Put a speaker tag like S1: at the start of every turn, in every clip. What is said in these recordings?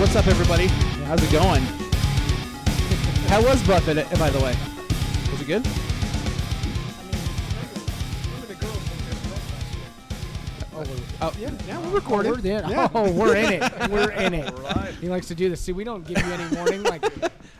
S1: what's up, everybody? How's it going? How was Buffett, eh, by the way? Was it good? Oh, yeah, yeah, we're recorded.
S2: We're in.
S1: Yeah.
S2: Oh, we're in it. We're in it.
S3: live.
S2: He likes to do this. See, we don't give you any warning. Like,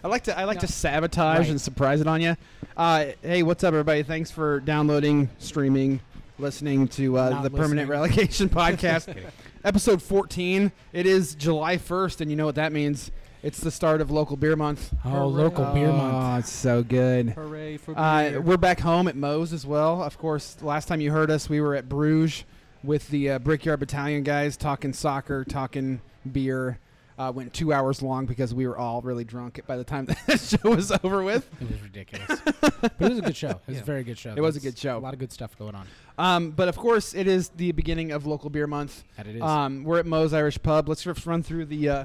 S1: I like to I like to
S2: No.
S1: sabotage
S2: Right.
S1: and surprise it on you. Uh, hey, what's up, everybody? Thanks for downloading, streaming, listening to uh,
S2: Not
S1: the Permanent
S2: listening.
S1: Relegation Podcast, episode 14. It is July 1st, and you know what that means. It's the start of local beer month.
S2: oh, local beer month.
S1: Oh, it's so good.
S3: Hooray for
S1: Uh, we're back home at Moe's as well. Of course, last time you heard us, we were at Bruges with the uh, Brickyard Battalion guys talking soccer, talking beer. Uh, went two hours long because we were all really drunk by the time the show was over with.
S2: It was ridiculous, but it was a good show. It was
S1: Yeah.
S2: a very good show.
S1: It was a
S2: There's
S1: good show.
S2: A lot of good stuff going on.
S1: Um, but of course, it is the beginning of Local Beer Month.
S2: That it is.
S1: Um, we're at Moe's Irish Pub. Let's just run through the uh,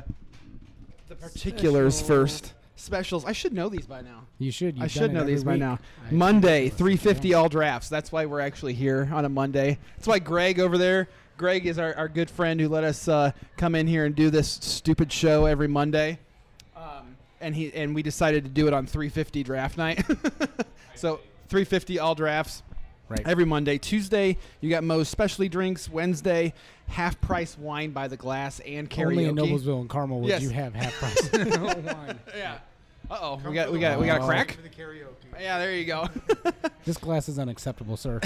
S1: the particulars first. Specials. I should know these by now.
S2: you should. You've
S1: I
S2: done
S1: should
S2: it
S1: know
S2: every
S1: these by
S2: week.
S1: now.
S2: I-
S1: Monday,
S2: Yeah.
S1: 350 all drafts. That's why we're actually here on a Monday. That's why Greg over there, Greg is our, our good friend who let us uh, come in here and do this stupid show every Monday. Um, and he and we decided to do it on 350 draft night. so 350 all drafts
S2: Right.
S1: every Monday. Tuesday, you got Moe's specialty drinks. Wednesday, half price wine by the glass and karaoke.
S2: Only in Noblesville and Carmel would
S1: Yes.
S2: you have half price wine.
S1: Yeah. Uh oh, we got we got we got a
S2: Oh.
S1: crack. Yeah, there you go.
S2: This glass is unacceptable, sir.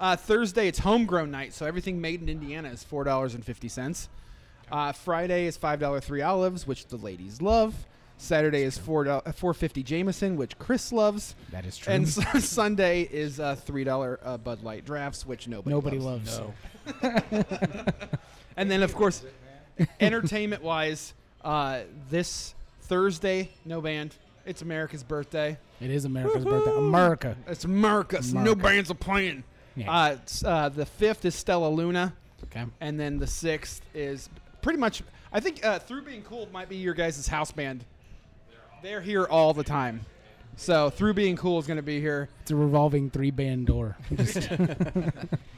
S1: Uh, Thursday it's homegrown night, so everything made in Indiana is four dollars and fifty cents. Uh, Friday is five dollar three olives, which the ladies love. Saturday is four uh, four fifty Jameson, which Chris loves,
S2: That is true.
S1: and s- Sunday is uh, three dollar uh, Bud Light drafts, which nobody
S2: Nobody
S1: loves.
S2: loves.
S1: And then of course, entertainment wise, uh, this Thursday no band. It's America's birthday.
S2: It is America's birthday. America.
S1: It's America's. No
S2: America.
S1: bands are playing.
S2: Yeah.
S1: Uh, it's, uh, the fifth is Stella Luna.
S2: okay.
S1: and then the sixth is pretty much. I think uh, through being cool might be your guys' house band. They're here all the time, so through being cool is going to be here.
S2: It's a revolving three band door. Just-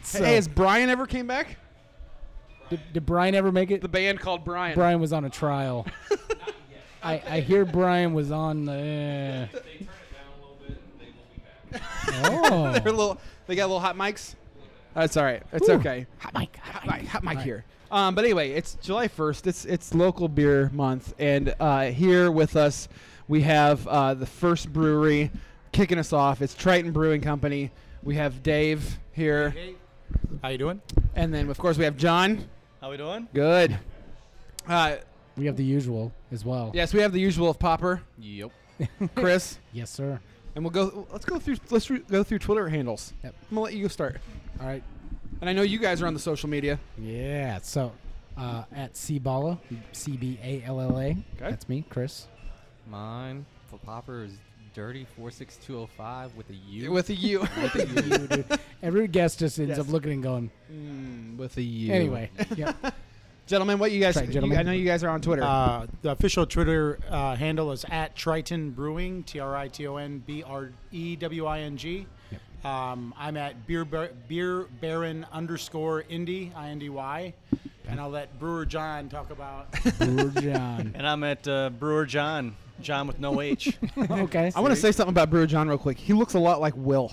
S2: So,
S1: Hey, has Brian ever came back?
S2: did, did Brian ever make it?
S1: The band called Brian.
S2: Brian was on a trial. I, I hear Brian was on the. eh.
S1: They're a
S2: Oh,
S1: little. They got little hot mics. That's all right. It's okay.
S2: hot mic, hot
S1: Hot mic, hot mic
S2: Right.
S1: here. Um, but anyway, it's July 1st. It's it's local beer month, and uh, here with us we have uh, the first brewery kicking us off. It's Triton Brewing Company. We have Dave here.
S3: How you doing?
S1: And then, of course, we have John.
S3: How we doing?
S1: Good. Uh,
S2: We have the usual as well.
S1: yes, we have the usual of Popper,
S3: Yep.
S1: Chris,
S2: Yes, sir.
S1: and we'll go. Let's go through. Let's re- go through Twitter handles.
S2: Yep.
S1: I'm gonna let you start.
S2: All right.
S1: And I know you guys are on the social media.
S2: Yeah. So uh, at Cballa, C B A L L A. That's me, Chris.
S3: Mine for popper is dirty four six two oh five with a U.
S1: With a U.
S2: You, dude. Every guest just ends
S1: Yes.
S2: up looking and going.
S1: Mm, with a U.
S2: Anyway. Yep.
S1: gentlemen, what you guys?
S2: Sorry,
S1: you-
S2: gentlemen.
S1: I know you guys are on Twitter.
S4: Uh, the official Twitter uh, handle is at Triton Brewing, T R I T O N B R E W I N G. Um, I'm at beer, Bar- beer baron underscore indy, I N D Y. And I'll let Brewer John talk about.
S2: Brewer John.
S5: And I'm at uh, Brewer John, John with no H.
S2: Okay.
S1: I want to say something about Brewer John real quick. He looks a lot like Will.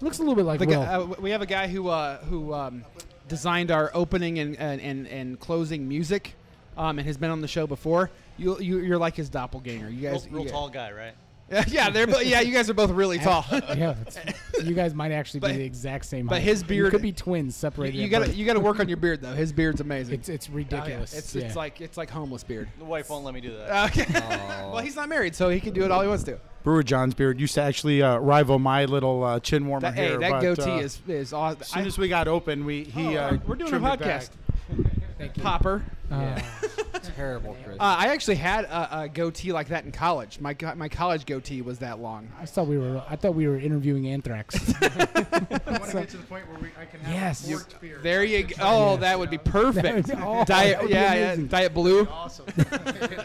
S2: Looks a little bit like
S1: The
S2: Will.
S1: guy, uh, w- we have a guy who uh, who um, designed our opening and and, and, and closing music, um, and has been on the show before. You, you you're like his doppelganger. You
S5: real
S1: guys,
S5: real
S1: you-
S5: tall guy, right?
S1: Yeah, yeah, they're bo- yeah. You guys are both really tall.
S2: yeah, that's, you guys might actually
S1: But-
S2: be the exact same.
S1: but
S2: height.
S1: his
S2: you
S1: beard-
S2: could be twins
S1: you,
S2: separated.
S1: you
S2: at
S1: gotta
S2: birth.
S1: you gotta work on your beard though. His beard's amazing.
S2: It's it's
S1: Oh, yeah.
S2: ridiculous.
S1: It's
S2: Yeah.
S1: it's like it's like homeless beard.
S5: The wife won't let me do
S3: Ah,
S5: that.
S1: Okay. well, he's not married, so he can do it all he wants to.
S4: Brewer John's beard used to actually uh, rival my little uh, chin warmer
S1: That,
S4: here.
S1: hey, that
S4: but,
S1: goatee
S4: uh,
S1: is is awesome.
S4: As soon as we got open, we he uh,
S1: we're doing a
S4: trimmed it back.
S1: podcast. Popper.
S2: Uh,
S3: Terrible, Chris.
S1: Uh, I actually had a, a goatee like that in college. My co- my college goatee was that long.
S2: I thought we were. I thought we were interviewing Anthrax.
S6: I want to get to the point where we, I can have
S2: Yes.
S6: a forked beer.
S1: There you go. Oh,
S2: Yes.
S1: that would be
S2: That would
S1: perfect.
S2: be- oh, that
S1: Diet,
S2: would be
S1: yeah, yeah,
S2: amazing.
S1: diet blue.
S6: Awesome.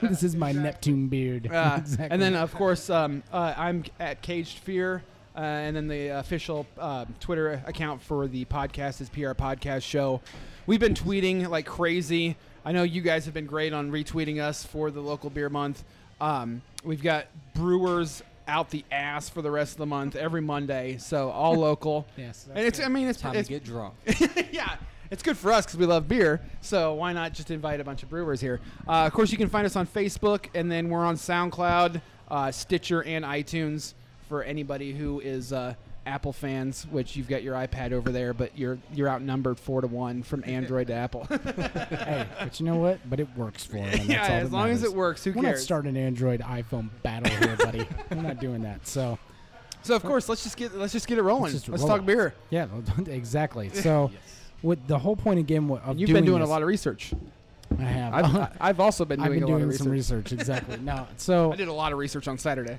S2: this is my Neptune beard.
S1: Uh,
S2: Exactly.
S1: And then, of course, um, uh, I'm at Caged Fear. Uh, and then the official um Twitter account for the podcast is PR Podcast Show. we've been tweeting like crazy. I know you guys have been great on retweeting us for the local beer month. Um, we've got brewers out the ass for the rest of the month every Monday, so all local.
S2: Yes,
S1: and it's I mean it's
S3: Time
S1: it's,
S3: to get drunk.
S1: yeah, it's good for us because we love beer. So why not just invite a bunch of brewers here? Uh, of course, you can find us on Facebook, and then we're on SoundCloud, uh, Stitcher, and iTunes for anybody who is uh, Apple fans. Which you've got your iPad over there, but you're you're outnumbered four to one from Android to Apple.
S2: hey, but you know what? But it works for them.
S1: Yeah,
S2: That's all
S1: as
S2: that
S1: long as
S2: matters.
S1: it works, who
S2: We're not
S1: cares?
S2: starting an Android iPhone battle here, buddy. We're not doing that. So
S1: so of course, let's just get let's just get it rolling. Let's,
S2: just roll.
S1: talk beer.
S2: yeah, exactly. So what the whole point again wa- of
S1: You've been doing
S2: this,
S1: a lot of research.
S2: I have.
S1: I've, I- I've also been
S2: I've
S1: doing
S2: been
S1: a
S2: doing
S1: lot of research.
S2: some research. Exactly. Now, so
S1: I did a lot of research on Saturday.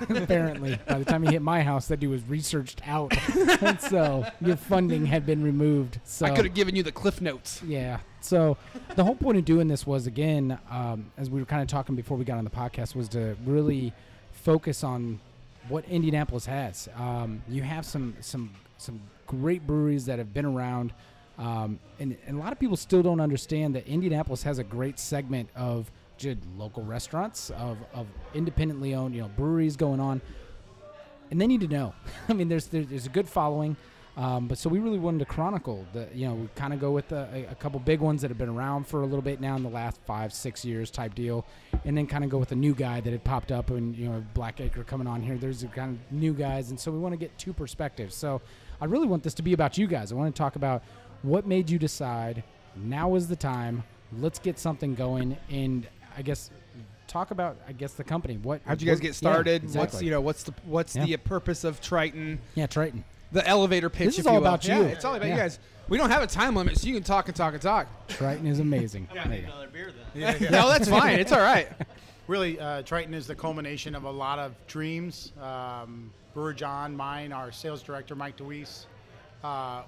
S2: apparently by the time he hit my house, that dude was researched out. and so your funding had been removed. So
S1: I could have given you the cliff notes.
S2: Yeah. So the whole point of doing this was again, um, as we were kind of talking before we got on the podcast, was to really focus on what Indianapolis has. Um, you have some some some great breweries that have been around, um, and, and a lot of people still don't understand that Indianapolis has a great segment of just local restaurants of, of independently owned you know breweries going on and they need to know. I mean, there's there's, there's a good following, um, but so we really wanted to chronicle the you know kind of go with a, a couple big ones that have been around for a little bit now in the last five six years type deal, and then kind of go with a new guy that had popped up and you know Blackacre coming on here. There's a kind of new guys, and so we want to get two perspectives. So I really want this to be about you guys. I want to talk about what made you decide now is the time. Let's get something going, and I guess talk about I guess the company. What
S1: How'd you guys
S2: what- yeah,
S1: get started? What's
S2: exactly.
S1: you know what's the what's
S2: Yeah.
S1: the purpose of Triton?
S2: yeah, Triton.
S1: The elevator pitch.
S2: This is
S1: if
S2: all
S1: you will.
S2: about
S1: Yeah,
S2: you.
S1: it's all about you
S2: Yeah.
S1: guys. We don't have a time limit, so you can talk and talk and talk.
S2: Triton is amazing. There you go.
S5: Another beer then.
S1: no, that's fine. It's all right.
S4: Really, uh, Triton is the culmination of a lot of dreams. Um, Brewer John, mine, our sales director, Mike DeWeese, uh,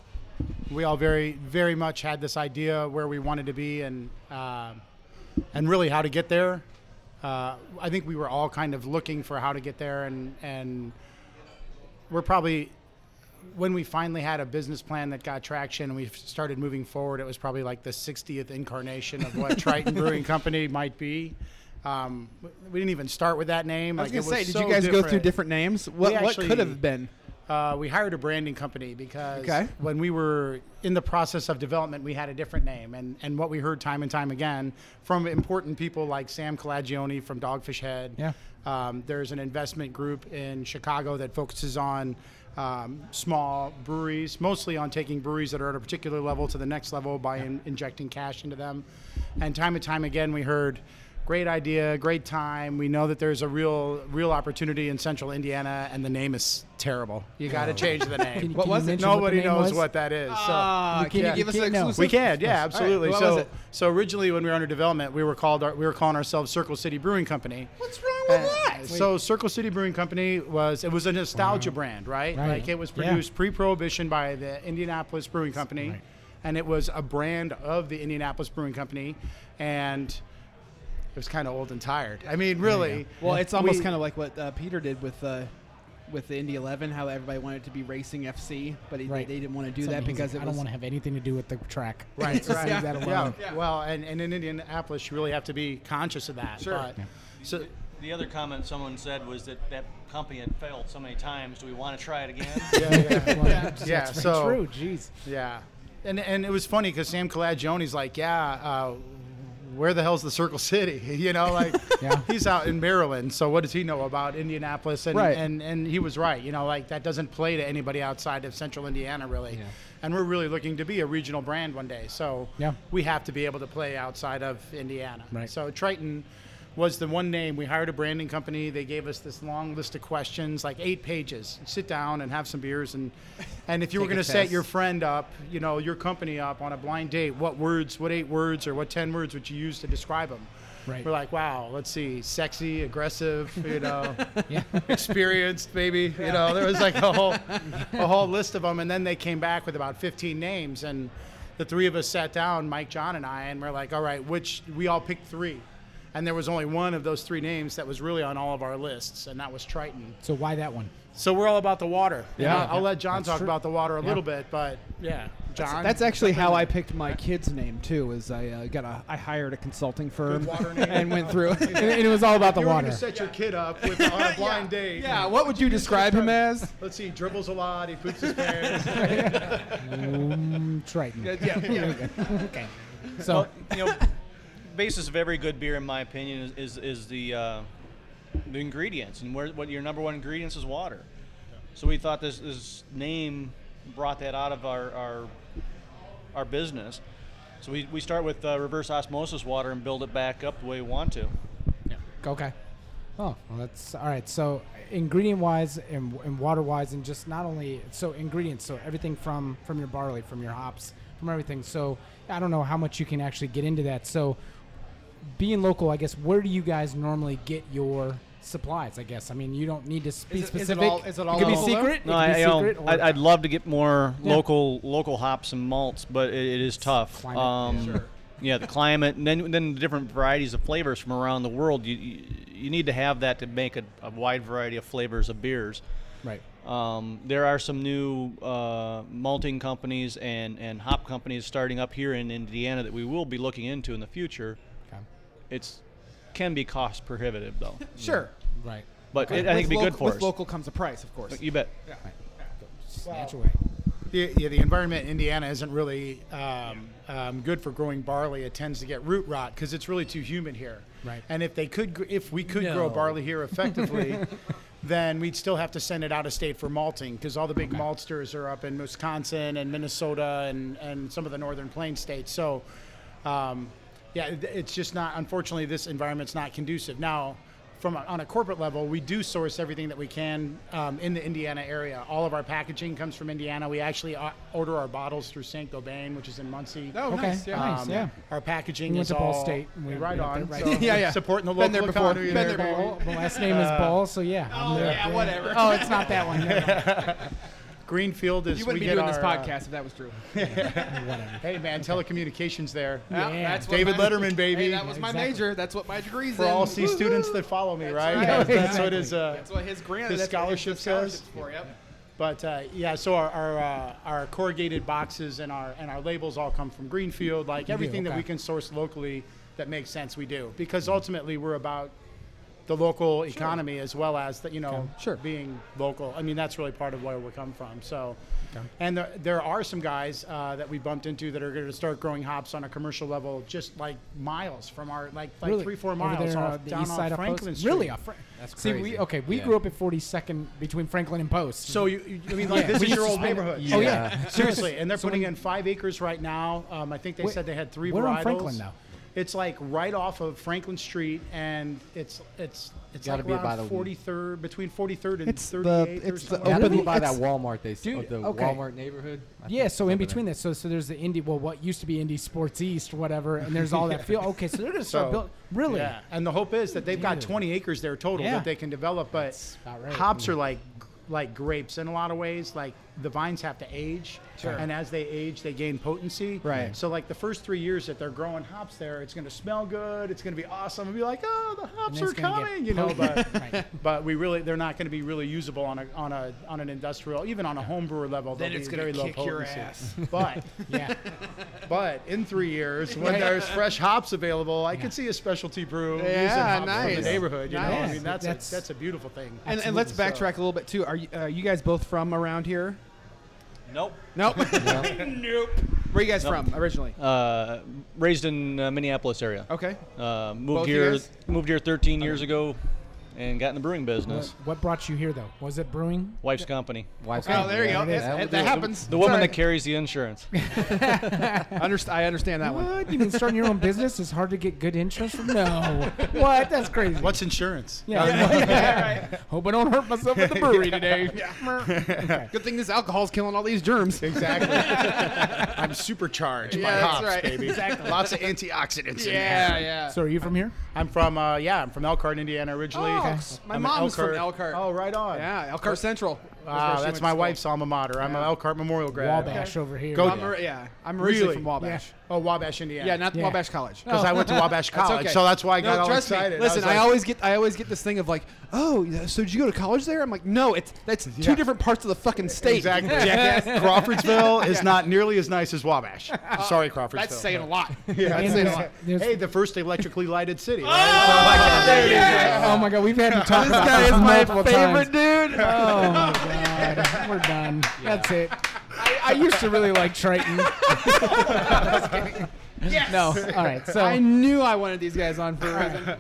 S4: we all very, very much had this idea where we wanted to be and um and really how to get there. Uh, I think we were all kind of looking for how to get there, and and we're probably when we finally had a business plan that got traction and we started moving forward, it was probably like the 60th incarnation of what Triton Brewing Company might be. Um, we didn't even start with that name.
S1: I was
S4: Like,
S1: gonna
S4: it
S1: say, did
S4: so
S1: you guys go through different names? What what
S4: actually-
S1: could have been?
S4: Uh, we hired a branding company because
S1: Okay.
S4: when we were in the process of development, we had a different name. And, and what we heard time and time again from important people like Sam Calagione from Dogfish Head.
S2: Yeah.
S4: Um, there's an investment group in Chicago that focuses on um, small breweries, mostly on taking breweries that are at a particular level to the next level by in- injecting cash into them. And time and time again, we heard, "Great idea, great time." We know that there's a real, real opportunity in Central Indiana, and the name is terrible. You got to change the
S2: Can you-
S4: name.
S1: What
S2: can you
S1: was it?
S2: mention
S4: Nobody
S2: what the name
S4: knows
S2: was?
S4: what that is. So.
S1: Ah,
S2: You
S1: can you
S2: can't-
S1: give us
S2: you
S1: an
S2: can't know.
S1: exclusive?
S4: We can, yeah, absolutely.
S1: what
S4: so,
S1: was it?
S4: so originally when we were under development, we were called our, we were calling ourselves Circle City Brewing Company.
S1: What's wrong with that?
S4: Uh, So Circle City Brewing Company was it was a nostalgia brand, right?
S2: Right.
S4: Like it was
S2: Yeah.
S4: produced pre-prohibition by the Indianapolis Brewing Company,
S2: Right.
S4: and it was a brand of the Indianapolis Brewing Company, and it was kind of old and tired. I mean, really.
S1: Well, it's almost kind of like what uh, Peter did with uh, with the Indy Eleven, how everybody wanted to be Racing FC, but he,
S2: Right.
S1: they didn't want to do
S2: Something
S1: that
S2: he's
S1: because
S2: like,
S1: it
S2: I
S1: was
S2: don't want to have anything to do with the track.
S4: Right,
S2: Just
S4: right.
S2: leave that
S4: Yeah.
S2: alone.
S1: Yeah.
S4: Well, and, and in Indianapolis, you really have to be conscious of that.
S1: Sure.
S4: But, So
S5: The other comment someone said was that that company had failed so many times. Do we want to try it again?
S2: Well, that's-
S4: Yeah,
S2: that's
S4: so-
S2: true. Jeez.
S4: Yeah, and and it was funny because Sam Calagione's like, yeah, uh, where the hell's the Circle City? You know, like
S2: Yeah.
S4: he's out in Maryland, so what does he know about Indianapolis? And
S1: Right.
S4: and and he was right. You know, like that doesn't play to anybody outside of Central Indiana, really. And we're really looking to be a regional brand one day, so
S2: Yeah.
S4: we have to be able to play outside of Indiana.
S2: Right.
S4: So Triton was the one name. We hired a branding company. They gave us this long list of questions, like eight pages. Sit down and have some beers, and and if you were
S1: Take a
S4: going to set
S1: test.
S4: your friend up, you know, your company up on a blind date, what words, what eight words, or what ten words would you use to describe them?
S2: Right.
S4: We're like, wow, let's see, sexy, aggressive, you know,
S2: Yeah.
S4: experienced, maybe, you know. There was like a whole, a whole list of them, and then they came back with about 15 names, and the three of us sat down, Mike, John, and I, and we're like, all right, which we all picked three, and there was only one of those three names that was really on all of our lists, and that was Triton.
S2: So why that one?
S4: So we're all about the water. And
S1: Yeah.
S4: I'll, I'll let John
S2: That's
S4: talk
S2: true.
S4: about the water a
S2: Yeah.
S4: little bit, but yeah, John.
S1: That's actually how I picked my kid's name too. Is I uh, got a I hired a consulting firm
S6: water name.
S1: and went through.
S2: and, and it was all about the
S6: you were
S2: water.
S6: to set your kid up with on a blind date.
S1: yeah, Uh, what would you describe him as?
S6: Let's see, he dribbles a lot, he poops his pants.
S2: Mm, Triton.
S1: yeah, yeah.
S2: okay. So
S5: you know, basis of every good beer, in my opinion, is is, is the uh, the ingredients, and where what your number one ingredients is water. So we thought this this name brought that out of our our, our business. So we, we start with uh, reverse osmosis water and build it back up the way we want to.
S2: okay. Oh, well, that's all right. So ingredient wise and, and water wise and just not only so ingredients, so everything from from your barley, from your hops, from everything. So I don't know how much you can actually get into that. So being local, I guess, where do you guys normally get your supplies? I guess I mean you don't need to
S1: Is
S2: be
S1: it- is it
S2: specific.
S1: all- is it all
S2: could be
S1: local, though?
S2: secret.
S5: No,
S2: it Oh. could
S5: I,
S2: be
S5: you know,
S2: secret or-
S5: I, I'd love to get more
S2: Yeah.
S5: local local hops and malts, but it, it is tough.
S2: climate,
S5: um,
S6: yeah. Sure.
S5: yeah, the climate, and then then the different varieties of flavors from around the world. You you, you need to have that to make a, a wide variety of flavors of beers.
S2: right.
S5: Um, there are some new uh, malting companies and, and hop companies starting up here in Indiana that we will be looking into in the future.
S2: Okay.
S5: It's can be cost prohibitive though,
S1: Sure.
S2: Right.
S5: but it, I
S1: With
S5: think it'd be
S1: loc-
S5: good for
S1: with
S5: us.
S1: local comes a price, of course.
S5: You bet.
S2: Snatch away.
S4: The, yeah, the environment in Indiana isn't really um, um, good for growing barley. It tends to get root rot because it's really too humid here.
S2: Right.
S4: And if they could, gr- if we could grow barley here effectively, then we'd still have to send it out of state for malting because all the big maltsters are up in Wisconsin and Minnesota and and some of the northern plain states. So, um, yeah, it- it's just not. Unfortunately, this environment's not conducive now. From a, on a corporate level, we do source everything that we can um, in the Indiana area. All of our packaging comes from Indiana. We actually uh, order our bottles through Saint Gobain, which is in Muncie.
S1: Oh,
S4: Um,
S2: Okay.
S1: nice. Yeah.
S2: Nice. yeah.
S4: Our packaging
S2: We went
S4: is
S2: to Ball
S4: all
S2: State and we
S4: right
S2: went up
S4: on.
S2: there, right.
S4: so
S1: Yeah, yeah.
S4: Supporting the
S1: Been
S4: local
S1: there before.
S4: economy
S1: Been
S4: there,
S1: there
S4: baby.
S1: before.
S2: The last name
S1: Uh,
S2: is Ball, so yeah. I'm there.
S1: yeah, whatever.
S2: Oh, it's not that one. Never mind.
S4: Greenfield is.
S1: You wouldn't
S4: we
S1: be
S4: get
S1: doing this
S4: our, uh,
S1: podcast if that was true.
S4: hey man, telecommunications there.
S1: Yeah,
S2: Yeah.
S1: that's what
S4: David
S1: my-
S4: Letterman, baby.
S1: Hey, that was my
S2: Exactly.
S1: major. That's what my degree's
S4: For
S1: in.
S4: all C
S1: Woo-hoo.
S4: students that follow me, right?
S1: right.
S4: That's, that's what
S2: Exactly.
S4: is. Uh,
S1: That's what his grant.
S4: the
S1: that's what his-
S4: scholarship
S1: the
S4: says.
S1: scholarship's For, yep.
S4: But uh, yeah, so our our, uh, our corrugated boxes and our and our labels all come from Greenfield. Like everything that
S2: okay. Mm-hmm.
S4: we can source locally that makes sense, we do because ultimately we're about the local economy as well as the, you know
S2: Sure.
S4: being local. I mean that's really part of where we're come from. So, and there, there are some guys uh, that we bumped into that are going to start growing hops on a commercial level, just like miles from our like like
S2: Really?
S4: three four
S2: Over
S4: miles
S2: there,
S4: off,
S2: uh, the
S4: down
S2: east side
S4: off
S2: of
S4: Franklin
S2: Post?
S4: Street.
S2: Really, off Fra-
S3: That's
S2: See, we
S3: crazy.
S2: okay. We
S3: Yeah.
S2: grew up at 42nd between Franklin and Post.
S4: So you, you I mean like
S2: Yeah.
S4: this
S2: We
S4: is
S2: used
S4: your
S2: to
S4: old
S2: spend-
S4: neighborhood?
S2: oh
S3: Yeah.
S2: yeah,
S4: Seriously, and they're
S2: So
S4: putting
S2: when-
S4: in five acres right now. Um, I think they
S2: Wait,
S4: said they had three
S2: where
S4: varietals.
S2: on Franklin now?
S4: It's like right off of Franklin Street, and it's it's it's
S3: Gotta
S4: like
S3: be
S4: around
S3: by the-
S4: 43rd, between 43rd and
S1: It's the-
S4: 38th or
S1: it's the
S4: something.
S1: open-
S3: Gotta
S2: Really?
S3: be by that
S2: That's-
S3: Walmart they s-
S2: Dude,
S3: of the
S2: okay.
S3: Walmart neighborhood. I think
S2: Yeah,
S3: it's
S2: so
S3: over
S2: in
S3: there.
S2: between that, so so there's the indie, well, what used to be Indie Sports East, whatever, and there's all that field. Okay, so they're gonna start
S4: So,
S2: building. Really?
S4: Yeah, and the hope is that they've got
S2: Dude.
S4: 20 acres there total
S2: Yeah.
S4: that they can develop. But
S2: about right.
S4: hops are like like grapes in a lot of ways. Like the vines have to age, and as they age, they gain potency.
S1: Right.
S4: So like the first three years that they're growing hops there, it's going to smell good. It's going to be awesome. And be like, oh, the
S2: And
S4: hops
S2: it's
S4: are
S2: gonna get
S4: coming, you know.
S2: potent.
S4: But
S2: right.
S4: but we really they're not going to be really usable on a on a on an industrial even on a home brewer level.
S1: Then
S4: they'll
S1: it's
S4: be
S1: gonna
S4: very low
S1: kick your
S4: potency.
S1: ass.
S4: But
S2: Yeah.
S4: but in three years, when
S2: Yeah.
S4: there's fresh hops available, I could see a specialty brew using
S1: Yeah,
S4: hops from
S1: nice.
S4: the neighborhood. You know,
S2: Nice.
S4: I mean that's
S2: That's-
S4: a, that's a beautiful thing.
S1: And, and let's backtrack a little bit too. Are you, uh, you guys both from around here?
S5: Nope.
S1: Nope. nope. Where you guys
S5: Nope.
S1: from originally?
S5: Uh, raised in uh, Minneapolis area.
S1: Okay.
S5: Uh, moved
S1: Oh. Both
S5: here.
S1: years?
S5: Moved here 13 years ago, and got in the brewing business.
S2: What, what brought you here though? Was it brewing?
S5: Wife's company.
S3: Wife's
S1: Oh,
S3: neighborhood.
S1: there you go.
S3: Yeah,
S1: That, that,
S3: would do it.
S1: happens.
S5: The woman
S1: Sorry.
S5: that carries the insurance.
S1: Underst- I understand that one.
S2: What? You mean starting your own business is hard to get good interest? No. what? That's crazy.
S4: What's insurance?
S2: Yeah. Hope I don't hurt myself at the brewery today.
S1: Good thing this alcohol's killing all these germs.
S4: Exactly. I'm supercharged by
S1: Yeah, that's
S4: hops,
S1: right.
S4: baby. Exactly. Lots of antioxidants. in there.
S1: Yeah, yeah.
S2: So are you from here?
S4: I'm from uh, yeah, I'm from Elkhart, Indiana originally.
S1: Oh, Okay. my
S4: I'm an
S1: mom's from Elkhart.
S4: Oh, right on.
S1: yeah, Elkhart Central. where
S4: Wow,
S1: she
S4: that's
S1: went
S4: my
S1: to school.
S4: wife's alma mater. I'm an
S1: Yeah.
S4: Elkhart Memorial grad.
S2: Wabash over here.
S4: Go-
S1: I'm, ori- yeah, I'm originally
S4: Really?
S1: from Wabash.
S4: Oh, Wabash, Indiana.
S1: Yeah, not
S2: Yeah.
S1: Wabash College.
S4: because I went to
S1: That's
S4: Wabash College,
S1: okay.
S4: so that's why I
S1: No,
S4: got all
S1: trust me.
S4: excited.
S1: Listen,
S4: was
S1: I,
S4: like,
S1: always get I always get this thing of like, oh, yeah, so did you go to college there? I'm like, no, it's that's two
S4: Yeah.
S1: different parts of the fucking state.
S4: Exactly.
S1: Jackass.
S4: Crawfordsville is not nearly as nice as Wabash. Sorry, Crawfordsville.
S1: That's saying a lot.
S4: Yeah,
S2: And
S4: that's saying a
S2: there's-
S4: lot.
S2: there's-
S4: Hey, the first electrically lighted city. right?
S2: Oh my god, we've had to talk
S1: this
S2: about
S1: guy
S2: this
S1: is my
S2: multiple times.
S1: favorite dude.
S2: Oh my god, we're done. That's it. I, I used to really like Triton. yes. No. All right. So
S1: I knew I wanted these guys on for a reason.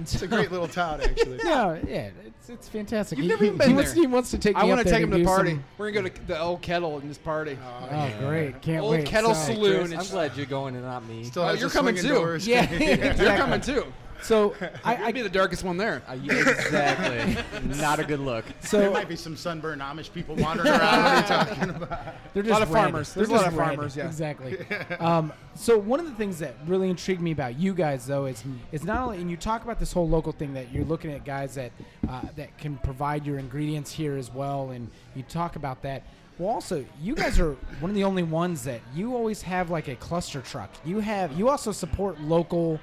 S4: It's a great little town, actually.
S2: no, yeah, it's it's fantastic.
S1: You've
S2: he,
S1: never
S2: he-
S1: even been
S2: he wants,
S1: there.
S2: he wants to take.
S1: I
S2: me
S1: want
S2: up
S1: to
S2: there
S1: take him to
S2: do
S1: party.
S2: some-
S1: We're gonna go to the old kettle and just party.
S2: oh, great! Can't
S1: Old
S2: wait.
S1: kettle
S2: so,
S1: saloon. Balloon,
S3: I'm
S1: it's-
S3: glad you're going and not me.
S4: Still
S1: Oh,
S4: has
S1: you're
S4: the
S1: coming
S4: swinging
S1: too.
S4: doors.
S2: Yeah, exactly.
S1: You're coming too.
S2: So I,
S1: I'd be
S2: I
S1: the darkest one there.
S3: Uh, yeah, exactly. not a good look.
S4: There
S2: so
S4: might be some sunburned Amish people wandering around. What are you talking about?
S2: They're just
S1: lot of
S2: red.
S1: farmers.
S2: They're
S1: There's a lot
S2: just
S1: of
S2: red.
S1: farmers, yeah.
S2: exactly. um, so one of the things that really intrigued me about you guys, though, is is not only and you talk about this whole local thing that you're looking at guys that uh, that can provide your ingredients here as well, and you talk about that. Well, also, you guys are one of the only ones that you always have like a cluster truck. You have you also support local,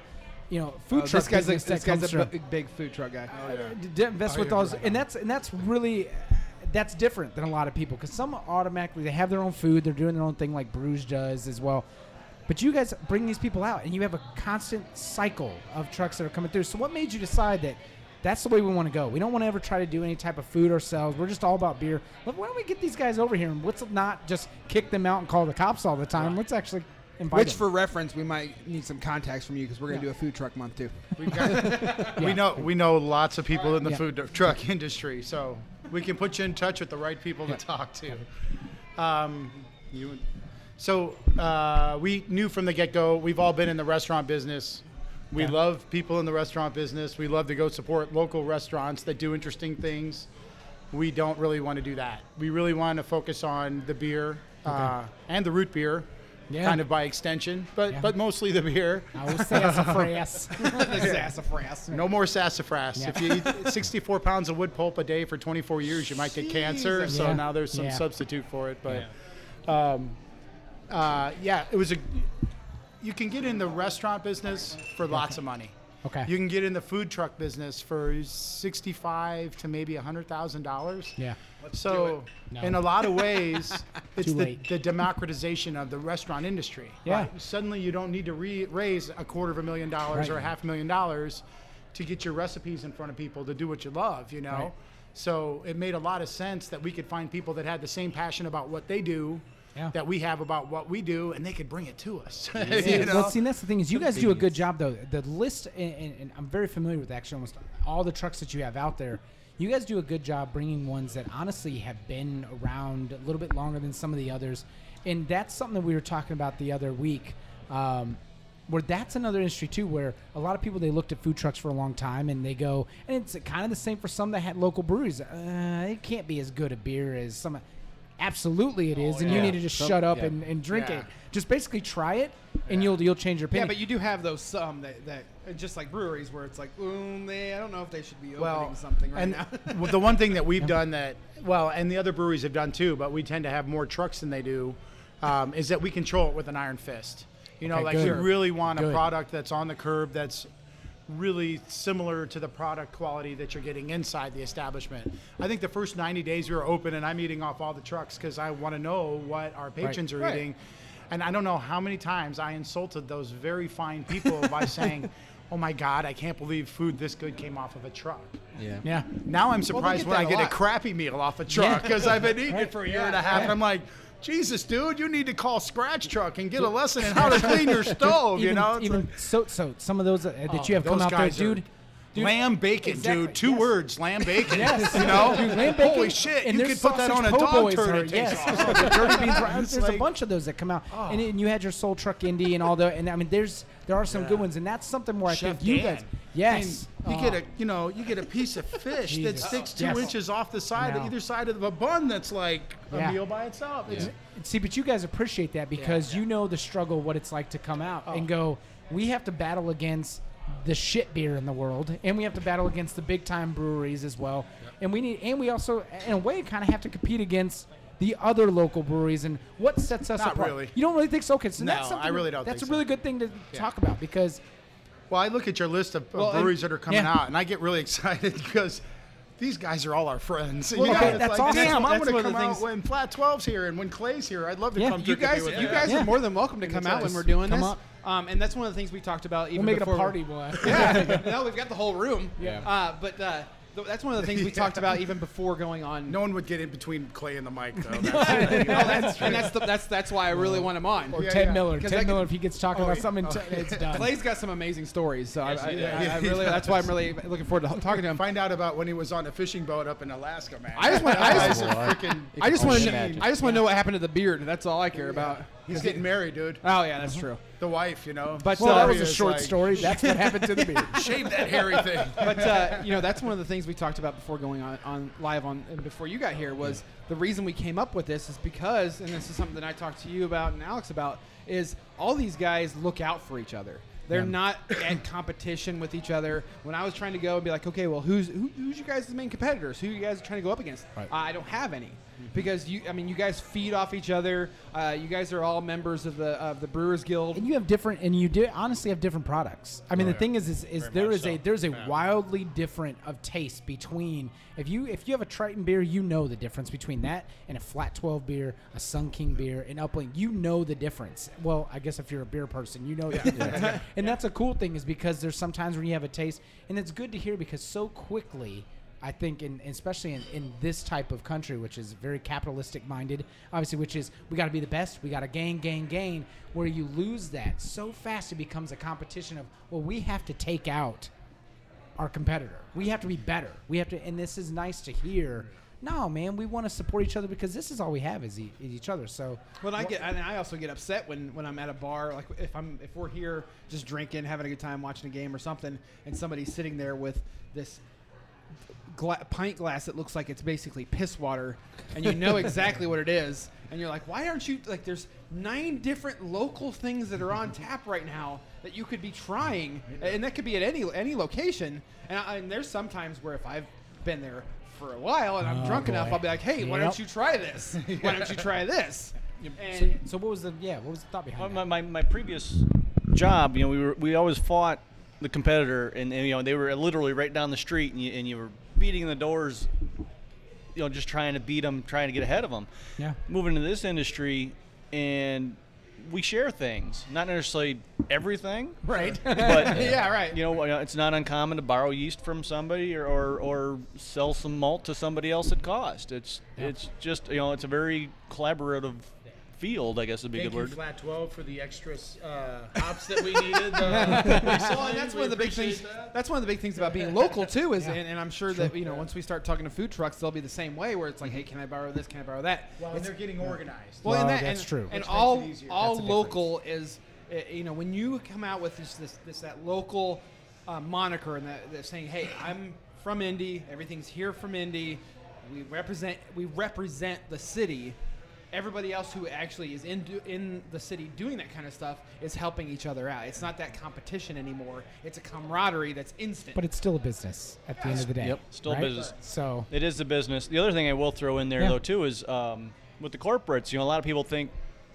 S2: you know, food
S1: Uh,
S2: truck
S1: this guy's a, Oh,
S2: business that
S1: this guy's
S2: comes
S1: a
S2: from-
S1: big, big food truck guy.
S2: d- d- invest with those, and that's and that's really that's different than a lot of people because some automatically they have their own food, they're doing their own thing like Bruges does as well. But you guys bring these people out, and you have a constant cycle of trucks that are coming through. So what made you decide that? That's the way we want to go. We don't want to ever try to do any type of food ourselves. We're just all about beer. Look, Why don't we get these guys over here and let's not just kick them out and call the cops all the time? Let's actually invite
S1: Which,
S2: them.
S1: for reference, we might need some contacts from you because we're gonna
S2: Yeah.
S1: do a food truck month too.
S4: We've got, We know we know lots of people in the
S2: Yeah.
S4: food truck industry, so we can put you in touch with the right people to talk to. Um, you, so uh, we knew from the get go. We've all been in the restaurant business. We love people in the restaurant business. We love to go support local restaurants that do interesting things. We don't really want to do that. We really want to focus on the beer uh, and the root beer,
S2: Yeah.
S4: kind of by extension, but
S2: Yeah.
S4: but mostly the beer.
S2: I will say as a phrase.
S1: Sassafras.
S4: No more sassafras.
S2: Yeah.
S4: If you eat 64 pounds of wood pulp a day for 24 years, you might get cancer.
S1: Jesus.
S4: So
S2: Yeah.
S4: now there's some
S2: Yeah.
S4: substitute for it. But yeah. Um, uh, yeah, it was a. You can get in the restaurant business for lots of money.
S2: Okay.
S4: You can get in the food truck business for 65 to maybe 100 thousand dollars.
S2: yeah.
S4: So,
S2: No.
S4: in a lot of ways, it's
S2: Too
S4: the,
S2: late.
S4: the democratization of the restaurant industry.
S2: Yeah.
S4: Suddenly, you don't need to re- raise a quarter of a million dollars
S2: Right.
S4: or a half million dollars to get your recipes in front of people to do what you love, you know?
S2: Right.
S4: So, it made a lot of sense that we could find people that had the same passion about what they do.
S2: Yeah.
S4: That we have about what we do, and they could bring it to us.
S2: Yeah,
S4: you know?
S2: Well, see, and that's the thing is, you guys do a good job though. The list, and, and, and I'm very familiar with actually almost all the trucks that you have out there. You guys do a good job bringing ones that honestly have been around a little bit longer than some of the others, and that's something that we were talking about the other week. Um, where that's another industry too, where a lot of people they looked at food trucks for a long time and they go, and it's kind of the same for some that had local breweries. Uh, it can't be as good a beer as some. Absolutely, it is, and you
S3: yeah.
S2: need to just
S3: Some-
S2: shut up
S3: yeah.
S2: and, and drink
S4: Yeah.
S2: it. Just basically try it, and you'll you'll change your
S1: Yeah,
S2: opinion.
S1: but you do have those some that, that uh, just like breweries where it's like, mm, they, I don't know if they should be opening something right
S4: and
S1: now.
S4: well, the one thing that we've done that well, and the other breweries have done too, but we tend to have more trucks than they do, um, is that we control it with an iron fist. You know,
S2: Okay,
S4: like
S2: good.
S4: we really want
S2: Good.
S4: a product that's on the curb that's really similar to the product quality that you're getting inside the establishment. I think the first 90 days we were open, and I'm eating off all the trucks because I want to know what our patrons are
S1: Right.
S4: eating. And I don't know how many times I insulted those very fine people by saying, "Oh my God, I can't believe food this good came off of a truck."
S3: Yeah.
S2: yeah,
S4: Now I'm
S1: they
S4: surprised
S1: get
S4: when
S1: that
S4: I
S1: a
S4: get a
S1: lot.
S4: crappy meal off a truck
S2: Yeah.
S4: because I've been eating it for a year and a half.
S2: yeah.
S4: I'm like, Jesus, dude, you need to call Scratch Truck and get a lesson in how to clean your stove.
S2: even,
S4: you know, It's
S2: even
S4: like,
S2: so so some of those uh, that you have
S4: those
S2: come out there,
S4: guys are-
S2: dude.
S4: lamb bacon,
S2: Exactly,
S4: dude. Two
S2: yes.
S4: words, lamb bacon.
S2: Yes,
S4: you know,
S2: dude, lamb bacon,
S4: holy shit,
S2: and
S4: you
S2: their
S4: could put that
S2: sausage
S4: on a dog
S2: poboys
S4: turd.
S2: Are,
S4: and it tastes
S2: yes,
S4: awesome.
S2: the dirty beans are-
S4: It's
S2: There's a
S4: like-
S2: bunch of those that come out,
S4: Oh.
S2: and, and you had your Soul Truck Indie and all the, and I mean, there's there are some good ones, and that's something where I
S4: Chef
S2: think you
S4: Dan.
S2: guys,
S4: I mean,
S2: yes,
S4: you
S2: Oh,
S4: get a you know you get a piece of fish that
S2: Jesus.
S4: sticks two
S2: Yes.
S4: inches off the side
S2: know.
S4: of either side of a bun. That's like
S2: Yeah.
S4: a meal by itself. It's,
S2: See, but you
S6: Oh.
S2: guys appreciate that because you know the struggle, what it's like to come out and go. We have to battle against the shit beer in the world, and we have to battle against the big time breweries as well. And we need, and we also, in a way, kind of have to compete against the other local breweries. And what sets us
S6: Not
S2: apart?
S6: really.
S2: You don't really think so? Okay, so
S6: No,
S2: that's something
S6: I really don't
S2: That's
S6: think
S2: a really
S6: so.
S2: good thing to talk about because
S6: Well, I look at your list of of
S1: Well, and-
S6: breweries that are coming
S2: yeah.
S6: out, and I get really excited because these guys are all our friends.
S2: Well, okay,
S6: it's
S2: that's awesome.
S6: Damn,
S1: That's-
S6: I
S1: that's
S6: want to
S1: one of
S6: come
S1: the
S6: out
S1: things-
S6: when Flat 12's here and when Clay's here. I'd love to
S2: Yeah,
S6: come.
S1: You
S6: drink a
S1: guys,
S6: beer with
S1: you guys
S2: Yeah.
S1: are more than welcome to come out when
S2: us.
S1: we're doing
S2: Come
S1: this.
S2: up.
S1: Um, and that's one of the things we talked about even
S2: we'll make it a
S1: before
S2: party. We'll have.
S1: yeah. now we've got the whole room.
S2: Yeah.
S1: Uh, but uh, th- that's one of the things we talked about even before going on.
S6: No one would get in between Clay and the mic, though. That's-
S1: no, that's, and that's the, that's that's why I really want him on.
S2: Or
S6: Yeah,
S2: Ted
S6: yeah.
S2: Miller.
S1: 'Cause
S2: Ted
S1: I could-
S2: Miller, if he gets talking about
S6: yeah.
S2: something, t- it's done.
S1: Clay's got some amazing stories, so I,
S5: Yes,
S1: I,
S5: he does.
S1: I, I really that's why I'm really looking forward to h- talking to him.
S6: Find out about when he was on a fishing boat up in Alaska, man.
S1: I just want I
S6: Guys
S1: just,
S6: are freaking.
S1: I just want to
S3: Imagine.
S1: know, I just want to know what happened to the beard. That's all I care about.
S6: He's getting married, dude.
S1: Oh yeah, that's true.
S6: The wife, you know.
S1: But,
S2: well,
S1: uh,
S2: that was
S6: Story
S2: a
S6: is
S2: short
S6: like,
S2: story. That's what happened to the beer.
S6: Shave that hairy thing.
S1: But uh, you know, that's one of the things we talked about before going on, on live on and before you got here was the reason we came up with this is because, and this is something that I talked to you about and Alex about, is all these guys look out for each other. They're not at competition with each other. When I was trying to go and be like, okay, well, who's who, who's your guys' main competitors? Who you guys are trying to go up against?
S2: Right.
S1: I don't have any
S6: Mm-hmm.
S1: because you. I mean, you guys feed off each other. Uh, you guys are all members of the of the Brewers Guild.
S2: and you have different and you do honestly have different products i mean the thing is is, is there
S5: Oh, much
S2: is a
S5: so.
S2: there's a wildly different of taste between if you if you have a triton beer you know the difference between that and a flat 12 beer a sun king beer an upland you know the difference well i guess if you're a beer person you know the difference. and that's a cool thing is because there's sometimes when you have a taste and it's good to hear because so quickly I think, in, especially in, in this type of country, which is very capitalistic minded, obviously, which is we got to be the best, we got to gain, gain, gain, where you lose that so fast, it becomes a competition of, well, we have to take out our competitor. We have to be better. We have to, and this is nice to hear. No, man, we want to support each other because this is all we have is, e- is each other. So,
S1: Well, I get, and I also get upset when, when I'm at a bar, like if I'm if we're here just drinking, having a good time, watching a game or something, and somebody's sitting there with this gla- pint glass that looks like it's basically piss water, and you know exactly what it is, and you're like, why aren't you like? There's nine different local things that are on tap right now that you could be trying, and that could be at any any location. And, I, and there's sometimes where if I've been there for a while and I'm
S2: Oh,
S1: drunk enough,
S2: boy.
S1: I'll be like, hey, why
S2: Yep.
S1: don't you try this? Why don't you try this?
S2: so,
S1: And
S2: so what was the yeah? What was the thought
S5: Well,
S2: behind
S5: my,
S2: that?
S5: my, my previous job, you know, we were we always fought the competitor, and, and, you know they were literally right down the street, and you, and you were beating the doors, you know, just trying to beat them, trying to get ahead of them.
S2: Yeah.
S5: Moving into this industry, and we share things, not necessarily everything,
S1: right.
S5: but
S1: yeah, right.
S5: you know, it's not uncommon to borrow yeast from somebody or, or, or sell some malt to somebody else at cost. It's it's just you know, it's a very collaborative field, I guess would be a
S6: Thank
S5: good
S6: you,
S5: word.
S6: Flat 12, for the extra uh, hops that we needed. Uh,
S1: well, and that's one of the big things. That's one of the big things about being local too. Is and, and I'm sure that you know once we start talking to food trucks, they'll be the same way. Where it's like, hey, can I borrow this? Can I borrow that?
S6: Well, and they're getting organized.
S1: Well,
S2: Well,
S1: and that,
S2: that's
S1: and,
S2: true.
S1: And
S6: Which makes
S1: all
S6: it easier.
S1: all
S2: That's the
S1: local is uh, you know when you come out with this this, this that local uh, moniker and that, that saying, hey, I'm from Indy. Everything's here from Indy. We represent we represent the city. Everybody else who actually is in do, in the city doing that kind of stuff is helping each other out. It's not that competition anymore. It's a camaraderie that's instant.
S2: But it's still a business at the end of the day.
S5: Yep, still a
S2: right?
S5: business.
S2: So
S5: It is the business. The other thing I will throw in there
S2: Yeah.
S5: though too is um, with the corporates. You know, a lot of people think,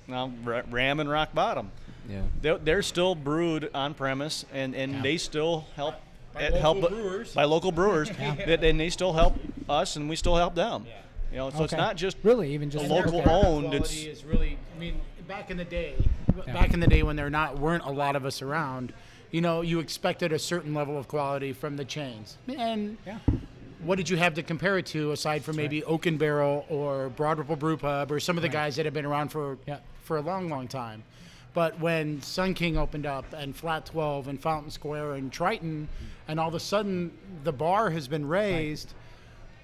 S5: well, ra- Ram and Rock Bottom.
S3: Yeah.
S5: They're, they're still brewed on premise, and, and they still help
S6: By
S5: eh,
S6: local
S5: help
S6: brewers.
S5: by local brewers, that- and they still help us, and we still help them. You know, so it's
S2: Okay.
S5: not just
S2: really even just
S5: a
S6: And their
S5: local
S6: product
S5: owned,
S6: quality
S5: it's-
S6: is really. I mean, back in the day,
S2: Yeah.
S4: Back in the day when there not weren't a lot of us around, you know, you expected a certain level of quality from the chains. And
S2: Yeah.
S4: what did you have to compare it to aside from maybe Oak and Barrel or Broad Ripple Brew Pub or some of the guys that have been around for
S2: Yeah.
S4: for a long, long time? But when Sun King opened up and Flat 12 and Fountain Square and Triton,
S2: Mm.
S4: and all of a sudden the bar has been raised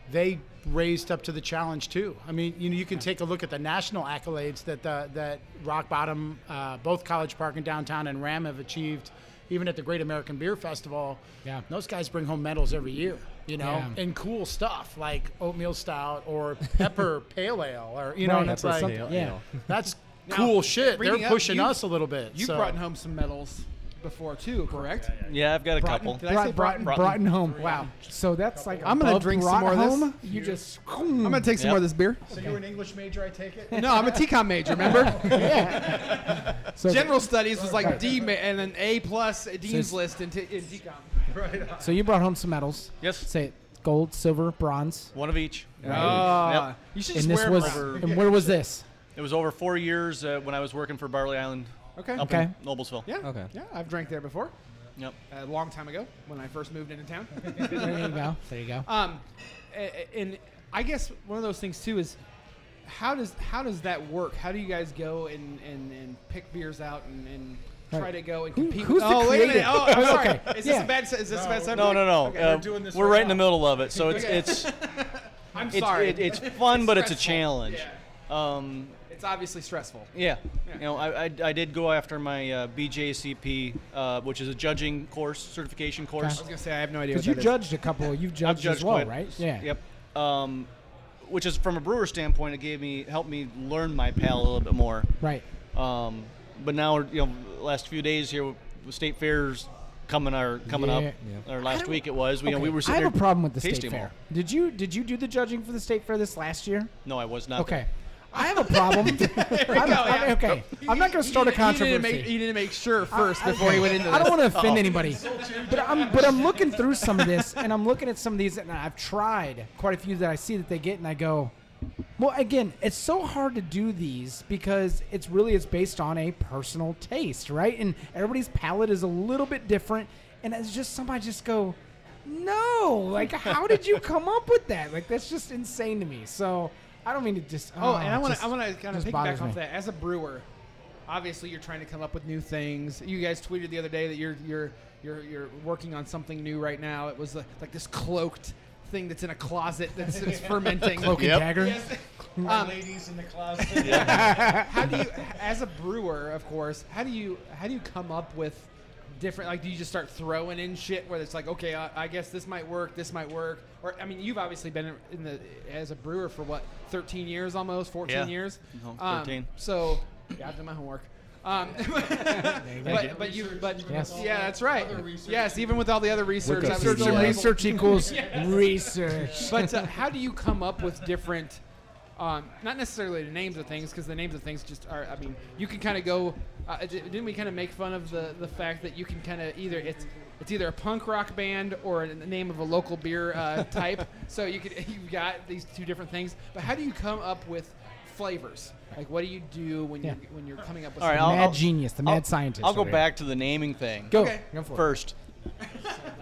S4: they raised up to the challenge too. I mean, you know, you can take a look at the national accolades that the, that Rock Bottom, uh, both College Park and Downtown and Ram have achieved, even at the Great American Beer Festival.
S2: Yeah.
S4: those guys bring home medals every year. You know,
S2: Yeah.
S4: and cool stuff like oatmeal stout or pepper pale ale, or you know,
S2: Right.
S4: and it's
S2: Pepper
S4: like
S2: pale ale.
S4: that's
S1: Now,
S4: cool shit. They're
S1: reading up,
S4: pushing
S1: you-
S4: us a little bit.
S1: You've
S4: so.
S1: brought home some medals. before too, correct?
S5: Yeah, I've got a
S2: Broughton,
S5: couple.
S1: Did I say
S2: Broughton,
S1: Broughton?
S2: Broughton home. Wow. So that's like
S1: I'm gonna
S2: above
S1: drink some more of this.
S2: Broughton home, You just.
S1: I'm gonna take some
S5: Yep.
S1: more of this beer.
S6: So you're an English major, I take it?
S1: No, I'm a TCOM major. Remember,
S2: So,
S1: general studies was like D ma- and an A plus dean's
S2: So-
S1: list in, t- in TCOM.
S6: right on.
S2: so you brought home some medals.
S5: Yes,
S2: Say it. Gold, silver, bronze.
S5: one of each.
S1: Ah.
S5: Yep.
S1: you should
S2: And
S1: just
S2: this
S1: wear
S2: was.
S1: it over.
S2: And where was this?
S5: It was over four years uh, when I was working for Barley Island
S1: Okay.
S5: up
S2: Okay.
S5: in Noblesville.
S1: Yeah.
S3: Okay.
S1: Yeah, I've drank there before
S5: Yep.
S1: a long time ago when I first moved into town.
S2: There you go. There you go.
S1: Um, a- a- and I guess one of those things too is how does how does that work? How do you guys go and, and, and pick beers out and, and try
S2: Right.
S1: to go and
S2: Who-
S1: compete?
S2: who's
S1: with,
S2: the
S1: oh, wait a minute.
S2: creator?
S1: Oh, I'm sorry.
S2: Okay,
S1: Is this
S2: yeah.
S1: a bad? se- Is this a bad subject?
S5: No, no, no.
S1: Okay.
S5: uh,
S6: we're doing this
S5: we're
S6: right
S5: right in the
S6: now.
S5: middle of it, so it's
S1: Okay.
S5: it's
S1: I'm
S5: it's,
S1: sorry.
S5: it- it's fun, but it's a
S1: stressful.
S5: challenge.
S1: Yeah.
S5: Um,
S1: It's obviously stressful.
S5: Yeah.
S1: Yeah.
S5: You know, I, I, I did go after my uh, BJCP, uh, which is a judging course, certification
S1: I
S5: course.
S1: was gonna say I have no idea. What
S2: Because you
S1: that is.
S2: judged a couple. You've
S5: I've
S2: judged,
S5: judged
S2: as well,
S5: quite-
S2: right? Yeah.
S5: Yep. Um, which is from a brewer standpoint, it gave me helped me learn my pal a little bit more.
S2: Right.
S5: Um, but now, you know, last few days here, with state fairs coming are coming
S2: Yeah.
S5: up, or
S2: I
S5: last
S2: don't-
S5: week it was. We, you know,
S2: Okay,
S5: we were.
S2: I
S5: sitting
S2: have a
S5: there
S2: problem with the
S5: tasting
S2: state
S5: them
S2: fair.
S5: all.
S2: Did you did you do the judging for the state fair this last year?
S5: No, I was not.
S2: Okay.
S5: there.
S2: I have a problem. I'm,
S1: go,
S2: I'm-
S1: yeah.
S2: okay. I'm not going to start a
S1: He needed to make,
S2: controversy.
S1: he needed to make sure first
S2: I-
S1: before he went into this. Oh.
S2: I don't want to offend anybody, but I'm but I'm looking through some of this, and I'm looking at some of these, and I've tried quite a few that I see that they get, and I go, well, again, it's so hard to do these because it's really it's based on a personal taste, right? And everybody's palate is a little bit different, and it's just some I just go, no, like how did you come up with that? Like that's just insane to me. So I don't mean to just.
S1: Oh, and I
S2: it
S1: want
S2: just-
S1: to I want to kind of
S2: just
S1: piggyback
S2: bothers
S1: off
S2: me.
S1: that. As a brewer, obviously you're trying to come up with new things. You guys tweeted the other day that you're you're you're you're working on something new right now. It was like, like this cloaked thing that's in a closet that's it's fermenting.
S2: Cloak and
S3: Yep.
S2: dagger.
S1: Um,
S6: Ladies in the closet.
S1: how do you, as a brewer, of course, how do you how do you come up with different? Like, do you just start throwing in shit where it's like, okay, I, I guess this might work, this might work, or I mean, you've obviously been in the as a brewer for what, 13 years almost, 14
S5: Yeah.
S1: years.
S5: No,
S1: Um,
S5: 13.
S1: so, yeah, I've done my homework. Um, but, but you, but
S2: Yes.
S1: yeah, that's right. Yes, even with all the other research, I was
S2: Research
S1: still
S2: and
S1: able-
S2: research equals research.
S1: but uh, how do you come up with different, um, not necessarily the names of things, because the names of things just are. I mean, you can kind of go. Uh, di- didn't we kind of make fun of the the fact that you can kind of either it's it's either a punk rock band or a, the name of a local beer uh, type. So you could you've got these two different things. But how do you come up with flavors? Like, what do you do when you
S2: Yeah.
S1: when you're coming up with?
S5: All right,
S1: something?
S5: I'll-
S2: mad
S5: I'll-
S2: genius, the mad
S5: I'll-
S2: scientist.
S5: I'll go
S2: over here.
S5: back to the naming thing.
S2: Go.
S1: Okay.
S2: Go for it.
S5: first.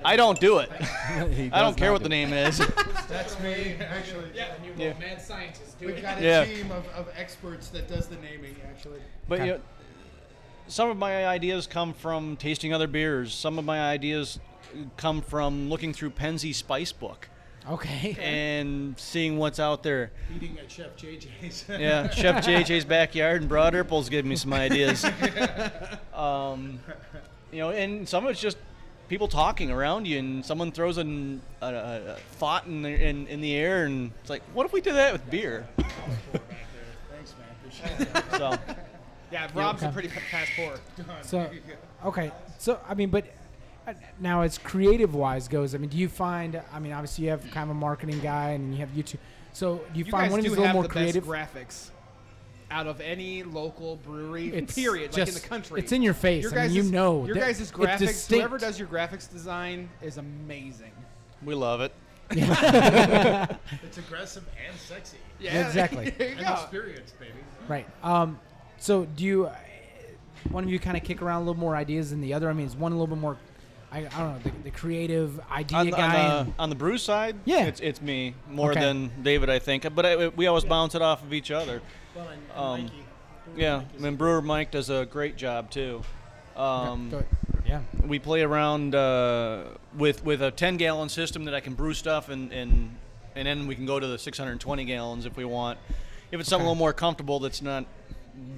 S5: I don't do it.
S3: He
S5: I
S3: does
S5: don't care
S3: not
S5: what
S3: do
S5: the name is.
S6: That's me, actually.
S1: yeah. mad scientist. Do
S6: We've got a
S5: Yeah.
S6: team of, of experts that does the naming, actually.
S5: But
S2: Okay.
S5: you know, some of my ideas come from tasting other beers. Some of my ideas come from looking through Penzi Spice Book
S2: Okay.
S5: and seeing what's out there.
S6: Eating at Chef JJ's.
S5: Yeah, Chef JJ's backyard and Broad Ripple's giving me some ideas. um, you know, and some of it's just people talking around you, and someone throws an, a, a a thought in the, in, in the air, and it's like, what if we did that with beer?
S6: Thanks, man. Appreciate it.
S5: So,
S1: yeah, Rob's a
S2: Okay.
S1: pretty fast pourer.
S2: So, okay. So, I mean, but uh, now as creative wise goes, I mean, do you find, I mean, obviously you have kind of a marketing guy and you have YouTube. So, do you,
S1: You
S2: find
S1: guys
S2: one of
S1: do
S2: these a little
S1: have
S2: more
S1: the
S2: creative?
S1: best graphics out of any local brewery.
S2: It's
S1: period, like in the
S2: just-
S1: country.
S2: It's in your face.
S1: Your
S2: I mean,
S1: guys'
S2: you know.
S1: your
S2: that
S1: guys'
S2: it's
S1: graphics.
S2: distinct.
S1: Whoever does your graphics design is amazing.
S5: we love it.
S6: It's aggressive and sexy.
S1: Yeah,
S2: Exactly.
S1: there you
S6: And
S1: go.
S6: experience, baby.
S2: Right. Um, so do you, uh, one of you kind of kick around a little more ideas than the other? I mean, is one a little bit more, I, I don't know, the, the creative idea
S5: on, the- on
S2: guy?
S5: the,
S2: and-
S5: on the brew side,
S2: Yeah.
S5: it's it's me more
S2: Okay.
S5: than David, I think. But I, we always bounce it off of each other.
S6: Well, and, and
S5: Um,
S6: Mikey.
S5: Yeah, I mean Brewer Mike does a great job too. Um,
S2: Go ahead. yeah.
S5: we play around uh, with with a 10 gallon system that I can brew stuff and and and then we can go to the 620 gallons if we want. If it's something a little more comfortable that's not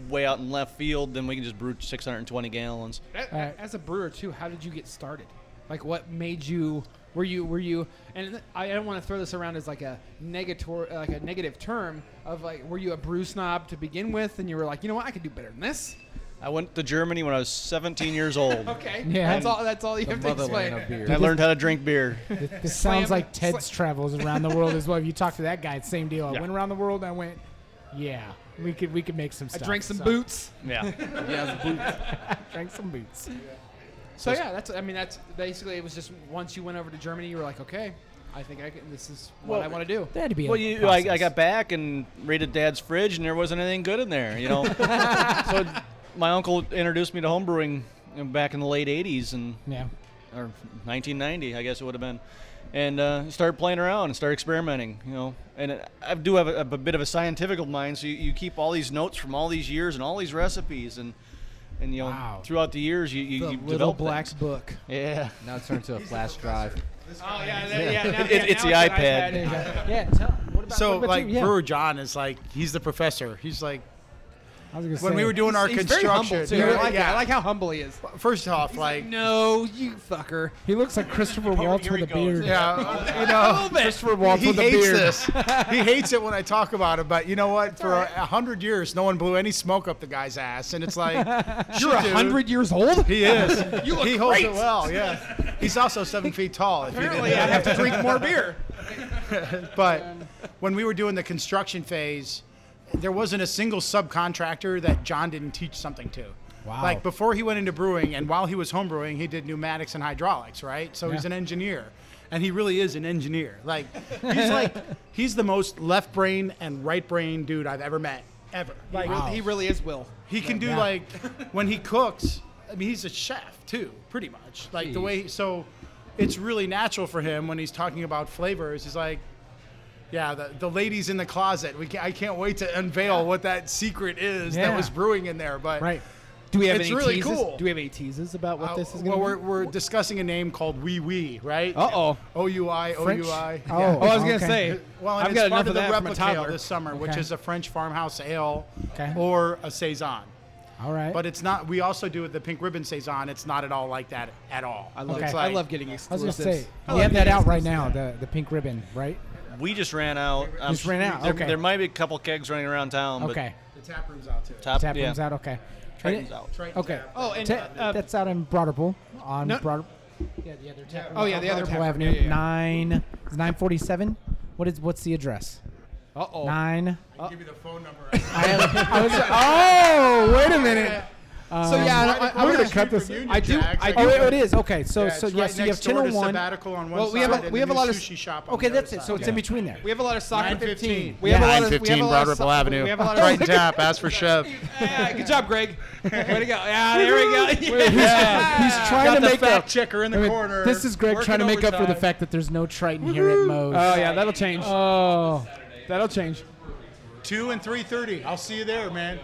S5: way out in left field, then we can just brew 620 gallons.
S1: A-
S2: All right.
S1: As a brewer too, how did you get started? Like, what made you? Were you? Were you? And I don't want to throw this around as like a negator, like a negative term of like, were you a brew snob to begin with, and you were like, you know what, I could do better than this,
S5: I went to Germany when I was 17 years old.
S1: Okay.
S2: Yeah.
S1: That's all. That's all you have to explain.
S3: motherland of beer.
S5: I learned how to drink beer.
S2: This, this sounds
S1: Slam-
S2: like Ted's travels around the world as well. If you talk to that guy, it's same deal. I
S5: Yeah.
S2: went around the world. and I went, yeah, we could we could make some
S1: I
S2: stuff.
S1: drank some
S2: So,
S1: boots.
S5: Yeah.
S3: Yeah, boots.
S2: Drank some boots.
S1: So yeah, that's. I mean, that's basically. It was just once you went over to Germany, you were like, okay, I think I can. This is what
S5: Well,
S1: I want to do.
S2: That had to be.
S5: Well,
S2: a
S5: you, I, I
S2: process.
S5: got back and raided Dad's fridge, and there wasn't anything good in there, you know. so my uncle introduced me to homebrewing you know, back in the late '80s and
S2: Yeah.
S5: or 1990, I guess it would have been, and uh, started playing around and started experimenting, you know. And it- I do have a, a bit of a scientific mind, so you, you keep all these notes from all these years and all these recipes, and and you know
S2: Wow.
S5: throughout the years you you,
S1: The
S5: you
S1: little
S5: develop
S1: black
S5: things.
S1: book.
S5: Yeah.
S3: Now it's turned to a flash drive.
S1: Oh yeah, that, yeah. now-
S5: It-
S1: yeah,
S5: it's
S1: now
S5: the
S1: an
S5: iPad.
S2: There you go. Yeah. Tell. What about,
S4: So
S2: what about
S4: like
S2: you? Yeah.
S4: Brewer John is like he's the professor. He's like
S2: I was gonna
S4: when
S2: say,
S4: we were doing our
S1: He's very
S4: construction.
S1: humble too.
S4: yeah,
S1: I like,
S4: yeah.
S1: I like how humble he is.
S4: first off, like
S1: No, you fucker.
S2: he looks like Christopher Waltz
S5: here
S2: with
S5: he
S2: a
S5: goes.
S2: beard.
S4: yeah, you know.
S2: Christopher Waltz
S4: He
S2: with a
S4: hates
S2: beard.
S4: this. He hates it when I talk about it. But you know what? For a hundred years, no one blew any smoke up the guy's ass, and it's like you're
S1: A hundred years old.
S4: He is. he holds it well. Yeah. He's also seven feet tall. If you didn't
S1: Apparently, I have to drink more beer.
S4: but when we were doing the construction phase, there wasn't a single subcontractor that John didn't teach something to.
S2: Wow.
S4: Like before he went into brewing and while he was home brewing, he did pneumatics and hydraulics, right? So he's
S2: Yeah.
S4: an engineer. And he really is an engineer. Like he's like he's the most left brain and right brain dude I've ever met. Ever. Like
S2: Wow.
S1: He really is Will.
S4: he can do
S2: Yeah.
S4: like when he cooks. I mean, he's a chef too, pretty much. Like the way so, it's really natural for him when he's talking about flavors. He's like, yeah, the, the ladies in the closet. We can, I can't wait to unveil what that secret is
S2: Yeah.
S4: that was brewing in there. But
S2: Right.
S1: Do we have
S4: It's
S1: any
S4: really
S1: teases?
S4: cool.
S1: Do we have any teases about what
S4: uh,
S1: this is
S4: well,
S1: going
S4: we're,
S1: to
S4: we're discussing a name called Wee Wee, right?
S1: Uh-oh.
S4: O U I O
S2: French?
S4: U I.
S2: Oh.
S1: Oh, I was going to
S2: Okay.
S1: say.
S4: Well, and
S1: I've
S4: it's
S1: got
S4: part
S1: enough
S4: of
S1: of
S4: the
S1: that from a
S4: replica ale
S1: toddler.
S4: this summer, which
S2: Okay.
S4: is a French farmhouse ale
S2: Okay.
S4: or a saison.
S2: All right.
S4: But it's not. We also do it the pink ribbon saison. It's not at all like that at all.
S1: I love,
S2: Okay.
S4: It's
S1: I
S4: like-
S1: love getting
S2: I was gonna
S1: exclusives.
S2: say
S1: I
S2: we
S1: love
S2: have that
S1: getting
S2: out right
S1: exclusives.
S2: now. The the pink ribbon, right?
S5: We just ran out. I'm
S2: Just ran out,
S5: There,
S2: okay.
S5: there might be a couple kegs running around town. But
S2: Okay.
S4: the tap room's out too.
S5: Top,
S2: Tap
S5: yeah.
S2: comes out. Okay.
S5: Triton's out.
S4: Triton's
S2: Okay.
S4: tap.
S1: Oh, and
S2: Ta-
S1: uh,
S2: that's out in Broderpool on
S1: No-
S2: Broder. Yeah, the other tap.
S1: Oh, yeah, the other tap room.
S2: Avenue.
S1: Yeah, yeah, yeah.
S2: Nine. It's nine forty-seven. What is? What's the address?
S1: uh-oh.
S2: Nine.
S4: I'll give you the phone number.
S2: I, I was, oh, wait a minute.
S1: so yeah, I, I, I'm
S2: we're
S1: gonna
S2: gonna
S1: cut.
S2: cut this.
S1: I do- I
S2: Oh,
S1: do-
S2: it, it is okay. So,
S4: Yeah,
S2: so
S4: it's
S2: yeah,
S4: right
S2: so you
S4: next
S2: have
S4: door
S2: ten
S4: to
S2: oh one.
S4: sabbatical on one
S1: Well, we
S4: side
S1: have a-
S4: and
S1: we have a
S4: the
S1: lot
S4: new
S1: of-
S4: sushi shop. On
S2: Okay,
S4: the
S2: that's
S4: other
S2: it. So
S4: side.
S2: it's in between there.
S1: We have a lot of soccer
S4: 9:15.
S1: 15. We have a lot of we have a lot of so- We have a lot of
S4: Triton tap. Ask for chef.
S1: Yeah, good job, Greg. Way to go. Yeah, Ah, there we go.
S2: He's,
S1: Yeah.
S2: he's trying to
S4: the
S2: make
S4: fact
S2: up.
S4: checker in the
S2: I mean,
S4: corner,
S2: This is Greg
S4: working
S2: trying to make up for the
S4: overtime.
S2: fact that there's no Triton here at Moe's.
S1: Oh yeah, that'll change.
S2: Oh,
S1: That'll change.
S4: Two and three thirty. I'll see you there, man.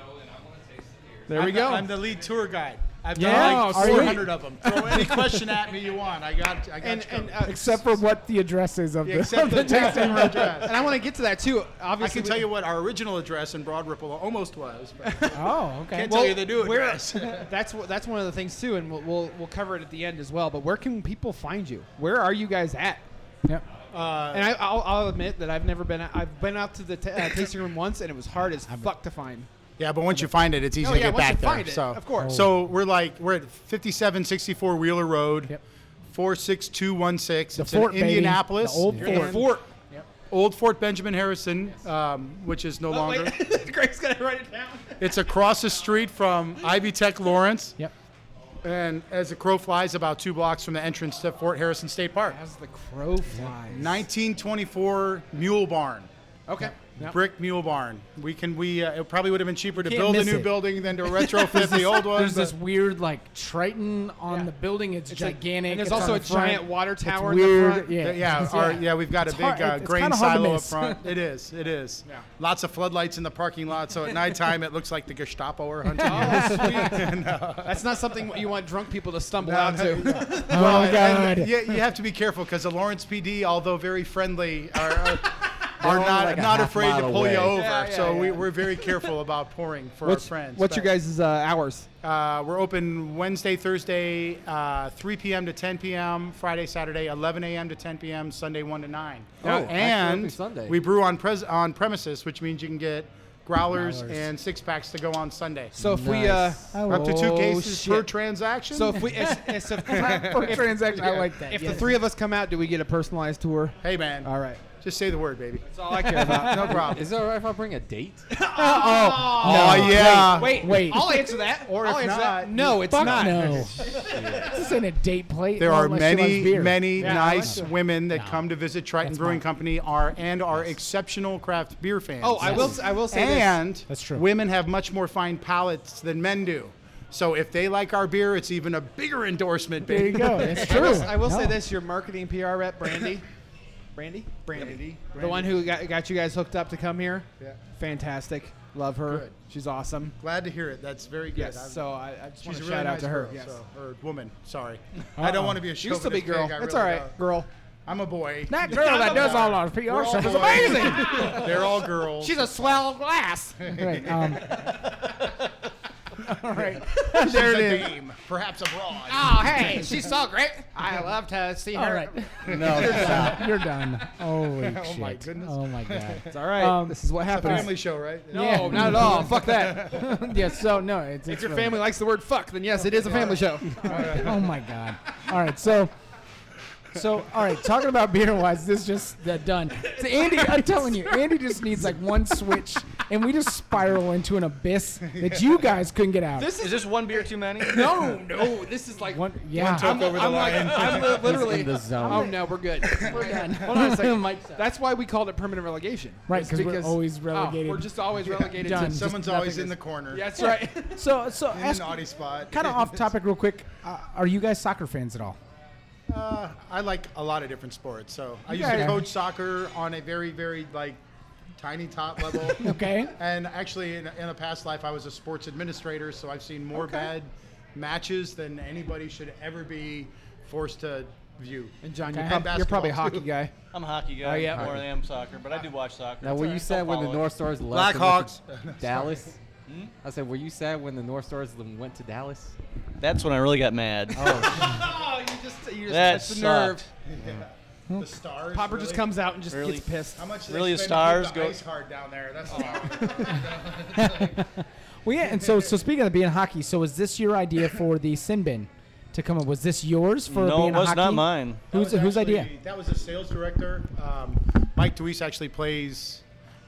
S1: There
S4: I'm
S1: we
S4: the-
S1: go.
S4: I'm the lead tour guide. I've
S2: Yeah,
S4: done like
S2: sweet.
S4: 400 of them. Throw any question at me you want. I got. I got
S1: and
S4: you
S1: and
S4: covered.
S1: uh,
S2: except for what the address is of the,
S4: except
S2: of
S4: the
S2: the
S4: text
S2: taxi.
S4: and address.
S1: and I want to get to that too.
S4: I
S1: Obviously,
S4: can tell you what our original address in Broad Ripple almost was. But I
S2: Oh, okay.
S4: can't tell you the new
S1: where-
S4: address.
S1: that's wh- that's one of the things too, and we'll, we'll we'll cover it at the end as well. But where can people find you? Where are you guys at?
S2: Yep.
S4: Uh,
S1: And I, I'll, I'll admit that I've never been. Out, I've been out to the t- uh, tasting room once, and it was hard as fuck to find.
S4: yeah, but once you find it, it's easy
S1: Oh,
S4: to
S1: yeah,
S4: get
S1: once
S4: back
S1: you
S4: there.
S1: find it,
S4: so
S1: of course.
S4: So we're like we're at 5764 Wheeler Road,
S2: Yep.
S4: 46216. it's
S2: fort,
S4: in
S2: baby.
S4: Indianapolis.
S2: The old
S4: You're
S2: fort.
S4: in the fort. Old Fort Benjamin Harrison, um, which is no
S1: Oh,
S4: longer.
S1: wait, Greg's gonna write it down.
S4: It's across the street from Ivy Tech Lawrence,
S2: Yep.
S4: and as the crow flies, about two blocks from the entrance to Fort Harrison State Park.
S1: As the crow flies.
S4: 1924 Mule Barn.
S1: Okay. Yep.
S4: brick mule barn. We can we uh, it probably would have been cheaper to
S2: Can't
S4: build a
S2: miss
S4: new
S2: it.
S4: building than to retrofit the old one.
S2: There's
S4: but-
S2: this weird like Triton on
S1: Yeah.
S2: the building. It's,
S1: like-
S2: gigantic.
S1: and there's
S2: it's
S1: also
S2: on
S1: a
S2: the front.
S1: giant water
S2: It's
S1: tower in the
S2: weird.
S1: front.
S2: Yeah.
S4: yeah, yeah, our, yeah, we've got a
S2: It's
S4: big
S2: hard-
S4: uh,
S2: it's
S4: grain
S2: kinda hard to
S4: silo up
S2: miss.
S4: front. It is, it is.
S1: Yeah.
S4: Lots of floodlights in the parking lot, so at nighttime it looks like the Gestapo are hunting. you. uh,
S1: That's not something you want drunk people to stumble out to.
S2: Oh my god.
S4: And you, you have to be careful because the Lawrence PD, although very friendly, are, are, are
S3: only
S4: not
S3: like a
S4: not
S3: half
S4: afraid to
S3: mile
S4: pull
S3: away.
S4: you over.
S1: Yeah, yeah,
S4: so We,
S1: yeah.
S4: we're very careful about pouring for
S1: What's,
S4: our friends.
S1: what's your
S4: but-
S1: guys' uh, hours?
S4: Uh, we're open Wednesday, Thursday, uh, 3 p.m. to 10 p.m. Friday, Saturday, 11 a.m. to 10 p.m. Sunday, 1 to 9.
S3: Oh, actually open
S4: and
S3: Sunday.
S4: we brew on pres- on premises, which means you can get growlers,
S2: Growlers.
S4: and six packs to go on Sunday.
S1: So if we uh,
S3: Nice.
S4: Up to two
S2: Oh,
S4: cases
S2: shit.
S4: per transaction.
S1: so if we as, as if,
S2: per transaction. I like that.
S1: if the
S2: yes.
S1: three of us come out, do we get a personalized tour?
S4: hey man,
S1: All right.
S4: just say the word, baby.
S1: That's all I care about.
S4: No problem.
S3: Is it alright if I bring a date?
S4: Oh yeah.
S1: Wait,
S2: Wait.
S1: I'll answer that. Or
S4: if
S1: I'll answer
S4: not,
S1: that. No, it's
S2: Fuck
S1: not.
S2: no. this ain't a date plate.
S4: There are
S2: unless she loves
S4: many,
S2: beer.
S4: many
S2: Yeah,
S4: nice
S2: unless-
S4: women that come to visit Triton
S2: That's
S4: Brewing
S2: mine.
S4: Company are and are exceptional craft beer fans.
S1: Oh, I will. I will say this.
S4: and
S2: That's true.
S4: women have much more fine palates than men do. So if they like our beer, it's even a bigger endorsement.
S2: There you
S4: baby.
S2: go. That's
S1: I
S2: true.
S1: will, I will say
S2: No.
S1: this: your marketing PR rep, Brandy, Brandy, Brandy,
S4: Brandy.
S1: the one who got, got you guys hooked up to come here.
S4: Yeah.
S1: Fantastic. Love her.
S4: Good.
S1: She's awesome.
S4: Glad to hear it. That's very good.
S1: Yes.
S4: I'm-
S1: so I, I just
S4: she's
S1: want
S4: a
S1: to
S4: really
S1: shout out
S4: nice
S1: to her.
S4: girl,
S1: yes.
S4: so- or woman. Sorry, I don't want to be a
S1: She used to be
S4: chauvinist
S1: girl.
S4: pig, I
S1: That's
S4: really
S1: all right.
S4: don't.
S1: Girl.
S4: I'm a boy.
S2: That girl that does all our PR
S4: We're all
S2: stuff is
S4: boys.
S2: amazing.
S4: They're all girls.
S1: a swell glass.
S2: Right, um, all right.
S4: there it is. Perhaps abroad.
S1: Ah. Oh, hey, she's so great. I love to see
S2: All right.
S3: No,
S2: You're done. Holy shit.
S4: my goodness.
S2: Oh my god.
S1: It's all right.
S2: Um,
S1: this is what
S4: It's a
S1: happens.
S4: family show, right?
S1: No,
S2: Yeah.
S1: not at all. Fuck that.
S2: yeah. So no, it's,
S1: If
S2: it's
S1: your
S2: really-
S1: family likes the word fuck, then yes, it is a family show.
S2: Oh my god. All right. So. So all right, talking about beer wise, this just that done. So Andy, I'm telling you, Andy just needs like one switch, and we just spiral into an abyss that you guys couldn't get out.
S5: Is this one beer too many?
S1: No, no, this is like.
S2: one, yeah.
S1: I'm, I'm like, I'm li- literally.
S3: in the zone.
S1: Oh no, we're good.
S2: We're done.
S1: Hold on a second.
S2: Mike's out.
S1: That's why we called it permanent relegation.
S2: Right,
S1: It's
S2: 'cause we're
S1: because-
S2: always
S1: oh,
S2: relegated.
S1: we're just always relegated.
S2: Done.
S1: To,
S4: Someone's
S2: Just
S4: always
S2: nothing
S4: in the
S2: is-
S4: corner.
S1: yeah, that's right.
S2: so so
S4: In a
S2: ask,
S4: naughty spot.
S2: kind of off topic real quick. Uh, are you guys soccer fans at all?
S4: Uh, I like a lot of different sports. So I used
S2: Okay.
S4: to coach soccer on a very, very like tiny top level.
S2: Okay.
S4: And actually, in, in a past life, I was a sports administrator, so I've seen more bad matches than anybody should ever be forced to view.
S1: And John,
S2: Okay.
S1: you're, prob-
S4: And
S1: you're probably a
S4: basketball,
S1: hockey
S4: too.
S1: guy.
S5: I'm a hockey guy
S1: Oh, yeah.
S5: more than I am soccer, but I do watch soccer.
S3: Now, were you sad when the
S5: follow it.
S3: North Stars left?
S4: Blackhawks.
S3: and went to Dallas. I said, were you sad when the North Stars went to Dallas?
S5: That's when I really got mad.
S1: Oh, you just you just
S5: That
S1: touched the nerve.
S5: sucked.
S4: The
S1: Hmm.
S4: stars.
S1: Popper
S4: really?
S1: just comes out and just
S5: Really?
S1: gets pissed.
S4: How much do
S5: Really,
S4: they
S5: the
S4: spend
S5: stars
S4: to keep the
S5: go-
S4: ice hard down there? That's all.
S2: Well, yeah, and so so speaking of being hockey, so was this your idea for the sin bin to come up? Was this yours for
S5: no,
S2: being
S5: it was
S2: hockey?
S5: not mine.
S4: That
S2: Who's
S4: was
S2: whose
S4: actually-
S2: idea?
S4: That was a sales director. Um, Mike Deweese actually plays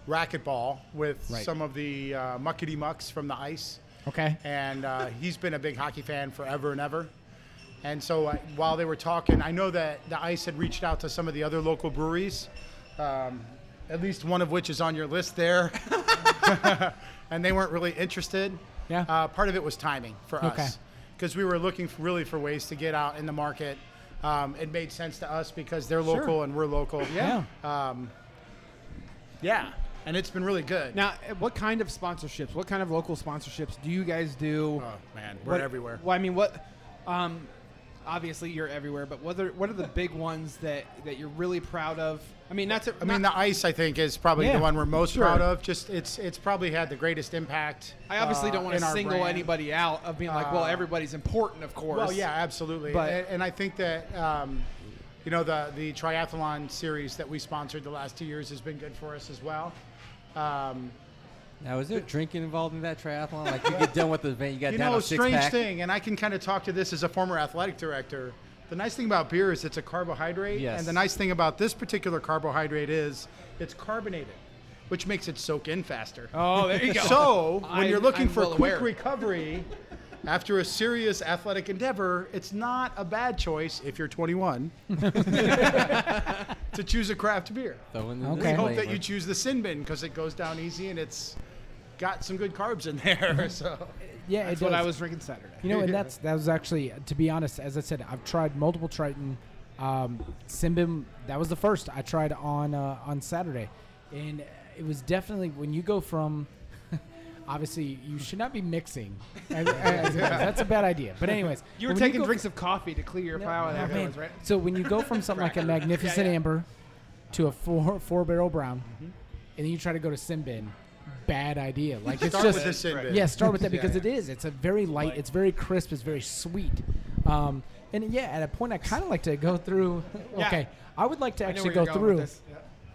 S4: racquetball with
S2: Right.
S4: some of the uh, muckety mucks from the ice,
S2: Okay.
S4: and uh, he's been a big hockey fan forever and ever. And so uh, while they were talking, I know that the ice had reached out to some of the other local breweries, um, at least one of which is on your list there, and they weren't really interested.
S2: Yeah.
S4: Uh, part of it was timing for
S2: Okay.
S4: us because we were looking for, really for ways to get out in the market. Um, it made sense to us because they're local and we're local.
S2: Yeah.
S4: Um, yeah. And it's been really good.
S1: Now, uh, what kind of sponsorships? What kind of local sponsorships do you guys do?
S4: oh man, we're
S1: What-
S4: everywhere.
S1: Well, I mean, what? Um, obviously, you're everywhere, but what are what are the big ones that that you're really proud of? I mean, not to.
S4: I mean,
S1: not-
S4: the ice, I think, is probably
S2: Yeah,
S4: the one we're most
S2: sure.
S4: proud of. Just it's it's probably had the greatest impact.
S1: I obviously
S4: uh,
S1: don't want
S4: in
S1: to
S4: our
S1: single
S4: brand.
S1: anybody out of being like, well,
S4: Uh,
S1: everybody's important, of course.
S4: Well, yeah, absolutely.
S1: But-
S4: and, and I think that um, you know the the triathlon series that we sponsored the last two years has been good for us as well. Um,
S3: Now, is there drinking involved in that triathlon? Like, you get done with the event, you got
S4: you
S3: down
S4: know,
S3: a six
S4: strange
S3: pack.
S4: thing, and I can kind of talk to this as a former athletic director. The nice thing about beer is it's a carbohydrate,
S3: Yes.
S4: and the nice thing about this particular carbohydrate is it's carbonated, which makes it soak in faster.
S1: Oh, there you go.
S4: So when
S1: I'm-
S4: you're looking
S1: I'm
S4: for
S1: well
S4: quick
S1: aware.
S4: recovery after a serious athletic endeavor, it's not a bad choice if you're 21 to choose a craft beer.
S3: Throw in the
S2: Okay.
S4: We hope that
S3: disclaimer.
S4: you choose the sin bin because it goes down easy and it's got some good carbs in there. So
S2: Yeah,
S1: that's
S2: it
S1: what
S2: does.
S1: I was drinking Saturday.
S2: You know, and that's that was actually, to be honest, as I said, I've tried multiple Triton, um, Simbim. That was the first I tried on uh, on Saturday, and it was definitely when you go from. Obviously, you should not be mixing. as- as- that's a bad idea. But anyways,
S1: you were
S2: when
S1: taking
S2: go
S1: drinks of coffee to clear your
S2: No,
S1: palate
S2: oh, man.
S1: afterwards, right?
S2: So when you go from something like a magnificent
S1: yeah. Mm-hmm.
S2: amber to a four four barrel brown, and then you try to go to Simbin, bad idea. Like it's
S4: start
S2: just
S4: with the sin bin.
S2: yeah, start with that
S4: Yeah,
S2: because
S4: yeah.
S2: it is. It's a very light. It's very crisp. It's very sweet. Um, and yeah, at a point, I kind of like to go through.
S1: Yeah.
S2: Okay, I would like to
S1: I know
S2: actually
S1: where
S2: go
S1: you're going with
S2: through.
S1: this.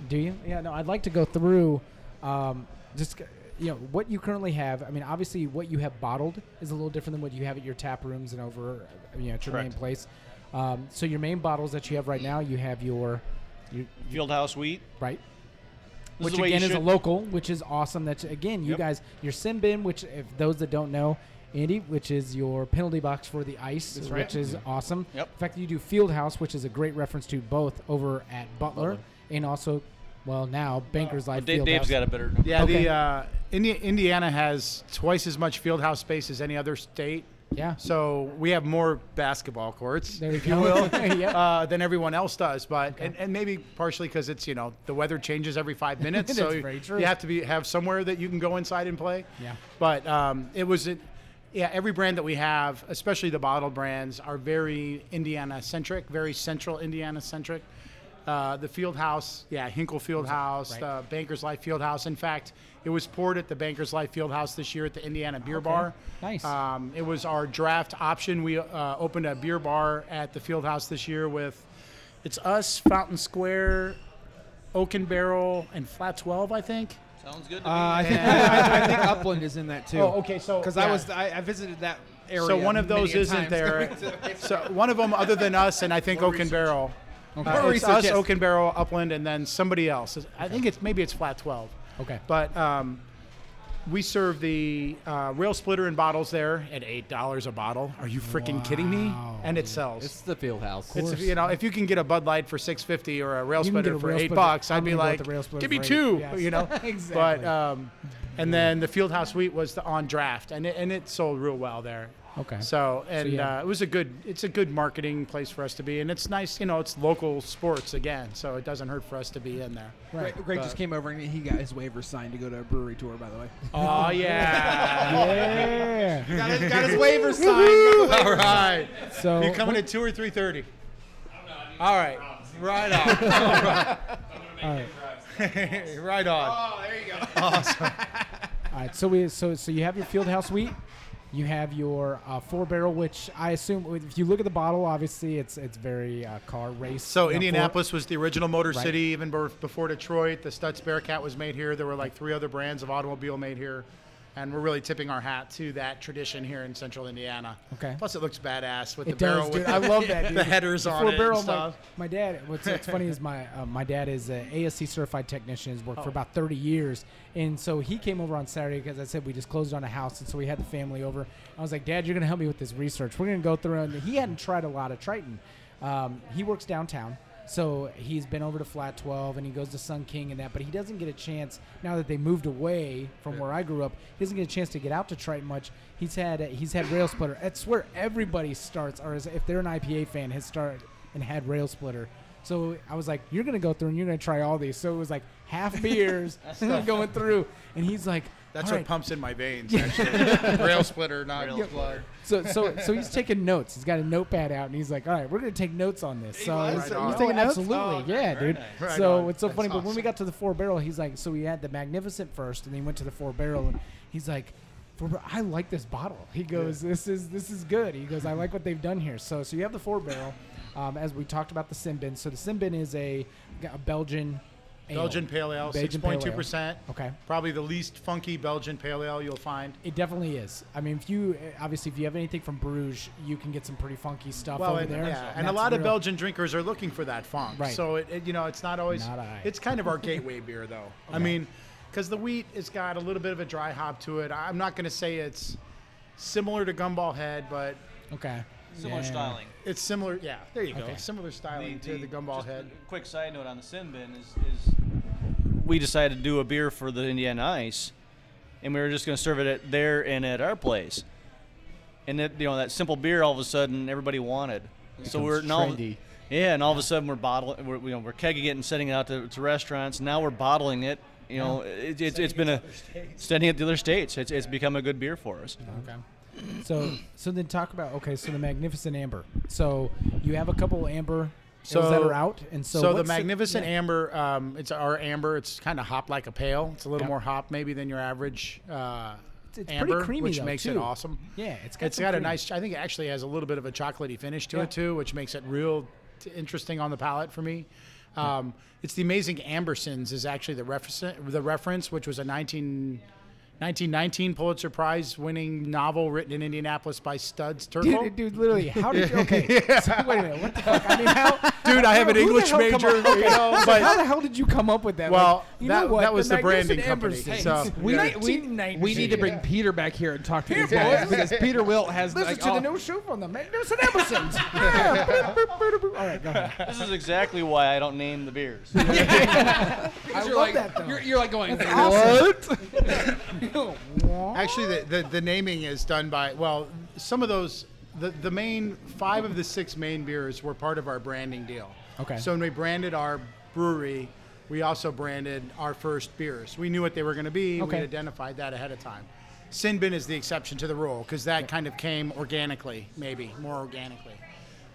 S2: Do you? Yeah, no, I'd like to go through. Um, just c- you know what you currently have. I mean, obviously, what you have bottled is a little different than what you have at your tap rooms and over, uh, you know, at your main
S5: Correct.
S2: place. Um, so your main bottles that you have right now, you have your, your
S5: Fieldhouse wheat.
S2: right,
S5: This
S2: which
S5: is the way you
S2: again is a
S5: should-
S2: local, which is awesome. That's again, you
S5: Yep.
S2: guys, your sin bin, which if those that don't know, Andy, which is your penalty box for the ice,
S1: That's right.
S2: which is awesome.
S5: Mm-hmm. Yep.
S2: In fact, you do field house, which is a great reference to both over at Butler, and also, well, now Bankers Life.
S5: Uh, Dave,
S2: Field
S5: Dave's
S2: House.
S5: got a better.
S4: Yeah,
S2: Okay.
S4: the uh, Indi- Indiana has twice as much field house space as any other state,
S2: Yeah.
S4: so we have more basketball courts.
S2: There you
S4: if
S2: go.
S4: will,
S2: Yep.
S4: uh, than everyone else does. But and, and maybe partially because it's you know the weather changes every five minutes, so
S2: That's
S4: you,
S2: very true.
S4: you have to be have somewhere that you can go inside and play.
S2: Yeah.
S4: But um, it was, it, yeah, every brand that we have, especially the bottle brands, are very Indiana centric, very central Indiana centric. Uh, the Field House, yeah, Hinkle Field House,
S2: Right.
S4: the Bankers Life Field House. In fact, it was poured at the Bankers Life Field House this year at the Indiana Beer Bar.
S2: Nice.
S4: Um, it was our draft option. We uh, opened a beer bar at the Field House this year with, it's us, Fountain Square, Oak and Barrel, and Flat 12, I think.
S5: Sounds good. To
S1: Uh,
S5: me.
S1: I, think, I, I think Upland is in that too.
S4: Oh, okay, so-
S1: because I
S4: yeah.
S1: was I, I visited that area.
S4: So one of
S1: many
S4: those
S1: a
S4: isn't
S1: times.
S4: there. so one of them, other than us, and I think Oak and Barrel. Uh,
S1: More
S4: it's
S1: research,
S4: us,
S1: yes.
S4: Oak and Barrel, Upland, and then somebody else. I think it's maybe it's Flat Twelve.
S2: Okay.
S4: But um, we serve the uh, rail splitter in bottles there at eight dollars a bottle. Are you freaking kidding me?
S2: Wow.
S4: And it sells.
S3: It's the field house.
S4: It's, you know, if you can get a Bud Light for six fifty or a rail
S2: You can
S4: splitter
S2: get a
S4: for
S2: rail
S4: eight
S2: splitter.
S4: bucks,
S2: I'm
S4: I'd be
S2: gonna go with
S4: like,
S2: the rail splitter
S4: give me
S2: for eight."
S4: two,
S2: Yes.
S4: you know.
S2: Exactly.
S4: But um, and then the Fieldhouse Wheat was the on draft, and it, and it sold real well there.
S2: okay.
S4: So and
S2: yeah.
S4: uh, it was a good, it's a good marketing place for us to be, and it's nice, you know, it's local sports again, so it doesn't hurt for us to be in there.
S2: right.
S1: Greg, just came over and he got his waiver signed to go to a brewery tour. By the way,
S4: Oh yeah,
S2: Yeah.
S1: got his, got his waiver signed.
S4: all right.
S2: So
S4: You coming at two or three thirty? All right, right on,
S2: all right.
S4: right on.
S2: All right, so we so so you have your field house wheat, you have your uh, four barrel, which I assume if you look at the bottle, obviously it's it's very uh, car race.
S4: So
S2: you know,
S4: Indianapolis was the original motor
S2: Right.
S4: city, even bef- before Detroit. The Stutz Bearcat was made here. There were like three other brands of automobile made here, and we're really tipping our hat to that tradition here in Central Indiana.
S2: Okay.
S4: Plus, it looks badass with
S2: for-
S4: the
S2: It
S4: barrel.
S2: does,
S4: with
S2: dude. I love that. Dude.
S4: the headers on
S2: four
S4: it.
S2: barrel.
S4: and stuff.
S2: My, my dad. What's, what's funny is my uh, my dad is a ASC certified technician. Has
S4: Oh.
S2: worked for about thirty years, and so he came over on Saturday because I said we just closed on a house, and so we had the family over. I was like, Dad, you're gonna help me with this research. We're gonna go through. And he hadn't tried a lot of Triton. Um, he works downtown. So he's been over to Flat 12 and he goes to Sun King and that, but he doesn't get a chance now that they moved away from where I grew up. He doesn't get a chance to get out to Triton much. He's had he's had rail splitter. That's where everybody starts, or is, if they're an IPA fan, has started and had rail splitter. So I was like, "You're gonna go through and you're gonna try all these." So it was like half beers going through, and he's like,
S4: That's
S2: "All
S4: what
S2: right."
S4: pumps in my veins. Actually, rail splitter, not rail blood.
S2: So so so he's taking notes. He's got a notepad out, and he's like, "All right, we're gonna take notes on this." So
S1: was?
S2: he's-
S4: Right on.
S2: he's taking
S1: Oh,
S2: notes. Absolutely,
S1: Oh,
S2: yeah, dude.
S4: Right
S2: so
S4: on.
S2: it's so
S4: That's
S2: funny. But when we
S4: awesome.
S2: got to the four barrel, he's like, "So we had the magnificent first, and then he went to the four barrel, and he's like." "Four Bar- I like this bottle. He goes, this is this is good. He goes, I like what they've done here. So, so you have the four barrel, um, as we talked about the Simbin. So the Simbin is a, a Belgian, ale.
S4: Belgian pale ale, six
S2: Belgian pale ale.
S4: point two percent.
S2: Okay,
S4: Probably the least funky Belgian pale ale you'll find.
S2: it definitely is. I mean, if you obviously if you have anything from Bruges, you can get some pretty funky stuff
S4: Well,
S2: over
S4: and,
S2: there.
S4: yeah, and a
S2: that's
S4: lot of
S2: real-
S4: Belgian drinkers are looking for that funk.
S2: Right.
S4: So it, it- you know, it's not always.
S2: Not I.
S4: It's kind of our gateway beer, though. I mean, because the wheat has got a little bit of a dry hop to it. I'm not going to say it's similar to Gumball Head, but
S2: Okay.
S5: Similar
S2: Yeah.
S5: styling.
S4: it's similar. Yeah, there you
S2: Okay.
S4: go. Similar styling to the Gumball
S5: just a
S4: Head.
S5: Quick side note on the sin bin is, is we decided to do a beer for the Indiana Ice, and we were just going to serve it at there and at our place. And that you know that simple beer, all of a sudden everybody wanted. so we're now,
S3: trendy.
S5: yeah, and all of a sudden we're bottling, we're, you know, we're kegging it and sending it out to, to restaurants. Now we're bottling it. You know, it, it, it's been a sending it to other states. It's, it's become a good beer for us.
S2: Okay. So so then talk about okay. So the magnificent amber. So you have a couple amber so, that
S4: So-
S2: are out, and so
S4: So, the
S2: what's
S4: Magnificent
S2: yeah.
S4: Amber, um, it's our amber. It's kind of hop like a pale. It's a little
S2: Yep.
S4: more hop maybe than your average uh,
S2: it's pretty
S4: amber,
S2: creamy,
S4: which
S2: though,
S4: makes it
S2: too.
S4: awesome.
S2: Yeah, it's got
S4: It's
S2: some
S4: got a
S2: cream.
S4: nice. I think it actually has a little bit of a chocolatey finish to
S2: Yeah.
S4: it too, which makes it real t- interesting on the palate for me. Um, It's the amazing Ambersons is actually the reference. The reference, which was a 1990 1919 Pulitzer Prize winning novel written in Indianapolis by Studs Terkel.
S2: Dude, dude, literally, how did you? Okay, so wait a minute. What the fuck? I mean, how?
S4: Dude, I have an
S2: who the
S4: English
S2: hell come
S4: major,
S2: up- okay,
S4: you know,
S2: so
S4: but-
S2: how the hell did you come up with that?
S4: Well,
S2: Like, you
S4: that-
S2: know what?
S4: that was the branding
S6: Magnificent
S4: company,
S6: Ambersons,
S4: so-
S1: We, need, we,
S6: 1990.
S1: we need to bring Peter back here and talk to
S6: Here,
S1: these guys
S6: boys.
S1: because Peter Wilt has
S6: Listen
S1: like, oh.
S6: to
S1: all-
S6: the new show from the Magnificent Emersons.
S2: All right, go ahead.
S5: This is exactly why I don't name the beers.
S6: I
S1: You're
S6: love
S1: like,
S6: that though.
S1: You're, you're like going, what?
S4: Actually, the, the, the naming is done by, well, some of those, the, the main, five of the six main beers were part of our branding deal.
S2: Okay.
S4: So when we branded our brewery, we also branded our first beers. We knew what they were going to be.
S2: Okay.
S4: We identified that ahead of time. Sin Bin is the exception to the rule because that kind of came organically, maybe more organically.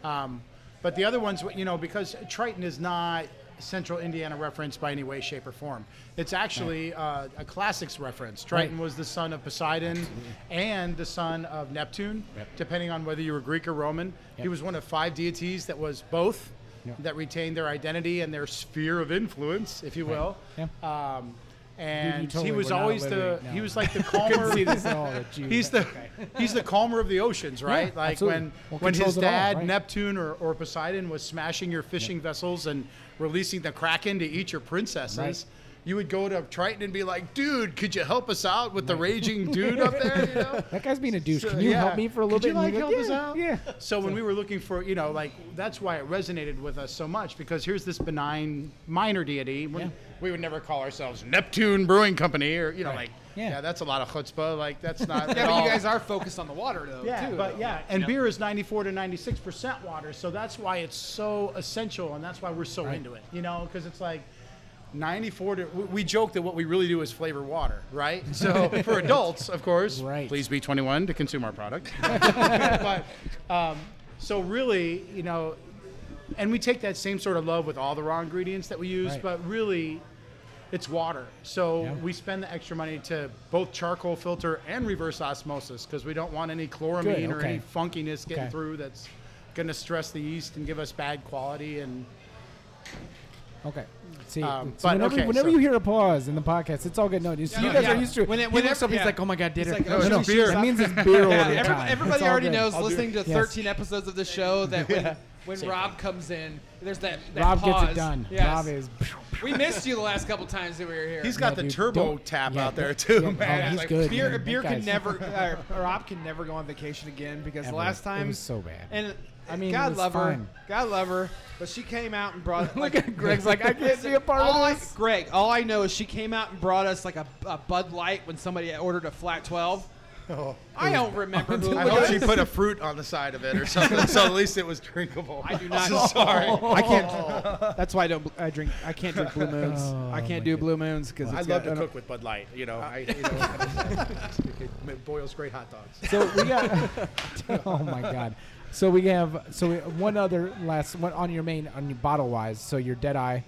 S4: Um, but the other ones, you know, because Triton is not Central Indiana reference by any way, shape, or form. It's actually uh, a classics reference. Triton was the son of Poseidon and the son of Neptune, depending on whether you were Greek or Roman. He was one of five deities that was both, that retained their identity and their sphere of influence, if you will.
S2: Yeah.
S4: Um, and
S2: totally
S4: he was
S2: were not
S4: always the
S2: alliterating, no.
S4: he was like the calmer.
S2: See this at all, that you-
S4: He's the he's the calmer of the oceans, right? like
S2: absolutely.
S4: when
S2: Well,
S4: when his
S2: controls it all,
S4: dad
S2: right.
S4: Neptune or, or Poseidon was smashing your fishing vessels and releasing the kraken to eat your princesses.
S2: Right.
S4: You would go to Triton and be like, "Dude, could you help us out with the raging dude up there?" You know?
S2: That guy's being a douche.
S4: So,
S2: Can you
S4: yeah.
S2: help me for a little
S4: Could you,
S2: bit? And
S4: like,
S2: you're
S4: help us
S2: yeah,
S4: out?
S2: Yeah.
S4: So when we were looking for, you know, like that's why it resonated with us so much because here's this benign minor deity. We, we would never call ourselves Neptune Brewing Company or you know, like
S2: Yeah.
S4: yeah. that's a lot of chutzpah. Like that's not.
S1: Yeah,
S4: at
S1: but
S4: all-
S1: you guys are focused on the water though.
S4: yeah,
S1: too,
S4: but
S1: though.
S4: yeah, and beer is 94 to 96 percent water, so that's why it's so essential, and that's why we're so into it. You know, because it's like 94 to. We, we joke that what we really do is flavor water, right? So for adults, of course,
S2: Right.
S4: Please be 21 to consume our product. but um, so really, you know, and we take that same sort of love with all the raw ingredients that we use,
S2: Right.
S4: but really it's water. So
S2: Yeah.
S4: we spend the extra money to both charcoal filter and reverse osmosis because we don't want any chloramine
S2: Good,
S4: or any
S2: okay.
S4: funkiness getting
S2: Okay.
S4: through that's going to stress the yeast and give us bad quality. And
S2: Okay. See,
S4: Um,
S2: so
S4: but
S2: whenever,
S4: okay,
S2: whenever
S4: so-
S2: you hear a pause in the podcast, it's all good. No, you, you guys
S1: yeah.
S2: are used to it.
S1: When it-
S2: He
S1: whenever-
S2: looks up, he's
S1: yeah.
S2: like, "Oh my god, did
S1: It's
S2: it?"
S1: like,
S2: No,
S1: oh,
S2: no,
S1: shoot,
S2: That
S1: stop.
S2: means it's beer all
S1: Yeah,
S2: the
S1: every-
S2: time.
S1: everybody
S2: It's all
S1: already
S2: good.
S1: knows listening to
S2: Yes.
S1: 13 episodes of the show that when, when Rob comes in, there's that, that
S2: Rob
S1: pause.
S2: gets it done.
S1: Yes.
S2: Rob is.
S1: we missed you the last couple times that we were here.
S4: he's got
S2: Yeah,
S4: the
S2: dude,
S4: turbo
S2: don't-
S4: tap
S2: yeah,
S4: out there
S2: don't-
S4: too,
S2: yeah,
S4: man.
S2: oh, he's
S1: like,
S2: good.
S1: Beer,
S2: man.
S1: beer
S2: That
S1: can
S2: guy's-
S1: never, uh, Rob can never go on vacation again because
S2: Ever.
S1: the last
S2: It was
S1: time
S2: so bad.
S1: And
S2: I mean, it
S1: God
S2: was
S1: love her,
S2: fine.
S1: God love her, but she came out and brought.
S2: Look at Greg's like, "I can't be a part
S1: all
S2: of
S1: I,
S2: this."
S1: Greg, all I know is she came out and brought us like a, a Bud Light when somebody had ordered a flat twelve. I don't remember
S2: oh,
S1: who.
S4: I
S1: it
S4: hope
S1: was.
S4: she put a fruit on the side of it or something, so at least it was drinkable.
S1: I do not.
S4: So sorry.
S1: I can't. That's why I don't. bl- I drink. I can't drink blue moons.
S2: Oh,
S1: I can't do
S2: my goodness.
S1: blue moons because
S4: I love to cook with Bud Light. You know, I, you know it- it boils great hot dogs.
S2: So we got. oh my god. So we have so we, one other last one on your main on your bottle wise. So your Dead Eye,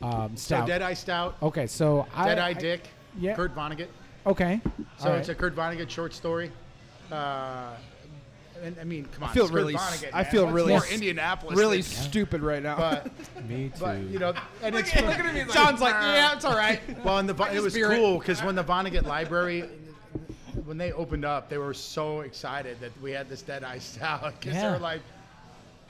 S2: um, stout.
S4: So Dead Eye Stout,
S2: okay, so I,
S4: Dead Eye
S2: I-
S4: Dick,
S2: yeah.
S4: Kurt Vonnegut.
S2: Okay.
S4: So it's a Kurt Vonnegut short story. Uh, and I mean, come on,
S1: feel
S4: it's
S1: really
S4: Kurt
S1: s-
S4: Vonnegut,
S1: I
S4: man.
S1: feel
S4: What's
S1: really
S4: more
S1: s-
S4: Indianapolis.
S1: really
S4: than-
S1: stupid right now.
S4: but
S3: Me too.
S4: but you know, and it's
S1: John's like, yeah, it's all right.
S4: well, and the Von- it
S1: just
S4: was
S1: beer it.
S4: cool because when the Vonnegut Library. When they opened up, they were so excited that we had this Dead Eye Stout because they
S2: Yeah.
S4: were like,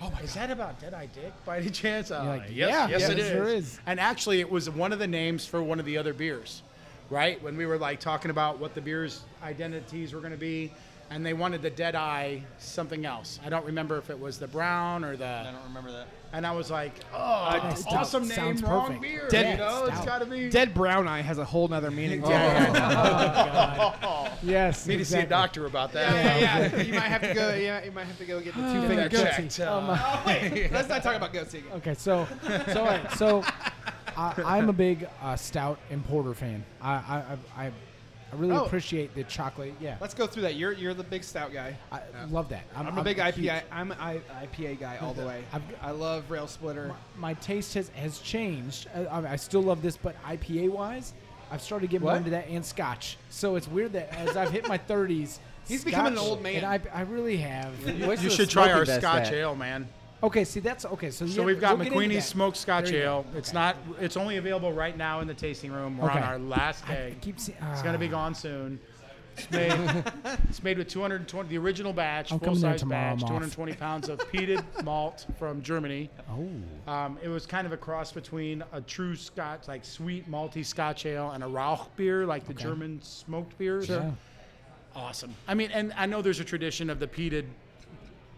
S4: "Oh my, is that about Dead Eye Dick by any chance?" I'm
S2: You're like,
S4: like, yes,
S2: yeah,
S4: yes,
S2: yeah,
S4: it
S2: it
S4: is.
S2: sure is.
S4: And actually, it was one of the names for one of the other beers, right? When we were like talking about what the beers' identities were going to be, and they wanted the Dead Eye something else. I don't remember if it was the brown or the.
S5: I don't remember that.
S4: And I was like, oh,
S2: stout
S4: awesome name,
S2: sounds
S4: wrong
S2: perfect.
S4: beer.
S1: Dead-
S4: you know, it's
S2: stout.
S4: got to be.
S1: Dead brown eye has a whole nother meaning. Oh,
S4: Yeah, yeah,
S2: Oh,
S4: yeah.
S2: yes.
S4: Need to see a
S2: exactly.
S4: doctor about that.
S1: yeah, yeah, yeah. You might have to go. Yeah, you might have to go get the two
S4: Get
S1: finger
S4: that
S1: goatee.
S4: checked. Uh,
S1: Oh, wait, let's not talk about goatee again.
S2: Okay, so so all right, so I, I'm a big uh, stout and porter fan. I I I, I- I really
S1: Oh.
S2: appreciate the chocolate. Yeah,
S1: Let's go through that. You're you're the big stout guy.
S2: I love that.
S1: I'm a big
S2: huge-
S1: IPA. I'm an I- IPA guy all the way.
S2: I've-
S1: I love rail splitter.
S2: my taste has, has changed. I, I- I still love this, but IPA wise, I've started getting more
S1: What?
S2: into that and Scotch. So it's weird that as I've hit my 30s,
S1: He's becoming an
S2: Scotch-
S1: old man.
S2: And I, I really have.
S4: you should try our Scotch ale, man.
S2: Okay, see that's okay. So,
S4: So
S2: yeah,
S4: we've got
S2: we'll get into
S4: McQueenie's
S2: that.
S4: smoked scotch
S2: There you go.
S4: ale. It's not. It's only available right now in the tasting room. We're on
S2: Okay.
S4: our last
S2: I- I
S4: day.
S2: keep see-
S4: it's gonna be
S2: ah.
S4: gone soon. It's made. it's made with 220. The original batch,
S2: I'll come
S4: full
S2: there
S4: size
S2: tomorrow,
S4: batch,
S2: Moff.
S4: 220 pounds of peated malt from Germany.
S2: Oh,
S4: Um, it was kind of a cross between a true Scotch, like sweet malty Scotch ale, and a Rauch beer, like the German smoked beers.
S2: yeah.
S4: Awesome. I mean, and I know there's a tradition of the peated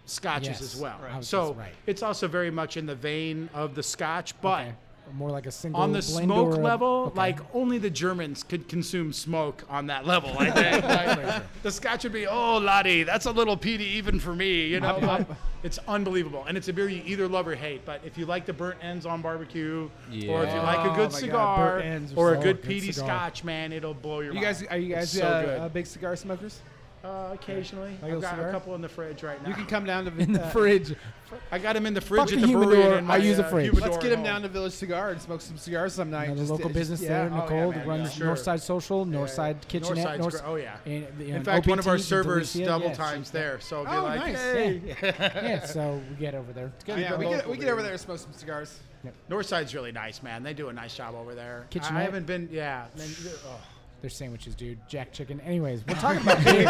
S4: scotches
S2: Yes.
S4: as well.
S2: Right. I was
S4: So
S2: just- right.
S4: it's also very much in the vein of the Scotch, but
S2: Okay. more like a single
S4: on the
S2: blend
S4: smoke
S2: or a-
S4: level,
S2: okay.
S4: like only the Germans could consume smoke on that level. I think Like, the Scotch would be, oh, laddie, that's a little peaty even for me. You know, like, it's unbelievable, and it's a beer you either love or hate. But if you like the burnt ends on barbecue, or if you
S3: Yeah.
S4: like
S2: Oh, my
S4: a
S2: God,
S4: good cigar
S2: burnt ends are
S4: or a
S2: so-
S4: good
S2: good
S4: peaty
S2: cigar.
S4: Scotch, man, it'll blow your
S1: You
S4: mind.
S1: guys, are you guys
S4: It's so
S1: uh,
S4: good.
S1: uh, big cigar smokers?
S4: Uh, occasionally,
S1: Like a
S4: I've got
S1: cigar?
S4: a couple in the fridge right now.
S1: You can come down to uh,
S2: in the fridge.
S4: I got them in the fridge
S2: Fuck
S4: at
S2: a
S4: the brewery.
S2: humidor,
S4: and in my,
S2: I use a
S4: uh,
S2: fridge.
S4: humidor
S1: Let's get
S4: at
S1: him down
S4: home.
S1: to Village Cigar and smoke some cigars some night.
S2: Another
S1: Just-
S2: local
S1: just-
S2: business
S1: yeah.
S2: there,
S1: Oh, yeah,
S2: Nicole,
S1: man,
S2: runs
S4: yeah.
S2: North Side Social, North
S4: yeah.
S2: Side Kitchenette.
S4: Northside's
S2: North,
S4: gr- oh, yeah.
S2: and, you know,
S4: In fact, one of our
S2: OPTs in
S4: servers
S2: Delicia,
S4: double
S2: yes.
S4: times there, so be
S1: Oh,
S4: like,
S1: nice.
S4: hey,
S2: Yeah. yeah, so we get over there.
S1: Oh, Yeah,
S4: Good
S1: we,
S4: local
S1: get, we get
S4: beer.
S1: over there and smoke some cigars.
S4: Northside's really nice, man. They do a nice job over there. I- I
S2: Kitchenette?
S4: haven't been, yeah. man, you- oh.
S2: Their sandwiches, dude. Jack chicken. Anyways, we're talking about beer.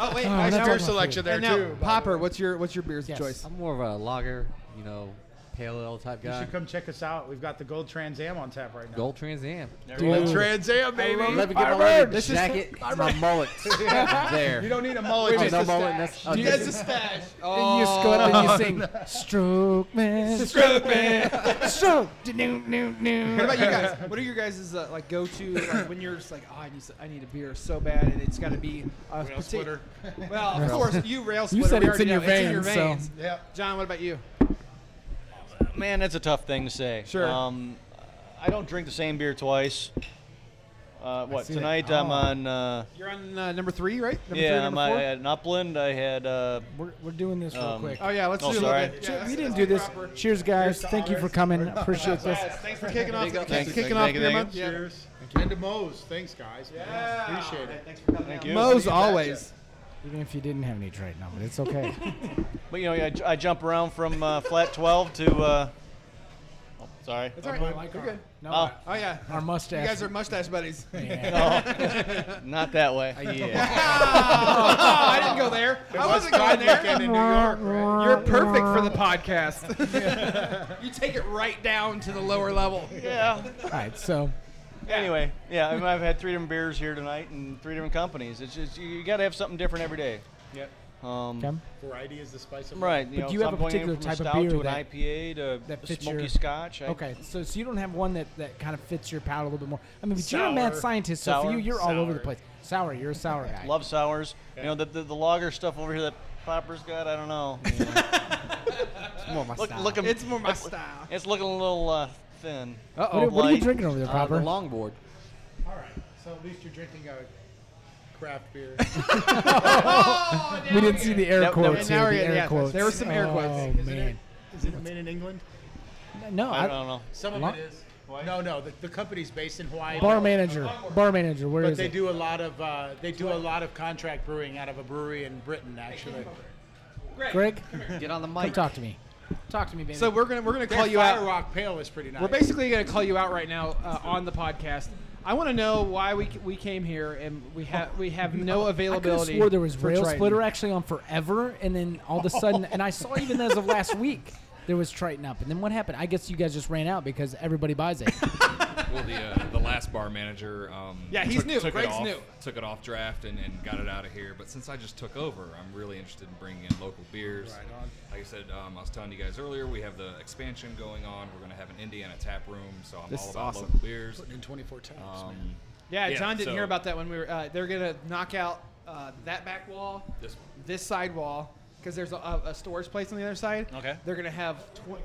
S1: Oh wait, now
S2: that's good.
S1: we're
S4: Beer
S1: still.
S4: selection there
S1: And now,
S4: too. by
S1: Popper,
S4: the way.
S1: what's your what's your beer's
S2: Yes.
S1: choice?
S3: I'm more of a lager, you know, pale ale type
S4: You
S3: guy.
S4: should come check us out. We've got the Gold Trans Am on tap right now.
S3: Gold Trans Am.
S2: Dude.
S4: Trans Am, baby.
S3: Let me get my leather jacket and my mullet. there.
S4: You don't need a mullet.
S3: Oh,
S4: just
S3: no
S4: a
S3: mullet.
S4: stash.
S3: That's, oh,
S2: You
S3: this
S2: guys
S3: is-
S2: and you
S1: Oh.
S2: just go up and you sing, Stroke Man. Stroke Man. Stroke.
S1: What about you guys? What are your guys' uh, like go to like, when you're just like, oh, I need s- I need a beer so bad, and it's got to be a
S5: Rail
S1: partic-
S5: splitter.
S1: Well, of course, you rail
S2: You
S1: splitter.
S2: said
S1: we
S2: it's
S1: already
S2: in your
S1: know,
S2: veins.
S1: It's in your veins.
S2: so.
S4: Yeah.
S1: John, what about you?
S5: Man, that's a tough thing to say.
S1: Sure.
S5: Um, I don't drink the same beer twice. Uh, what
S2: see that.
S5: tonight? I'm
S2: Oh.
S5: on. Uh,
S1: You're on uh, number three, right? Number
S5: yeah,
S1: three,
S5: I'm
S1: number
S5: at,
S1: four?
S5: at an Upland. I had. Uh,
S2: We're, we're doing this real
S5: Um,
S2: quick.
S1: Oh yeah, let's
S5: Oh,
S1: do a
S5: sorry.
S1: little bit.
S5: Yeah,
S1: Yeah,
S2: we
S1: let's
S2: didn't do this.
S1: proper.
S2: Cheers, guys.
S4: to
S2: Thank you for
S4: ours.
S2: coming. Appreciate this.
S1: Yes, thanks for kicking off.
S5: Thank you,
S1: Thanks for
S5: thank
S1: kicking
S5: you,
S1: off
S5: thank you,
S1: beer
S5: thank
S1: month.
S5: you.
S1: Yeah.
S4: Cheers. And to Moe's. Thanks, guys.
S1: Yeah.
S4: Appreciate it.
S1: Thanks for coming.
S5: thank you.
S1: Moe's always.
S2: Even if you didn't have any trade now, but it's okay.
S5: But you know, I, I jump around from uh, flat 12 to. Uh, oh, sorry.
S1: It's all right.
S2: like
S1: You're
S2: our-
S1: good.
S2: No,
S5: Oh,
S1: Oh yeah,
S2: our
S1: you
S2: mustache.
S1: guys are mustache buddies.
S2: Yeah.
S5: not that way. Yeah.
S1: Oh, I didn't go there. I wasn't going there.
S4: Weekend in New York. right?
S1: You're perfect for the podcast. you take it right down to the lower level.
S5: yeah.
S2: All right, so
S5: Anyway, yeah, I mean, I've had three different beers here tonight and three different companies. It's just you, got to have something different every day.
S4: Yep.
S5: Um,
S2: Cam,
S4: Variety is the spice of
S5: Right. You
S2: But
S5: know,
S2: do you
S5: so
S2: have a
S5: I'm going
S2: particular
S5: in from
S2: type of
S5: stout
S2: beer
S5: to an
S2: that-
S5: IPA to
S2: that fits
S5: smoky
S2: your-
S5: Scotch. I-
S2: okay, so so you don't have one that, that kind of fits your palate a little bit more. I mean, but you're a mad
S4: Sour.
S2: scientist, so for
S5: Sour.
S2: you, you're all over the
S4: Sour.
S2: place. Sour, you're a sour guy.
S5: Love sours. You know, the, the, the lager stuff over here that Popper's got, I don't know. You know.
S2: more my
S5: look,
S2: style.
S5: looking,
S1: It's more my
S5: look-
S1: style.
S5: It's looking a little uh, thin.
S2: What are- what, are you
S5: Light.
S2: drinking over there,
S3: uh, the
S2: Popper?
S3: longboard.
S4: All right. So at least you're drinking a craft beer.
S2: we didn't see the air
S5: That- that-
S2: quotes.
S1: now
S2: here,
S1: we're
S2: the
S1: getting-
S2: air
S1: yeah,
S2: quotes.
S1: there were some air quotes.
S2: Oh man,
S4: Is it made in England?
S2: no,
S5: I
S2: I,
S5: don't know.
S4: Some
S2: Lo-
S4: of it is. No, no. The, the company's based in Hawaii.
S2: bar manager, bar manager. Where is
S4: But they
S2: it?
S4: do a lot of uh, they do a lot of contract brewing out of a brewery in Britain, actually.
S2: Greg,
S3: Get on the
S2: come
S3: mic.
S2: talk to me. Talk to me, baby.
S1: So we're gonna we're gonna
S4: Their
S1: call you
S4: Fire
S1: out.
S4: Rock Pale is pretty nice.
S1: We're basically gonna call you out right now uh, on the podcast. I want to know why we, c- we came here and we have we have no
S2: I could have
S1: availability.
S2: swore there was
S1: for
S2: rail
S1: Triton.
S2: splitter actually on forever, and then all of a sudden, and I saw even as of last week, there was Triton up. And then what happened? I guess you guys just ran out because everybody buys it.
S7: Well, the, uh, the last bar manager. Um,
S1: Yeah, he's
S7: took,
S1: new.
S7: Took it
S1: Greg's
S7: off,
S1: new.
S7: Took it off draft and, and got it out of here. But since I just took over, I'm really interested in bringing in local beers.
S4: Right on.
S7: Like I said, um, I was telling you guys earlier, we have the expansion going on. We're going to have an Indiana tap room, so I'm
S1: This
S7: all
S1: is
S7: about
S1: awesome.
S7: local beers.
S4: in 24 times.
S7: Um,
S1: Yeah,
S7: Yeah,
S1: John didn't
S7: so-
S1: hear about that when we were. Uh, they're gonna knock out uh, that back wall,
S7: This-
S1: this side wall, because there's a, a, a storage place on the other side.
S5: Okay.
S1: They're gonna have. Tw-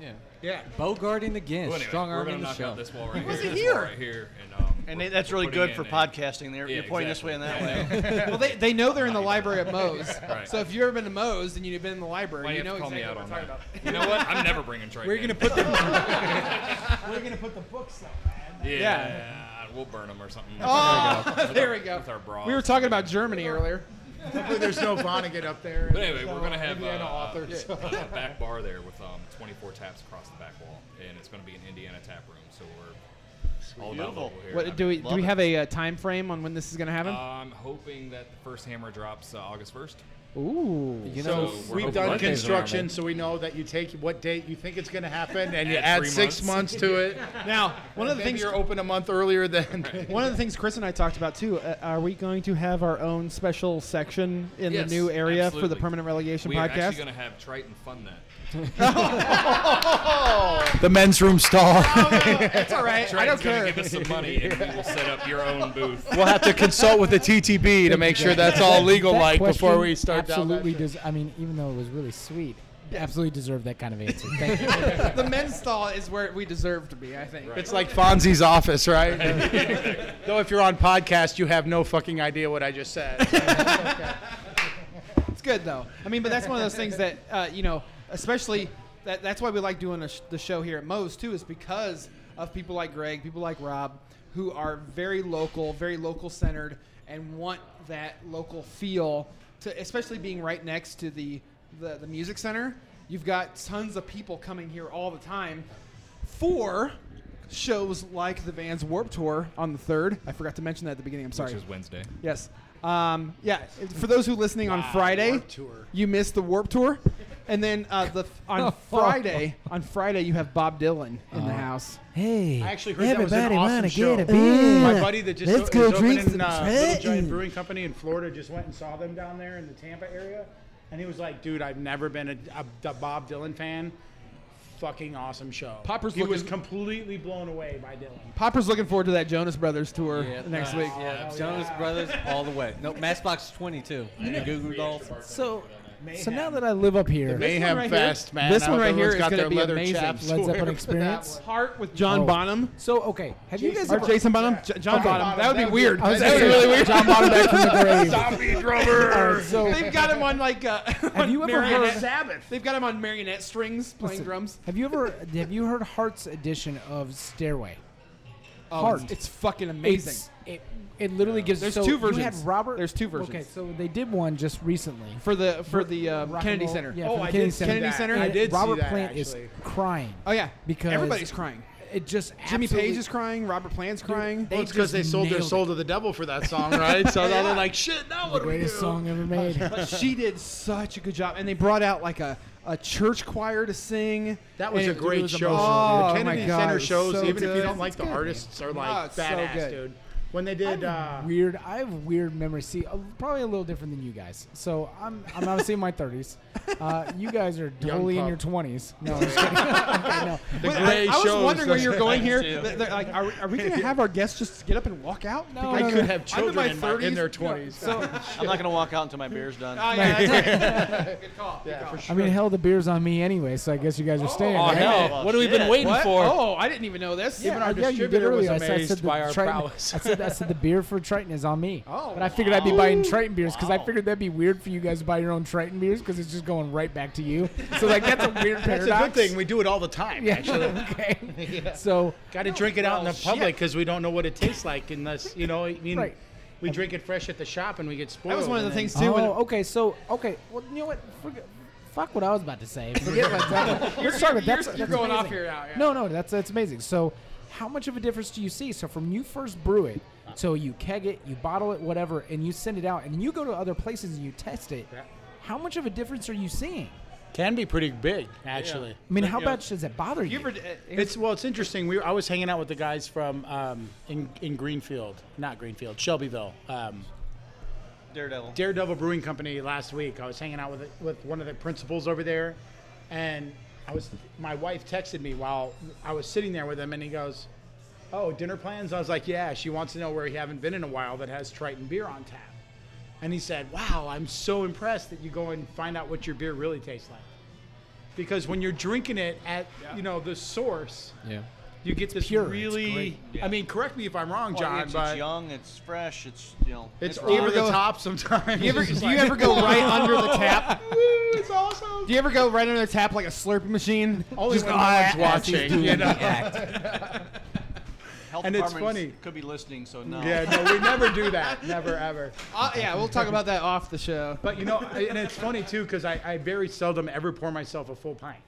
S3: Yeah.
S4: yeah.
S3: Bogarting again.
S7: well, anyway,
S3: Strong
S7: we're
S3: arm
S7: going
S3: in
S7: to
S3: the
S7: knock
S3: show.
S7: out this wall right
S1: wasn't
S7: here. this wall
S1: here.
S7: right here, and, um,
S5: And
S7: we're-
S5: they, that's
S7: we're
S5: really
S7: putting
S5: good
S7: in
S5: for
S7: a-
S5: podcasting. They're,
S7: Yeah,
S5: you're pointing this way and
S7: exactly.
S5: that
S7: Yeah, I
S5: way.
S7: know.
S1: well, they, they know they're in the library at Moe's.
S7: Right.
S1: So if you've ever been to Moe's and you've been in the library,
S7: Why do
S1: you
S7: you
S1: know
S7: have to call
S1: exactly
S7: me out
S1: what I'm
S7: on
S1: talking
S7: that?
S1: about.
S7: You know what? I'm never bringing Trey.
S4: We're gonna
S7: in.
S4: put the we're gonna put the books up.
S7: Yeah,
S1: yeah.
S7: we'll burn them or something.
S1: Oh,
S7: With our-
S1: there we go.
S7: With our bras.
S1: We were talking about Germany earlier.
S6: Hopefully, there's no Vonnegut up there.
S7: But anyway, we're gonna have uh,
S6: Indiana
S7: uh,
S6: author. so-
S7: a back bar there with um, 24 taps across the back wall, and it's gonna be an Indiana tap room. So we're all about
S5: Beautiful.
S7: local here.
S1: What, do we do
S5: Love
S1: we
S5: it. Uh,
S1: have a uh, time frame on when this is going to happen?
S7: I'm hoping that the first hammer drops uh, August 1st.
S1: Ooh,
S3: You know,
S6: So
S7: we're
S6: we've
S7: hoping
S6: done
S3: birthdays are
S6: construction,
S3: around.
S6: so we know that you take what date you think it's going to happen, and you
S7: Add
S6: add
S7: three
S6: six months
S7: months.
S6: to it.
S1: now one of the
S6: Maybe
S1: things
S6: you're open a month earlier than.
S1: one of the things Chris and I talked about too. Uh, are we going to have our own special section in
S7: Yes,
S1: the new area for the
S7: absolutely.
S1: permanent relegation
S7: We are actually
S1: podcast?
S7: gonna have Triton fund that.
S4: The men's room stall.
S1: That's all right. I don't
S7: Triton's gonna
S1: care.
S7: give us some money, and we will set up your own booth.
S6: We'll have to consult with the TTB to make sure that's all legal
S2: That
S6: like before
S2: question
S6: we start down that
S2: Absolutely
S6: trail.
S2: does. I mean, even though it was really sweet, absolutely deserved that kind of answer. Thank you.
S1: the men's stall is where we deserve to be. I think.
S6: It's like Fonzie's office, right? Though if you're on podcast, you have no fucking idea what I just said.
S1: It's good though. I mean, but that's one of those things that uh, you know, especially that, that's why we like doing a sh- the show here at Moe's too, is because of people like Greg, people like Rob, who are very local, very local centered, and want that local feel. To especially being right next to the the, the music center, you've got tons of people coming here all the time for shows like the Vans Warp Tour on the third. I forgot to mention that at the beginning. I'm sorry.
S7: Which is Wednesday.
S1: Yes. Um, yeah. For those who listening on Friday, you missed the Warp Tour, and then uh, the on Friday, on Friday you have Bob Dylan in
S2: Uh-huh.
S1: the house.
S2: Hey,
S4: I actually heard that was an awesome show. My buddy that just
S2: Let's
S4: o-
S2: go
S4: is
S2: drink some
S4: opening, uh, Little
S2: Trenton.
S4: Giant Brewing Company in Florida just went and saw them down there in the Tampa area, and he was like, "Dude, I've never been a, a- a Bob Dylan fan. Fucking awesome show."
S1: Popper's
S4: he was
S1: looking-
S4: completely blown away by Dylan.
S1: Popper's looking forward to that Jonas Brothers tour next week.
S3: Yeah, Jonas Brothers all the way. No, Matchbox 22. And Google Golf.
S2: So, so now that I live up here,
S6: Mayhem
S1: right here-
S6: Fest, man.
S1: this
S6: I
S1: one
S6: hope
S1: right
S6: everyone's
S1: here is
S6: got
S1: gonna
S6: their
S1: be
S6: leather
S1: amazing.
S6: chaps
S2: Led
S6: squared
S2: Zeppelin
S6: for that
S2: Experience.
S6: one.
S1: Heart with John
S2: Oh.
S1: Bonham
S2: so okay. Have you guys
S1: or
S2: ever?
S1: Jason Bonham, J- John
S2: Okay.
S1: Bonham. That would
S6: That
S1: be
S6: would
S1: weird.
S6: be- I was
S1: That would be
S2: gonna
S1: really
S2: say,
S1: weird.
S2: John Bonham back from the grave.
S6: Zombie drummer.
S2: So,
S1: They've got him on like. Uh,
S2: have you
S1: on
S2: ever
S1: marionette-
S2: heard?
S6: Sabbath.
S1: They've got him on marionette strings playing
S2: Listen,
S1: drums.
S2: Have you ever? Have you heard Heart's edition of Stairway?
S1: Oh, it's,
S2: Heart.
S1: it's fucking amazing.
S2: It's- it, it literally gives.
S1: There's
S2: so
S1: two
S2: You had
S1: versions.
S2: Robert.
S1: There's two versions.
S2: Okay, so they did one just recently.
S1: for the for the um,
S2: Rock and
S1: Kennedy
S2: roll-
S1: Center.
S2: Yeah,
S1: oh,
S2: for the
S1: I
S2: Kennedy
S1: did.
S2: Center.
S1: Kennedy Center.
S2: And
S1: I did.
S2: Robert
S6: see that,
S2: Plant
S6: actually.
S2: is crying.
S1: Oh yeah,
S2: Because-
S1: everybody's crying.
S2: It just
S1: Jimmy Page
S2: absolutely-
S1: is crying. Robert Plant's crying.
S6: Well, it's because
S2: just
S6: they sold their
S2: nailed
S6: soul
S2: it.
S6: to the devil for that song, right? So now they're like, shit, now what do we do?
S2: Greatest song ever made.
S1: but she did such a good job, and they brought out like a, a church choir to sing.
S6: That was
S1: and
S6: a
S1: it-
S6: great
S1: was
S6: show.
S1: amazing. Oh,
S6: the Kennedy
S1: my God,
S6: Center
S1: it was
S6: shows,
S1: so
S6: even if you
S1: good.
S6: don't like the artists, are like
S1: Oh, it's so
S6: badass,
S1: good.
S6: dude. When they did, uh,
S2: weird. I have weird memories. See, uh, probably a little different than you guys. So I'm I'm obviously in my 30s. Uh, you guys are totally in
S6: pup.
S2: your 20s. No, I'm just kidding. Okay, no.
S1: Wait,
S6: great
S1: I, I was
S6: shows
S1: wondering where
S6: that-
S1: you're going here.
S5: too.
S1: They're- they're like, are, we- are we gonna have our guests just get up and walk out? No,
S2: I
S1: no,
S6: I
S1: no.
S6: could have
S1: I'm in my
S6: children in, my- in
S1: 30s.
S6: their 20s.
S1: So, oh,
S5: I'm not gonna walk out until my beer's done.
S1: yeah, that's right. good call.
S6: yeah, for
S2: I
S6: sure.
S2: mean, hell, the beer's on me anyway, so I guess you guys are staying.
S3: Oh,
S2: right?
S3: hell. What have we been
S5: Shit.
S3: waiting
S1: What?
S3: for?
S1: Oh, I didn't even know this.
S2: Yeah,
S6: Even our
S2: yeah, you did
S6: distributor was
S2: earlier. I said- I
S6: amazed
S2: said the
S6: by our
S2: Triton-
S6: prowess.
S2: I said, I said the beer for Triton is on me.
S1: Oh,
S2: but I figured I'd be buying Triton beers because I figured that'd be weird for you guys to buy your own Triton beers because it's just going right back to you. So like that's a weird
S6: It's a
S2: paradox.
S6: good thing. We do it all the time,
S2: Yeah.
S6: actually.
S2: okay. Oh, So
S6: Got to drink it out in the public because we don't know what it tastes like unless, you know, I mean,
S2: Right.
S6: we drink it fresh at the shop and we get spoiled.
S1: That was one of the
S6: and then-
S1: things too. when-
S2: Oh, okay. So okay. Well, you know what? Forget, fuck what I was about to say. Forget what. That, let's talk about that's,
S1: you're
S2: that's
S1: going off
S2: amazing.
S1: here now, yeah.
S2: No, no, that's that's amazing. So, how much of a difference do you see? So, from you first brew it, so you keg it, you bottle it, whatever, and you send it out, and you go to other places and you test it. How much of a difference are you seeing?
S4: Can be pretty big, actually.
S2: I mean, how much does it bother
S1: You
S2: you?
S1: ever, uh,
S4: It's well, it's interesting. We were, I was hanging out with the guys from um, in in Greenfield, not Greenfield, Shelbyville. Um,
S5: Daredevil.
S4: Daredevil Brewing Company last week. I was hanging out with with one of the principals over there, and I was my wife texted me while I was sitting there with him, and he goes, "Oh, dinner plans?" I was like, "Yeah." She wants to know where we haven't been in a while that has Triton beer on tap, and he said, "Wow, I'm so impressed that you go and find out what your beer really tastes like." Because when you're drinking it at you know the source,
S3: Yeah.
S4: you get this
S2: pure, it's
S4: really. I mean, correct me if I'm wrong,
S5: Oh,
S4: John,
S5: it's, it's
S4: but
S5: young. It's fresh. It's you know.
S4: it's
S5: raw.
S4: over the
S1: go-
S4: top sometimes.
S1: You ever,
S4: It's
S1: do
S4: like,
S1: you ever go right under the tap?
S4: It's awesome.
S1: Do you ever go right under the tap like a slurping machine?
S4: Only
S1: Just
S4: when
S1: go,
S4: no
S1: "Ah,
S4: one's
S1: ah, ah," as he's
S4: watching,
S1: doing
S4: you
S1: it.
S4: know.
S5: Health
S4: and it's
S5: departments
S4: funny.
S5: Could be listening, so no.
S4: Yeah, no, we never do that. Never ever.
S1: Uh, yeah, we'll talk about that off the show.
S4: But you know, I- and it's funny too because I, I very seldom ever pour myself a full pint.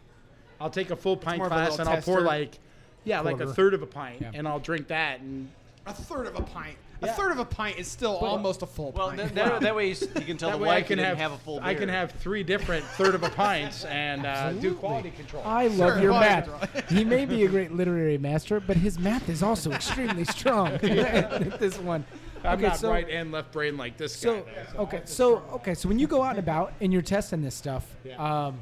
S4: I'll take a full pint
S1: more of a
S4: glass
S1: little
S4: and I'll pour
S1: tester.
S4: like, yeah, like a
S2: Quarter.
S4: third of a pint,
S2: Yeah.
S4: and I'll drink that. And
S1: A third of a pint. A
S4: Yeah.
S1: third of a pint is still almost a full
S5: Well,
S1: pint.
S5: that, that, that way you s- you can tell
S4: that
S5: the
S4: way I
S5: wife
S4: can
S5: you
S4: have,
S5: didn't have a full beer.
S4: I can have three different third of a pints and uh, do
S2: Absolutely.
S4: quality control.
S2: I love
S1: Sure,
S2: your
S1: well,
S2: math. he may be a great literary master, but his math is also extremely strong. this one.
S4: I'm
S2: okay,
S4: not
S2: so,
S4: right and left brain like this guy.
S2: So
S4: though,
S2: okay, so okay, so when you go out and about and you're testing this stuff,
S4: Yeah.
S2: um,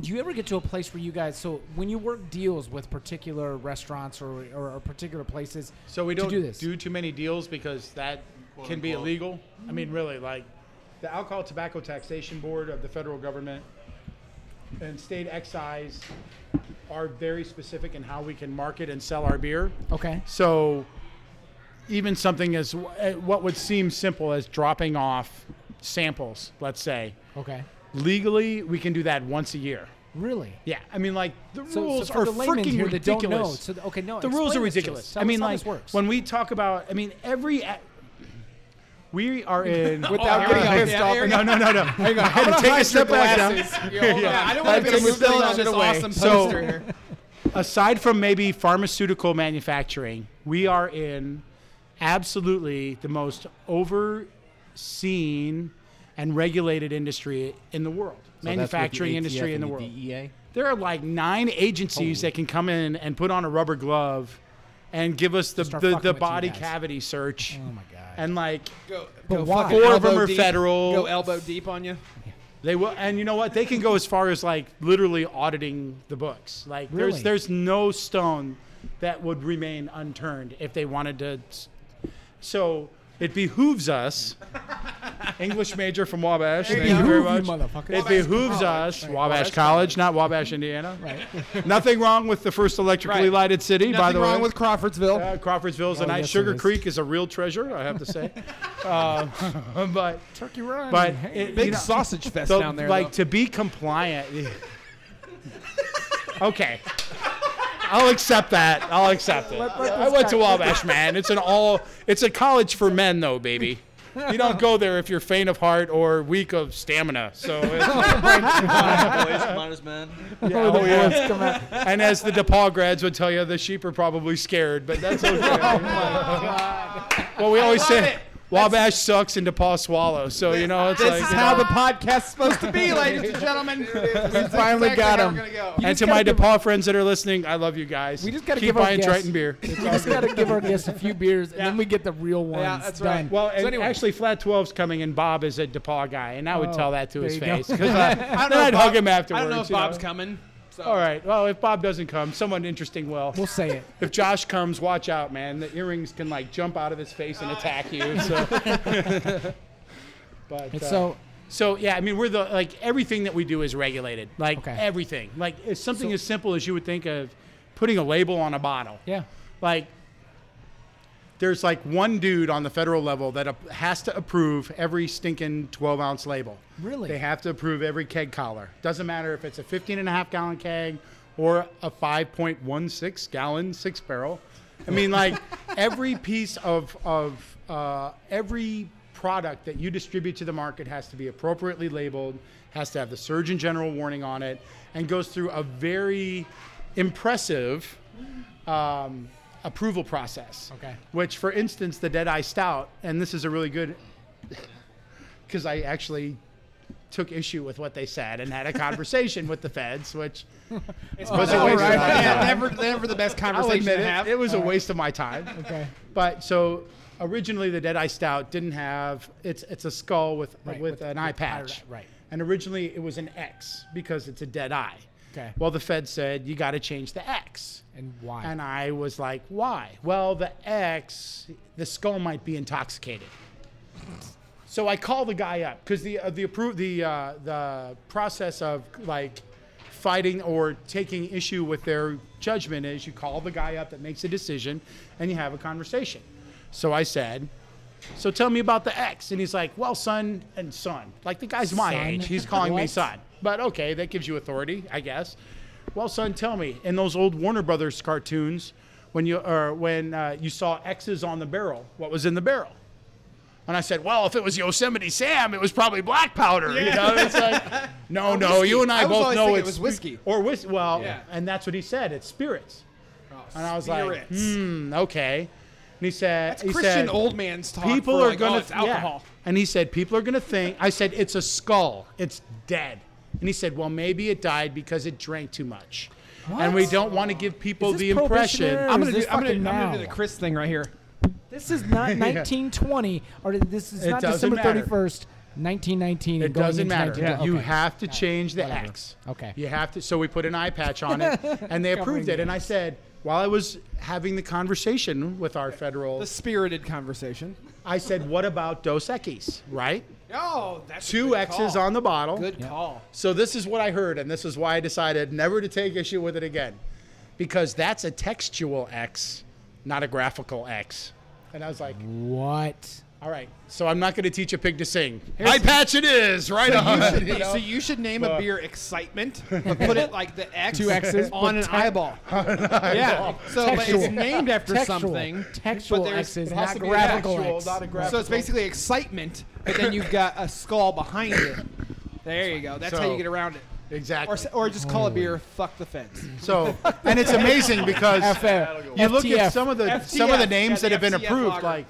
S2: do you ever get to a place where you guys? So when you work deals with particular restaurants or or, or particular places,
S4: So we
S2: to
S4: don't
S2: do
S4: do,
S2: this.
S4: too many deals because that can be
S5: unquote.
S4: illegal. I mean, really, like the Alcohol Tobacco Taxation Board of the federal government and state excise are very specific in how we can market and sell our beer.
S2: okay,
S4: So even something as eh, what would seem simple as dropping off samples, let's say,
S2: okay,
S4: legally we can do that once a year.
S2: really.
S4: Yeah, I mean, like the
S2: So,
S4: rules
S2: so for
S4: are
S2: the layman
S4: freaking
S2: here that
S4: ridiculous
S2: don't know, so the- okay, no,
S4: the rules
S2: explain
S4: are
S2: this to us.
S4: ridiculous.
S2: Tell
S4: I
S2: us
S4: mean,
S2: how
S4: like
S2: this works.
S4: when we talk about, I mean, every a- we are in.
S1: Without getting pissed
S4: yeah,
S1: off.
S4: there you go. No, no, no, no.
S1: Hang on,
S4: I had to take a step back down.
S1: Yeah, I don't want to be
S4: Take a step
S1: spilling on
S4: back.
S1: this awesome
S4: So-
S1: poster here.
S4: Aside from maybe pharmaceutical manufacturing, we are in absolutely the most overseen and regulated industry in the world. manufacturing industry in the E world.
S3: DEA.
S4: There are like nine agencies that can come in and put on a rubber glove and give us the,
S2: start
S4: the,
S2: fucking
S4: the
S2: with you
S4: body
S2: guys.
S4: cavity search.
S2: oh my god,
S4: And like
S1: Go,
S2: But
S1: go
S2: why?
S1: fucking
S4: Four of them
S1: elbow
S4: are
S1: deep.
S4: federal.
S1: Go elbow deep on you.
S4: They will, and you know what? They can go as far as like literally auditing the books. Like
S2: Really?
S4: there's there's no stone that would remain unturned if they wanted to. s- So it behooves us, English major from Wabash. Thank you very much.
S2: Behoove you motherfucker.
S4: It behooves us, Wabash College, not Wabash, Indiana. Right. Nothing wrong with the first electrically
S1: Right.
S4: lighted city, by
S1: Nothing
S4: the
S1: wrong
S4: way.
S1: with Crawfordsville.
S4: Uh, Crawfordsville is a
S2: Oh,
S4: nice.
S2: yes, it
S4: Sugar
S2: is.
S4: Creek is a real treasure, I have to say. uh, but
S2: Turkey Run.
S4: but
S2: Hey.
S4: it-
S1: Big
S4: you know-
S1: sausage fest
S4: so,
S1: down there.
S4: Like
S1: though.
S4: to be compliant. okay. I'll accept that. I'll accept it. I went to Wabash, man. It's an all it's a college for men though, baby. You don't go there if you're faint of heart or weak of stamina. So it's-
S5: Boys, might as men.
S2: Oh, the
S4: oh, yeah.
S2: boys come out.
S4: and as the DePaul grads would tell you, the sheep are probably scared, but that's okay. Well, we always say Wabash sucks and DePaul swallows. So you know it's
S1: this
S4: like
S1: is
S4: you
S1: how
S4: know.
S1: the podcast's supposed to be, ladies and gentlemen. We
S4: finally got him.
S2: You
S4: and
S2: just
S4: to my
S2: gotta give-
S4: DePaul friends that are listening, I love you guys.
S2: We just gotta
S4: keep
S2: give our
S4: buying
S2: guests-
S4: Triton beer.
S2: We just gotta give our guests a few beers, and then
S1: Yeah.
S2: we get the real ones.
S1: that's
S2: done.
S1: right.
S4: Well, and
S1: anyway.
S4: actually, Flat 12's coming, and Bob is a DePaul guy, and I would
S2: Oh,
S4: tell that to
S2: there
S4: his
S2: you go.
S4: face. 'cause I,
S1: I don't
S4: then
S1: know
S4: I'd
S1: if
S4: hug
S1: Bob-
S4: him afterwards.
S1: I don't know if
S4: you
S1: Bob's coming. So.
S4: All right. Well, if Bob doesn't come, someone interesting will.
S2: We'll say it.
S4: If Josh comes, watch out, man. The earrings can like jump out of his face and attack you. So. but
S2: And
S4: uh,
S2: so
S4: So yeah, I mean, we're the like everything that we do is regulated. Like
S2: Okay.
S4: everything. Like it's something
S2: So-
S4: as simple as you would think of putting a label on a bottle.
S2: yeah.
S4: Like there's like one dude on the federal level that ap- has to approve every stinking 12 ounce label.
S2: Really?
S4: They have to approve every keg collar. Doesn't matter if it's a 15 and a half gallon keg or a 5.16 gallon six barrel. I mean, like every piece of, of uh, every product that you distribute to the market has to be appropriately labeled, has to have the Surgeon General warning on it, and goes through a very impressive um, approval process.
S2: Okay.
S4: Which, for instance, the Dead Eye Stout, and this is a really good, because I actually took issue with what they said and had a conversation with the feds, which was a
S1: All
S4: waste
S1: right.
S4: of my
S1: Yeah,
S4: time.
S1: never, never the best
S4: I'll
S1: conversation
S4: admit
S1: to
S4: it,
S1: have.
S4: it was a waste of my time.
S2: Okay.
S4: But so originally the Deadeye Stout didn't have it's it's a skull with
S2: Right,
S4: with,
S2: with-
S4: an eye
S2: with pirate-
S4: patch.
S2: right.
S4: And originally it was an X because it's a dead eye.
S2: Okay.
S4: Well, the Fed said you got to change the X.
S2: And why?
S4: And I was like, why? Well, the X, the skull might be intoxicated. So I call the guy up because the uh, the appro- the uh, the process of like fighting or taking issue with their judgment is you call the guy up that makes a decision and you have a conversation. So I said, "So tell me about the X," and he's like, "Well, son and son, like the guy's my
S2: Son?
S4: age. He's calling me
S2: What?
S4: son, but okay, that gives you authority, I guess." Well, son, tell me. In those old Warner Brothers cartoons, when you or when uh, you saw X's on the barrel, what was in the barrel? And I said, well, if it was Yosemite Sam, it was probably black powder. You know, it's like, no, no, you and I,
S1: I was
S4: both
S1: always
S4: know
S1: thinking it
S4: it's
S1: was whiskey.
S4: or whiskey. Well,
S1: Yeah. Oh,
S4: and that's what he said. It's spirits. and I was like,
S1: spirits.
S4: hmm, okay. And he said,
S1: It's
S4: he
S1: Christian
S4: said,
S1: old man's talk.
S4: people
S1: for
S4: are
S1: like,
S4: gonna
S1: oh, it's
S4: th- yeah.
S1: alcohol.
S4: And he said, people are gonna think. I said, it's a skull. It's dead. And he said, well, maybe it died because it drank too much. And we don't want to give people
S2: Is this
S4: the
S2: prohibition
S4: impression.
S2: era?
S1: I'm
S2: Is
S1: gonna do.
S2: this
S1: I'm gonna, I'm
S2: fucking
S1: gonna do
S2: now?
S1: the Chris thing right here.
S2: This is not 1920, or this is
S4: It
S2: not
S4: doesn't
S2: December
S4: matter.
S2: 31st, 1919.
S4: It
S2: and going
S4: doesn't
S2: into
S4: matter.
S2: 1920.
S4: You
S2: Okay.
S4: have to change the
S2: Whatever.
S4: X.
S2: Okay.
S4: You have to. So we put an eye patch on it, and they approved
S2: Covering
S4: it. And I said, while I was having the conversation with our federal,
S1: The spirited conversation.
S4: I said, what about Dos Equis? Right?
S1: Oh, that's
S4: Two X's on the bottle.
S1: Good call.
S4: So this is what I heard, and this is why I decided never to take issue with it again, because that's a textual X, not a graphical X. And I was like,
S2: What?
S4: all right, so I'm not going to teach a pig to sing. Eye patch it is, right on.
S1: You should,
S4: you know?
S1: So you should name a beer excitement, but put it like the X
S2: Two X's,
S1: on an
S2: but te-
S1: eyeball. Yeah. So but
S2: Textual.
S1: it's named after
S2: Textual.
S1: something.
S2: Textual
S1: but there's-
S2: X's,
S1: it
S2: not
S1: has to be
S2: graphical
S1: textual,
S2: X.
S4: not a graphical.
S1: So it's basically excitement, but then you've got a skull behind it. There you go. That's how you
S4: So-
S1: get around it. Or,
S4: exactly.
S1: s- or just call a beer "fuck the fence."
S4: So, and it's amazing because you look
S2: FTF.
S4: at some of the some of the
S1: FTF,
S4: names
S1: yeah,
S4: that have
S1: the
S4: been
S1: FTF
S4: approved.
S1: lager.
S4: Like,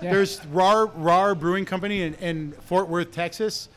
S2: Yeah.
S4: there's RAR RAR Brewing Company in, in Fort Worth, Texas,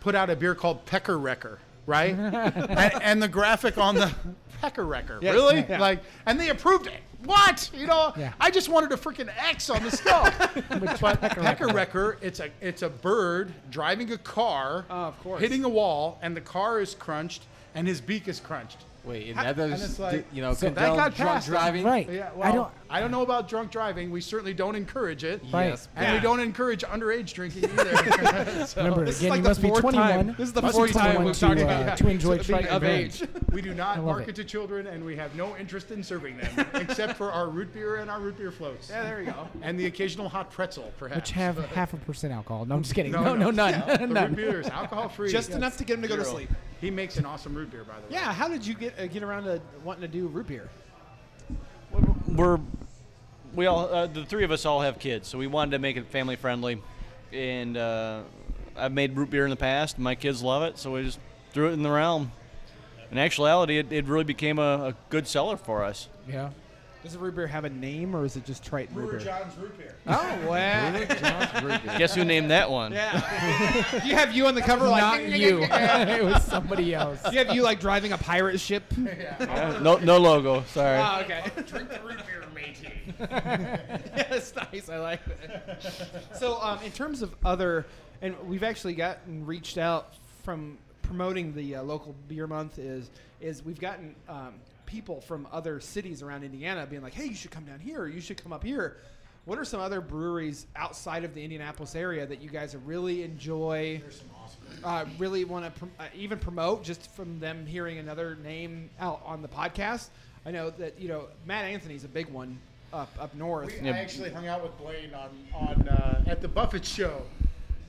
S4: put out a beer called Pecker Wrecker, right? and, and the graphic on the Pecker Wrecker,
S1: Yes,
S4: really?
S1: yeah.
S4: Like, and they approved it. What? You know,
S2: Yeah.
S4: I just wanted a freaking X on the skull. but Pecker Wrecker, it's a it's a bird driving a car,
S1: Oh, of course.
S4: hitting a wall, and the car is crunched, and his beak is crunched.
S3: Wait, in
S4: Ha- and
S3: others,
S4: it's like-
S3: you know,
S4: so that
S3: condone
S4: got
S3: drunk
S4: passed.
S3: driving.
S2: Right.
S4: Yeah,
S2: I
S4: well, I
S2: don't.
S4: don't, know about drunk driving. We certainly don't encourage it.
S2: Right.
S3: Yes.
S4: And we don't encourage underage drinking either. So,
S2: Remember,
S1: This is
S2: again,
S1: like
S2: you
S1: the
S2: must be
S1: fourth
S2: 21.
S1: time. This is the
S4: Must be
S1: fourth time
S4: 21
S1: we've
S2: to,
S1: talked
S2: uh,
S1: about
S4: yeah,
S2: to enjoy
S4: to be
S2: Trike
S4: of
S2: Revenge.
S1: age.
S4: we do not
S2: love
S4: market
S2: it.
S4: to children, and we have no interest in serving them, except for our root beer and our root beer floats,
S1: Yeah, there you go.
S4: and the occasional hot pretzel, perhaps.
S2: Which have half a percent alcohol. No, I'm just kidding. No,
S4: No,
S2: no,
S4: no.
S2: none.
S4: the
S2: none.
S4: root beer is alcohol free.
S1: Just enough to get him to go to sleep.
S4: He makes an awesome root beer, by the way.
S1: Yeah. How did you get uh, get around to wanting to do root beer?
S5: we're we all uh, the three of us all have kids, so we wanted to make it family friendly, and uh, I've made root beer in the past. and My kids love it, so we just threw it in the realm. In actuality, it, it really became a, a good seller for us.
S2: Yeah.
S1: Does a root beer have a name, or is it just Triton root beer?
S4: John's root beer.
S1: Oh wow!
S5: Guess who named that one?
S1: yeah. you have you on the cover, like
S2: Not you. it was somebody else.
S1: You have you like driving a pirate ship.
S5: No, no logo. Sorry.
S1: Oh, okay. Drink the root beer, matey. That's nice. I like that. So, um, in terms of other, and we've actually gotten reached out from promoting the uh, local beer month. Is is we've gotten um, people from other cities around Indiana being like, "Hey, you should come down here. Or you should come up here." What are some other breweries outside of the Indianapolis area that you guys really enjoy? uh, really want to prom- uh, even promote just from them hearing another name out on the podcast. I know that you know Matt Anthony's a big one up up north.
S4: We, I actually hung out with Blaine on, on uh, at the Buffett show.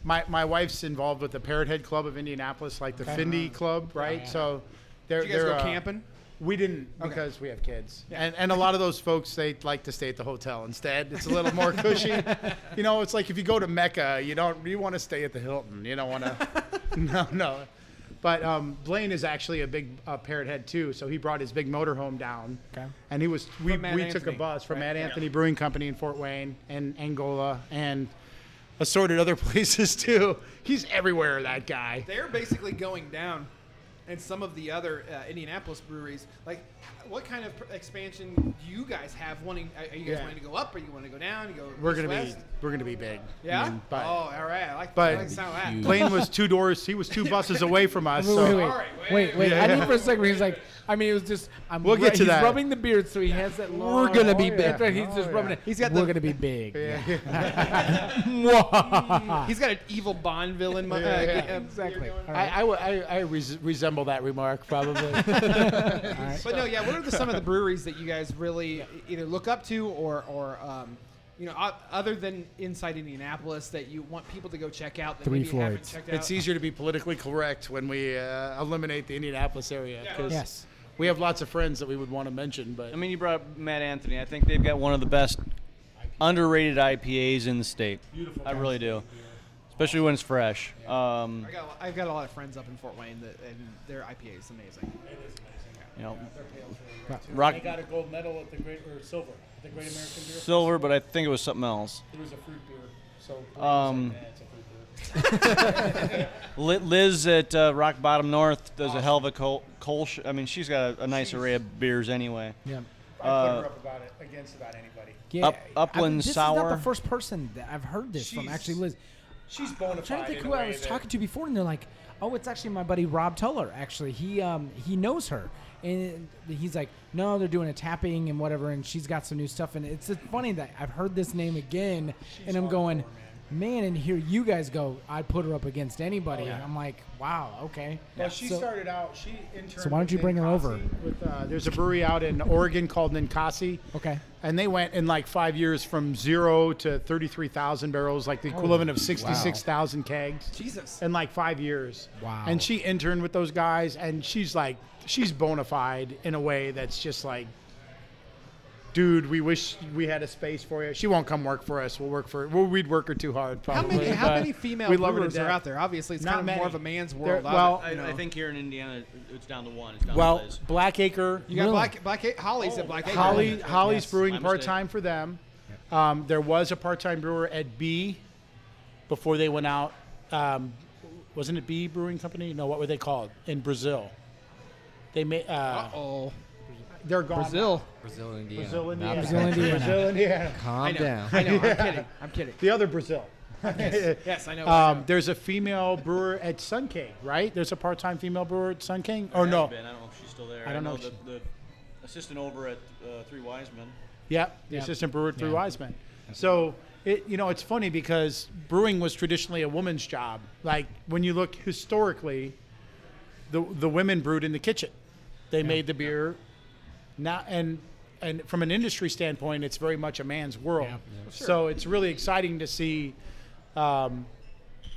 S4: My, my wife's involved with the Parrot Head Club of Indianapolis, like the Findy Club, right? So they're,
S1: Uh-huh. Did you guys
S4: they're,
S1: go
S4: uh,
S1: camping?
S4: We didn't
S1: Okay.
S4: because we have kids,
S1: Yeah.
S4: and and a lot of those folks they like to stay at the hotel instead. It's a little more cushy, you know. It's like if you go to Mecca, you don't you want to stay at the Hilton. You don't want to, no, no. But um, Blaine is actually a big uh, parrot head too, so he brought his big motorhome down,
S2: Okay.
S4: and he was we, we
S1: Matt
S4: took a
S1: Anthony,
S4: bus from
S1: right?
S4: Matt Anthony Brewing Company in Fort Wayne and Angola and assorted other places too. He's everywhere, that guy.
S1: They're basically going down, and some of the other uh, Indianapolis breweries. Like, what kind of pr- expansion do you guys have? Wanting are are you guys
S4: Yeah.
S1: wanting to go up? Or you want to go down? You go.
S4: We're
S1: east,
S4: gonna be Mm-hmm.
S1: west?
S4: we're gonna be big.
S1: Yeah.
S4: I mean, but-
S1: oh, all right. I like. I
S4: but-
S1: like the sound of that.
S3: You-
S4: Blaine was two doors. He was two buses away from us.
S2: Wait,
S4: so
S2: wait, wait.
S1: Sorry,
S2: wait, wait.
S4: Yeah,
S2: I
S4: yeah.
S2: knew for a second he was like, I mean, it was just. I'm
S4: We'll get
S2: ru-
S4: to
S2: he's
S4: that.
S2: rubbing the beard, so he has that. Long,
S1: We're gonna be big.
S2: Oh, That's right. He's just
S4: Oh,
S2: rubbing
S4: yeah.
S2: it.
S1: He's got
S2: We're
S1: the-
S2: gonna be big.
S4: Yeah.
S2: Mwah.
S1: He's got an evil Bond villain. mo-
S4: Yeah,
S1: uh,
S4: yeah.
S1: g- uh,
S2: exactly. All
S4: I,
S2: right.
S4: I, would- I, I res- resemble that remark probably.
S1: But no, yeah. What are the, some of the breweries that you guys really e-, either look up to or, or um, you know, o- other than inside Indianapolis that you want people to go check out that
S2: Three
S1: maybe haven't
S2: Floyds.
S1: checked out?
S4: it's easier to be politically correct when we uh, eliminate the Indianapolis area. 'cause
S2: Yes.
S6: We have lots of friends that we would want to mention, but
S5: I mean, you brought up Matt Anthony. I think they've got one of the best underrated IPAs in the state. Beautiful. I really do, especially when it's fresh. Um,
S8: I got, I've got a lot of friends up in Fort Wayne, that, and their IPA is amazing.
S5: you know, rock
S9: They got a gold medal at the Great, or silver, at the Great American Beer.
S5: silver, but I think it was something else.
S9: It was a fruit beer, so. it was
S5: Um,
S9: like, "Eh, it's a fruit beer."
S5: Li- Liz at uh, Rock Bottom North does a hell of a col- Kolsch. I mean, she's got a, a nice array of beers anyway.
S2: Yeah.
S9: I put
S5: Uh,
S9: her up about it, against about anybody.
S2: Yeah,
S5: Up-
S2: I- I-
S5: Upland
S2: this Is not
S5: Sour.
S2: the first person that I've heard this from.
S9: She's-
S2: Actually, Liz.
S9: She's bona
S2: I'm trying to
S9: fide
S2: think
S9: in a
S2: who I
S9: way
S2: was
S9: that-
S2: talking to before, and they're like, "Oh, it's actually my buddy Rob Tuller. Actually, he um he knows her, and he's like, no, they're doing a tapping and whatever, and she's got some new stuff, and it's just funny that I've heard this name again, and I'm going, man. and here you guys go. I'd put her up against anybody.
S8: Oh,
S2: I'm like, wow, okay.
S9: Well, she
S2: So-
S9: started out. She interned.
S2: So why don't you
S9: with
S2: bring her
S9: Ninkasi
S2: over?
S4: With, uh, there's a brewery out in Oregon called Ninkasi.
S2: Okay.
S4: And they went in like five years from zero to 33,000 barrels, like the equivalent of 66,000 kegs.
S8: Jesus.
S4: In like five years.
S2: Wow.
S4: And she interned with those guys, and she's like, she's bona fide in a way that's just like, dude, we wish we had a space for you. She won't come work for us. We'll work for, well, we'd work her too hard
S8: How
S4: probably.
S8: many, how
S4: but
S8: many female
S4: we love her to
S8: brewers are
S4: death.
S8: out there? Obviously, it's
S4: Not
S8: kind of
S4: many.
S8: more of a man's
S4: There-
S8: world. I-
S4: well,
S5: I,
S8: you know.
S5: I think here in Indiana, it's down to one. It's down
S4: Well,
S5: to Liz.
S4: Blackacre,
S8: you got Black, Black A- Holly's at Black Acre.
S4: Holly, Holly's
S2: Yes.
S5: My
S4: brewing
S5: mistake.
S4: part time for them. Um, there was a part time brewer at B before they went out. Um, wasn't it B Brewing Company? No, what were they called in Brazil? They made. Uh,
S8: Oh,
S4: they're gone.
S8: Brazil.
S3: Brazil, Indiana.
S4: Brazil,
S3: Not
S4: Indiana.
S2: Brazil, Indiana.
S4: Brazil, Indiana.
S3: Calm down.
S8: I know. I'm kidding. I'm kidding.
S4: The other Brazil.
S8: Yes, I know. I know.
S4: Um, there's a female brewer at Sun King, right? There's a part time female brewer at Sun King, or
S5: Has
S4: oh, no?
S5: been. I don't know if she's still there.
S4: I don't know if
S5: the, the assistant over at uh, Three Wise Men.
S4: Yep, the assistant brewer through Wiseman. So it, you know, it's funny because brewing was traditionally a woman's job. Like when you look historically, the the women brewed in the kitchen. They made the beer. Now and and from an industry standpoint, it's very much a man's world. So it's really exciting to see um,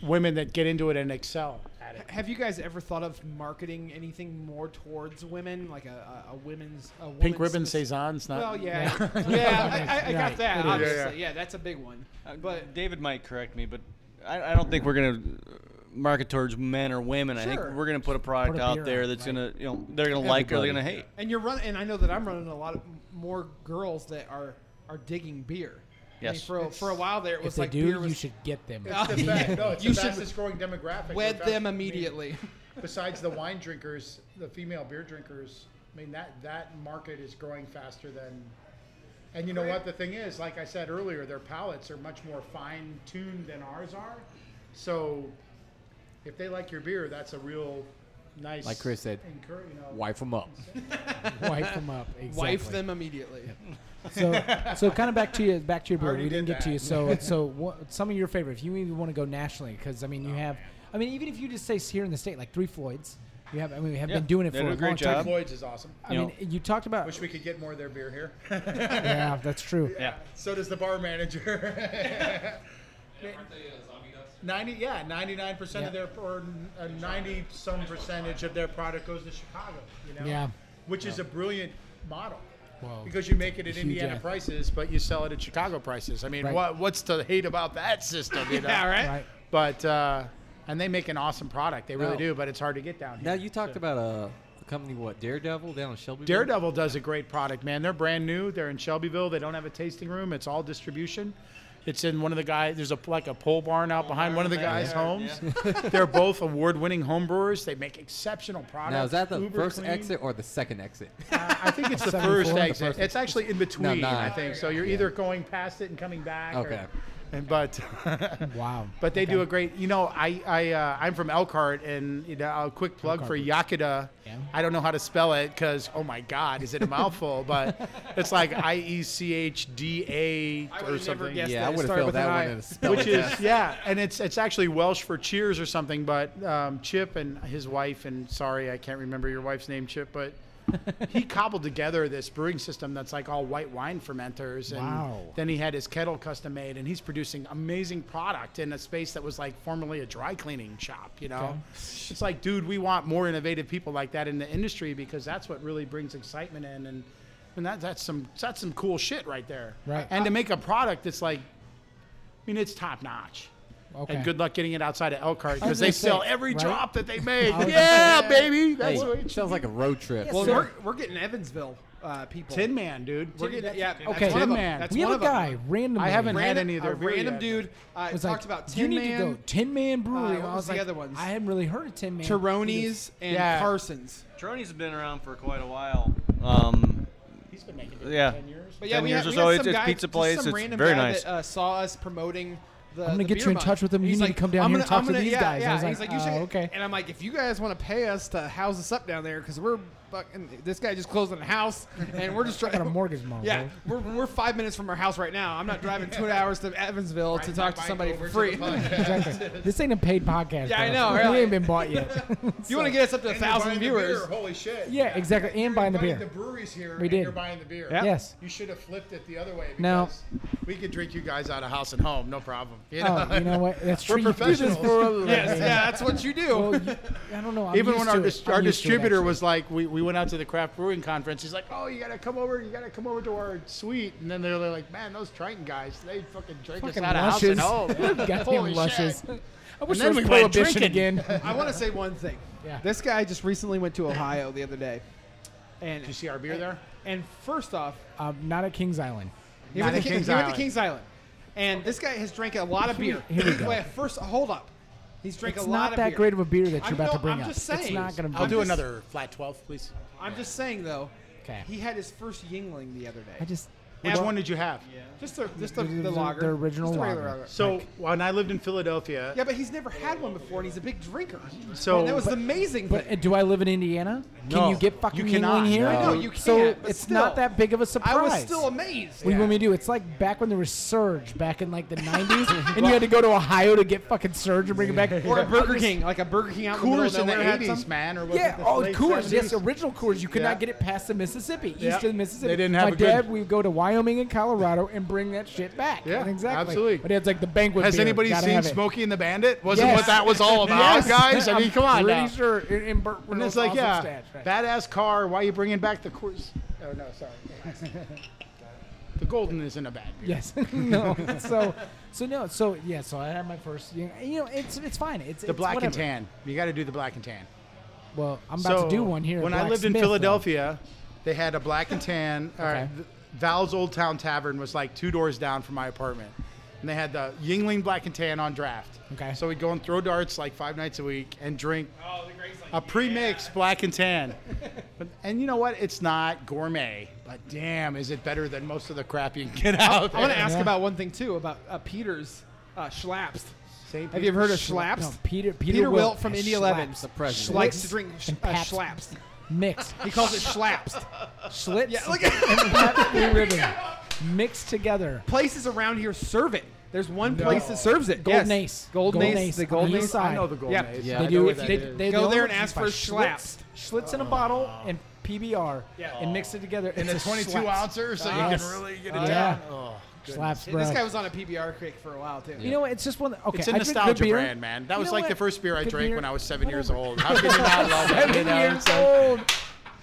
S4: women that get into it and excel at it.
S8: Have you guys ever thought of marketing anything more towards women, like a, a, a women's a
S4: Pink
S8: woman's
S4: ribbon
S8: spec-
S4: saisons, not
S8: Well, yeah, yeah, I, I, I got
S2: Right.
S8: that.
S2: It
S8: Obviously,
S4: is.
S8: yeah, that's a big one.
S9: Uh,
S1: Uh,
S8: But
S5: But David might correct me, but I, I don't think we're gonna uh, market towards men or women. I think
S8: Sure.
S5: we're gonna put a product
S2: Put a beer
S5: out there
S2: out,
S5: that's
S2: right.
S5: gonna, you know, they're gonna like or they're gonna
S3: Everybody.
S5: hate.
S8: and you're running, and I know that I'm running a lot of more girls that are are digging beer. I mean,
S5: Yes.
S8: for a, for a while there, it was
S2: If they
S8: like beer
S2: do,
S8: was
S2: you should get them.
S8: Oh,
S4: The fact-
S8: yeah.
S4: no, it's
S8: You
S4: the
S8: should
S4: fastest growing demographic.
S8: wed
S4: The
S8: them
S4: fastest- I mean,
S8: immediately.
S4: besides the wine drinkers, the female beer drinkers, I mean that that market is growing faster than. And you know what? The thing is, like I said earlier, their palates are much more fine tuned than ours are. So, if they like your beer, that's a real nice.
S3: Like Chris said,
S4: encour- you know,
S3: Wipe them up.
S2: Wipe them up. Exactly.
S8: Wife them immediately.
S2: So, so kind of back to you, back to your brewery.
S4: already
S2: We didn't
S4: did
S2: get to you. So, so what, some of your favorite, if you even want to go nationally, because I mean,
S1: Oh,
S2: you have, I mean, even if you just say here in the state, like Three Floyds, you have, I mean, we have
S5: Yeah,
S2: been doing it
S5: they
S2: for
S5: do
S2: a
S5: a great
S2: long
S5: job.
S2: time.
S4: Floyd's is awesome.
S2: I
S5: You
S2: mean, you talked about,
S4: Wish we could get more of their beer here.
S2: yeah, that's true.
S5: Yeah.
S4: So does the bar manager.
S7: Aren't they uh, zombie nuts?
S4: 90 yeah 99%
S2: Yeah.
S4: of their or uh, 90 some percentage of their product goes to chicago you know
S2: Yeah.
S4: which is a brilliant model
S2: Whoa.
S4: because you make it at
S2: Huge
S4: indiana
S2: ass.
S4: prices but you sell it at chicago prices i mean
S2: Right.
S4: what what's to hate about that system you know
S2: Right.
S4: but uh and they make an awesome product they really
S3: No.
S4: do but it's hard to get down here
S3: Now you talked about a, a company, what Daredevil down in Shelby.
S4: Daredevil does a great product, man. They're brand new. They're in Shelbyville. They don't have a tasting room. It's all distribution. It's in one of the guys. There's a like a pole barn out behind one of the guys' homes. They're both award-winning homebrewers. They make exceptional products.
S3: Now is that the
S4: uber
S3: first
S4: clean.
S3: exit or the second exit?
S4: Uh, I think it's the
S2: Seven
S4: first
S2: four?
S4: exit.
S3: The first-
S4: It's actually in
S3: No,
S4: between.
S3: nine.
S4: I think so. You're either going past it and coming back. or-
S3: Okay.
S4: and but
S2: Wow.
S4: But they do a great. You know, I I uh, I'm from Elkhart, and you know, a quick plug for Yakida.
S2: Yeah.
S4: I don't know how to spell it because oh my God, is it a mouthful? But it's like I E C H D A or
S8: would've never
S4: something.
S8: guessed
S3: yeah, I
S8: it
S3: would have
S8: started
S3: filled
S8: with
S3: that
S8: an
S3: one
S8: I.
S3: in a spell
S4: Which is yeah, and it's it's actually Welsh for cheers or something. But um, Chip and his wife and sorry, I can't remember your wife's name, Chip, but he cobbled together this brewing system that's like all white wine fermenters. And
S2: Wow.
S4: Then he had his kettle custom made, and he's producing amazing product in a space that was like formerly a dry cleaning shop. You know, it's like, dude, we want more innovative people like that in the industry because that's what really brings excitement in. And and that that's some that's some cool shit right there.
S2: Right.
S4: And to make a product that's like, I mean, it's top notch.
S2: Okay.
S4: And good luck getting it outside of
S2: I
S4: Elkhart
S2: was
S4: because they
S2: gonna say,
S4: sell every
S2: right?
S4: drop that they make.
S2: was gonna
S4: yeah, baby. That's
S3: Hey,
S4: what it
S3: sounds like a road trip.
S1: Well, we're, we're getting Evansville uh, people.
S4: Tin Man, dude.
S1: We're getting yeah. that's one
S2: Okay.
S1: of
S4: Tin
S1: them.
S4: Man.
S1: That's
S2: we
S1: one
S2: have a
S1: of them.
S2: guy randomly.
S4: I haven't had
S1: Random-
S4: any of their
S1: a
S4: beer
S1: random
S4: yet,
S1: dude uh,
S2: was
S1: talked
S2: like,
S1: about
S2: you
S1: Tin
S2: need
S1: Man, Uh,
S2: to go Tin Man Brewery.
S1: what
S2: I
S1: was
S2: was
S1: the
S2: like,
S1: other ones?
S2: I hadn't really heard of Tin Man.
S1: Taroni's, and
S4: Yeah.
S1: Carson's.
S5: Troni's been around for quite a while. Um,
S4: He's been making
S5: it Yeah. for 10
S4: years.
S1: But yeah,
S5: 10
S1: we
S5: years
S1: had,
S5: or
S1: we
S5: so,
S1: had
S5: it's-
S1: some
S5: it's
S1: guy,
S5: pizza
S1: just
S5: place,
S1: Some
S5: it's
S1: random
S5: very
S1: guy
S5: nice.
S1: That, uh, saw us promoting. The,
S2: I'm gonna
S1: the
S2: get you
S1: beer
S2: in
S1: month.
S2: touch with them. You
S1: He's
S2: need to
S1: like,
S2: come down
S1: I'm
S2: here
S1: gonna,
S2: and talk
S1: I'm
S2: to
S1: gonna,
S2: these
S1: yeah,
S2: guys. I
S1: Yeah.
S2: was
S1: he's
S2: like,
S1: like, you should.
S2: oh, okay.
S1: And I'm like, if you guys want to pay us to house us up down there, because we're fucking. This guy just closed on a house, and we're just trying
S2: got a mortgage, mom.
S1: Yeah,
S2: bro.
S1: we're, we're five minutes from our house right now. I'm not driving two hours to Evansville to talk to somebody for free.
S2: Exactly. this ain't a paid podcast.
S1: Yeah, I
S2: bro.
S1: know,
S2: We
S1: really.
S2: ain't been bought yet.
S1: you want to get us up to a thousand viewers?
S7: Holy shit.
S2: yeah, exactly. And
S7: You're
S2: buying the
S7: inviting
S2: beer.
S7: The breweries here.
S2: We
S7: and
S2: did.
S7: You're buying the beer.
S1: Yeah.
S2: Yes.
S7: You should have flipped it the other way.
S2: No.
S7: Because we could drink you guys out of house and home, no problem. You know?
S2: Oh, you know what? That's
S7: We're
S2: true. You do this
S7: professionals.
S2: for a living.
S1: Yes, yeah, that's what you do.
S2: Well, you- I don't know. I'm
S4: Even
S2: used
S4: when
S2: to
S4: our,
S2: it.
S4: dis-
S2: I'm
S4: our
S2: used to it,
S4: distributor
S2: actually.
S4: was like, we, we went out to the craft brewing conference. He's like, oh, you gotta come over. You gotta come over to our suite. And then they're like, man, those Triton guys, they fucking drink
S2: Fucking
S4: us out of
S2: lushes.
S4: house and home. Holy
S2: Goddamn
S4: shit.
S2: lushes. I wish
S4: then
S2: there was
S4: we went
S2: prohibition
S4: drinking.
S2: again.
S1: I want to say one thing.
S2: Yeah.
S1: This guy just recently went to Ohio the other day, and
S4: Did you see our beer there?
S1: and first off,
S2: Um, not at Kings Island.
S1: he,
S4: Not
S1: went to,
S4: at
S1: King-
S4: King's
S1: he went to
S4: Island.
S1: King's Island, and this guy has drank a lot of beer.
S2: here we go.
S1: Wait, first, hold up. He's drank
S2: It's
S1: a lot
S2: not
S1: of
S2: that
S1: beer.
S2: great of a beer that you're
S1: I'm-
S2: about
S1: no,
S2: to bring
S1: I'm
S2: up.
S1: just
S2: It's
S1: saying.
S2: not going to.
S4: I'll
S1: I'm
S4: do
S1: just-
S4: another flat 12, please.
S1: I'm just saying though.
S2: 'Kay.
S1: He had his first Yingling the other day.
S2: I just.
S4: Which one did you have?
S1: just the just the,
S2: The-
S1: the,
S2: the-
S1: lager.
S2: the original
S1: Just the regular
S2: lager.
S4: So when I lived in Philadelphia,
S1: Yeah, but he's never had one before, and he's a big drinker.
S4: So-
S1: and that was
S4: But-
S1: the amazing thing.
S2: But uh, do I live in Indiana?
S4: No,
S2: Can you get
S4: you
S2: fucking
S4: cannot.
S2: Yingling here?
S3: I
S1: No,
S3: know,
S1: you
S2: So
S1: can't, but
S2: it's not
S1: still.
S2: that big of a surprise.
S1: I was still amazed.
S2: What do you want me to do? It's like back when there was Surge back in like the 90s, and you had to go to Ohio to get fucking Surge and bring it back.
S1: Or a Burger King, like a Burger King out
S4: Coors
S1: in
S4: in
S1: the
S4: the
S1: middle of nowhere had
S4: 80s,
S1: some.
S4: man. Or was
S2: Yeah,
S4: it the
S2: oh,
S4: late
S2: Coors. Yes,
S4: 70s?
S2: original Coors. You could
S4: Yeah.
S2: not get it past the Mississippi, east
S4: Yeah.
S2: of the Mississippi.
S4: They didn't have
S2: My
S4: a good-
S2: dad would go to Wyoming and Colorado and bring that shit back.
S4: Yeah,
S2: exactly.
S4: absolutely.
S2: But it's like the banquet.
S4: Has
S2: beer.
S4: anybody
S2: Gotta
S4: seen
S2: have it.
S4: Smokey and the Bandit? Wasn't
S2: Yes.
S4: what that was all about,
S2: Yes.
S4: guys? I mean,
S2: I'm
S4: come on.
S2: Pretty
S4: now.
S2: sure. In, in Burt
S4: And
S2: Reynolds'
S4: it's like,
S2: awesome
S4: yeah,
S2: stats, right.
S4: badass car. Why are you bringing back the course? Oh no, sorry. the golden isn't a bad beer.
S2: Yes. no. So, so no. So yeah. So I had my first. You know, you know it's it's fine. It's
S4: The
S2: it's
S4: black and
S2: whatever.
S4: tan. You got to do the black and tan.
S2: Well, I'm about
S4: So,
S2: to do one here. at
S4: When I
S2: Black
S4: lived
S2: Smith,
S4: in
S2: though.
S4: Philadelphia, they had a black and tan. or
S2: Okay.
S4: th- Val's Old Town Tavern was like two doors down from my apartment, and they had the Yingling black and tan on draft.
S2: Okay.
S4: So we'd go and throw darts like five nights a week and drink a pre-mix black and tan. but, and you know what? It's not gourmet, but damn, is it better than most of the crap you can get
S2: Oh,
S4: out?
S1: I want to ask
S2: Yeah.
S1: about one thing too about uh, Peter's uh, Schlaps.
S4: St.
S1: Have you ever heard of
S2: Schla-
S1: Schlaps?
S2: no, Peter, Peter,
S1: Peter, Wilt from
S2: and
S1: Indy Eleven
S2: Schlaps.
S3: the president.
S1: likes to drink sh-
S2: and
S1: uh,
S2: Pabst.
S1: Schlaps.
S2: Mix.
S1: He calls it Schlaps.
S2: Schlitz.
S1: Yeah, look
S2: and Pabst Blue Ribbon. Mixed together.
S1: Places around here serve it. There's one place that serves it.
S2: Golden
S1: yes.
S2: Ace.
S1: Golden,
S2: Golden
S1: Ace.
S2: Ace
S1: The
S2: on
S1: Golden
S2: the
S1: Ace.
S2: east side.
S4: I know the golden
S1: Yeah.
S4: Ace.
S3: Yeah,
S4: I
S2: They
S4: know
S2: do.
S4: where
S2: If
S4: that
S2: they,
S4: is.
S2: they
S1: Go
S2: they
S1: there
S2: only
S1: and ask
S2: buy
S1: for
S2: Schlitz. Schlitz in a bottle and PBR and mix it together.
S4: in a
S2: It's
S4: 22
S2: Schlaps.
S4: ouncer, so you
S2: Yes.
S4: can really get it
S2: Yeah.
S4: down. Oh, goodness.
S2: Slaps,
S1: Hey,
S2: bro.
S1: This guy was on a PBR kick for a while too.
S2: You know what? It's just one. Okay,
S4: It's a
S2: I drink good
S4: nostalgia
S2: beer.
S4: brand, man. That
S2: You
S4: was
S2: know
S4: like the
S2: what?
S4: first beer I
S2: Good
S4: drank
S2: beer.
S4: when I was seven years old. How could you not love it? You
S2: Seven
S4: know?
S2: years
S4: So
S2: old.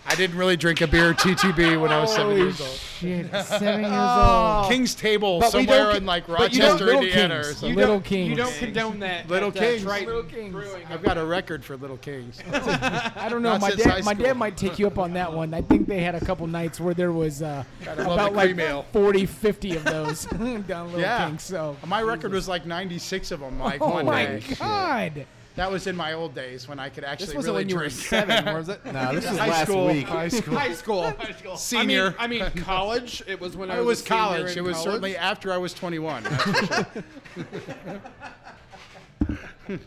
S4: I didn't really drink a beer TTB when I was seven
S2: Holy
S4: years old.
S2: shit! Seven years old.
S4: King's Table
S1: But we don't
S4: somewhere
S1: get-
S4: in like
S1: but you don't-
S4: Rochester,
S2: Little Kings.
S4: Indiana, or
S2: You
S4: something.
S2: Little
S1: don't,
S2: Kings.
S1: You don't condone that.
S4: Little
S1: that,
S4: Kings.
S1: Uh, Triton
S4: Little
S2: Kings.
S1: Brewing.
S4: I've got a record for Little Kings.
S2: I don't know.
S4: Not
S2: My
S4: since high
S2: dad, my
S4: school.
S2: dad might take you up on that one. I think they had a couple nights where there was uh,
S4: love
S2: about
S4: the
S2: like
S4: cream ale.
S2: 40, 50 of those down Little
S4: Yeah.
S2: Kings. So,
S4: My record was like 96 of them. Like
S2: oh
S4: one
S2: my
S4: day.
S2: god,
S4: That was in my old days when I could actually
S1: This wasn't
S4: really
S1: when you were
S4: drink.
S1: seven, was it?
S3: No, this was
S4: High
S3: last
S4: school.
S3: week.
S4: High school.
S1: High school.
S4: Senior.
S1: I mean, I mean college. It was when I
S4: it
S1: was,
S4: was
S1: a senior
S4: college.
S1: in
S4: It was
S1: college.
S4: certainly after I was 21. That's for sure.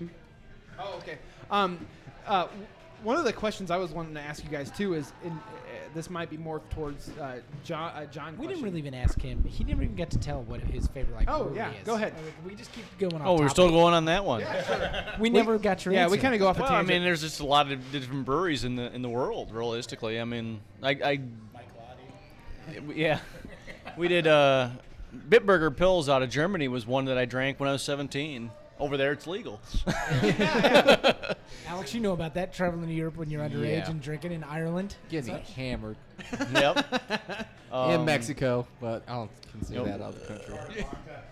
S1: Oh, okay. Um, uh, w- one of the questions I was wanting to ask you guys too is, in, uh, this might be more towards uh, John. Uh, John.
S2: We didn't
S1: question.
S2: really even ask him. He never even got to tell what his favorite like.
S1: Oh,
S2: brewery
S1: yeah,
S2: is.
S1: go ahead.
S2: I mean, we just keep going.
S5: Oh,
S2: off
S5: we're
S2: topic.
S5: still going on that one.
S2: We never got your
S10: yeah,
S2: answer.
S10: we kind of go off a
S5: Well, I
S10: tangent.
S5: mean, there's just a lot of different breweries in the in the world, realistically. I mean, I, I yeah, we did. Uh, Bitburger Pills out of Germany was one that I drank when I was 17. Over there, it's legal.
S2: Alex, you know about that traveling to Europe when you're underage
S3: Yeah.
S2: and drinking in Ireland.
S3: Getting hammered
S5: yep.
S3: in
S5: Um,
S3: Mexico, but I don't consider
S5: Nope.
S3: that out of the country.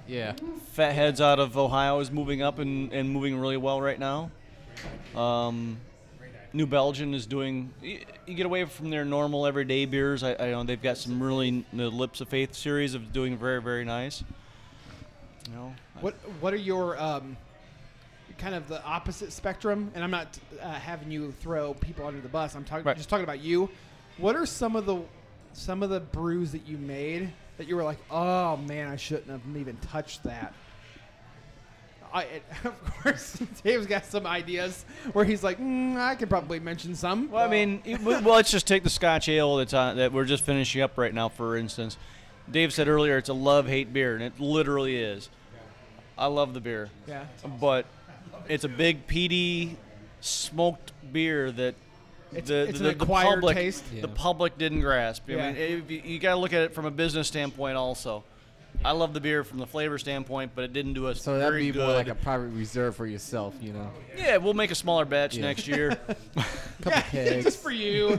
S3: yeah,
S5: Fatheads out of Ohio is moving up and, and moving really well right now. Um, New Belgian is doing. You, you get away from their normal everyday beers. I, I know they've got some really the Lips of Faith series of doing very very nice. You know,
S1: What What are your um, kind of the opposite spectrum? And I'm not uh, having you throw people under the bus. I'm talking
S5: Right.
S1: just talking about you. What are some of the some of the brews that you made that you were like, oh man, I shouldn't have even touched that. I, it, of course, Dave's got some ideas where he's like, mm, I could probably mention some.
S5: Well, I mean, it- well, well, let's just take the Scotch ale that's on, that we're just finishing up right now. For instance, Dave said earlier it's a love-hate beer, and it literally is. I love the beer,
S1: yeah.
S5: but it's a big peaty, smoked beer that
S1: It's-
S5: the,
S1: it's
S5: the,
S1: an
S5: the
S1: acquired
S5: public
S1: taste.
S3: Yeah.
S5: the public didn't grasp. I
S1: Yeah.
S5: mean, it, you, got to look at it from a business standpoint also. I love the beer from the flavor standpoint, but it didn't do us
S3: so that'd
S5: very
S3: be
S5: good.
S3: more like a private reserve for yourself, you know.
S5: yeah, we'll make a smaller batch
S3: Yeah.
S5: next year.
S3: Couple kegs.
S1: just for you.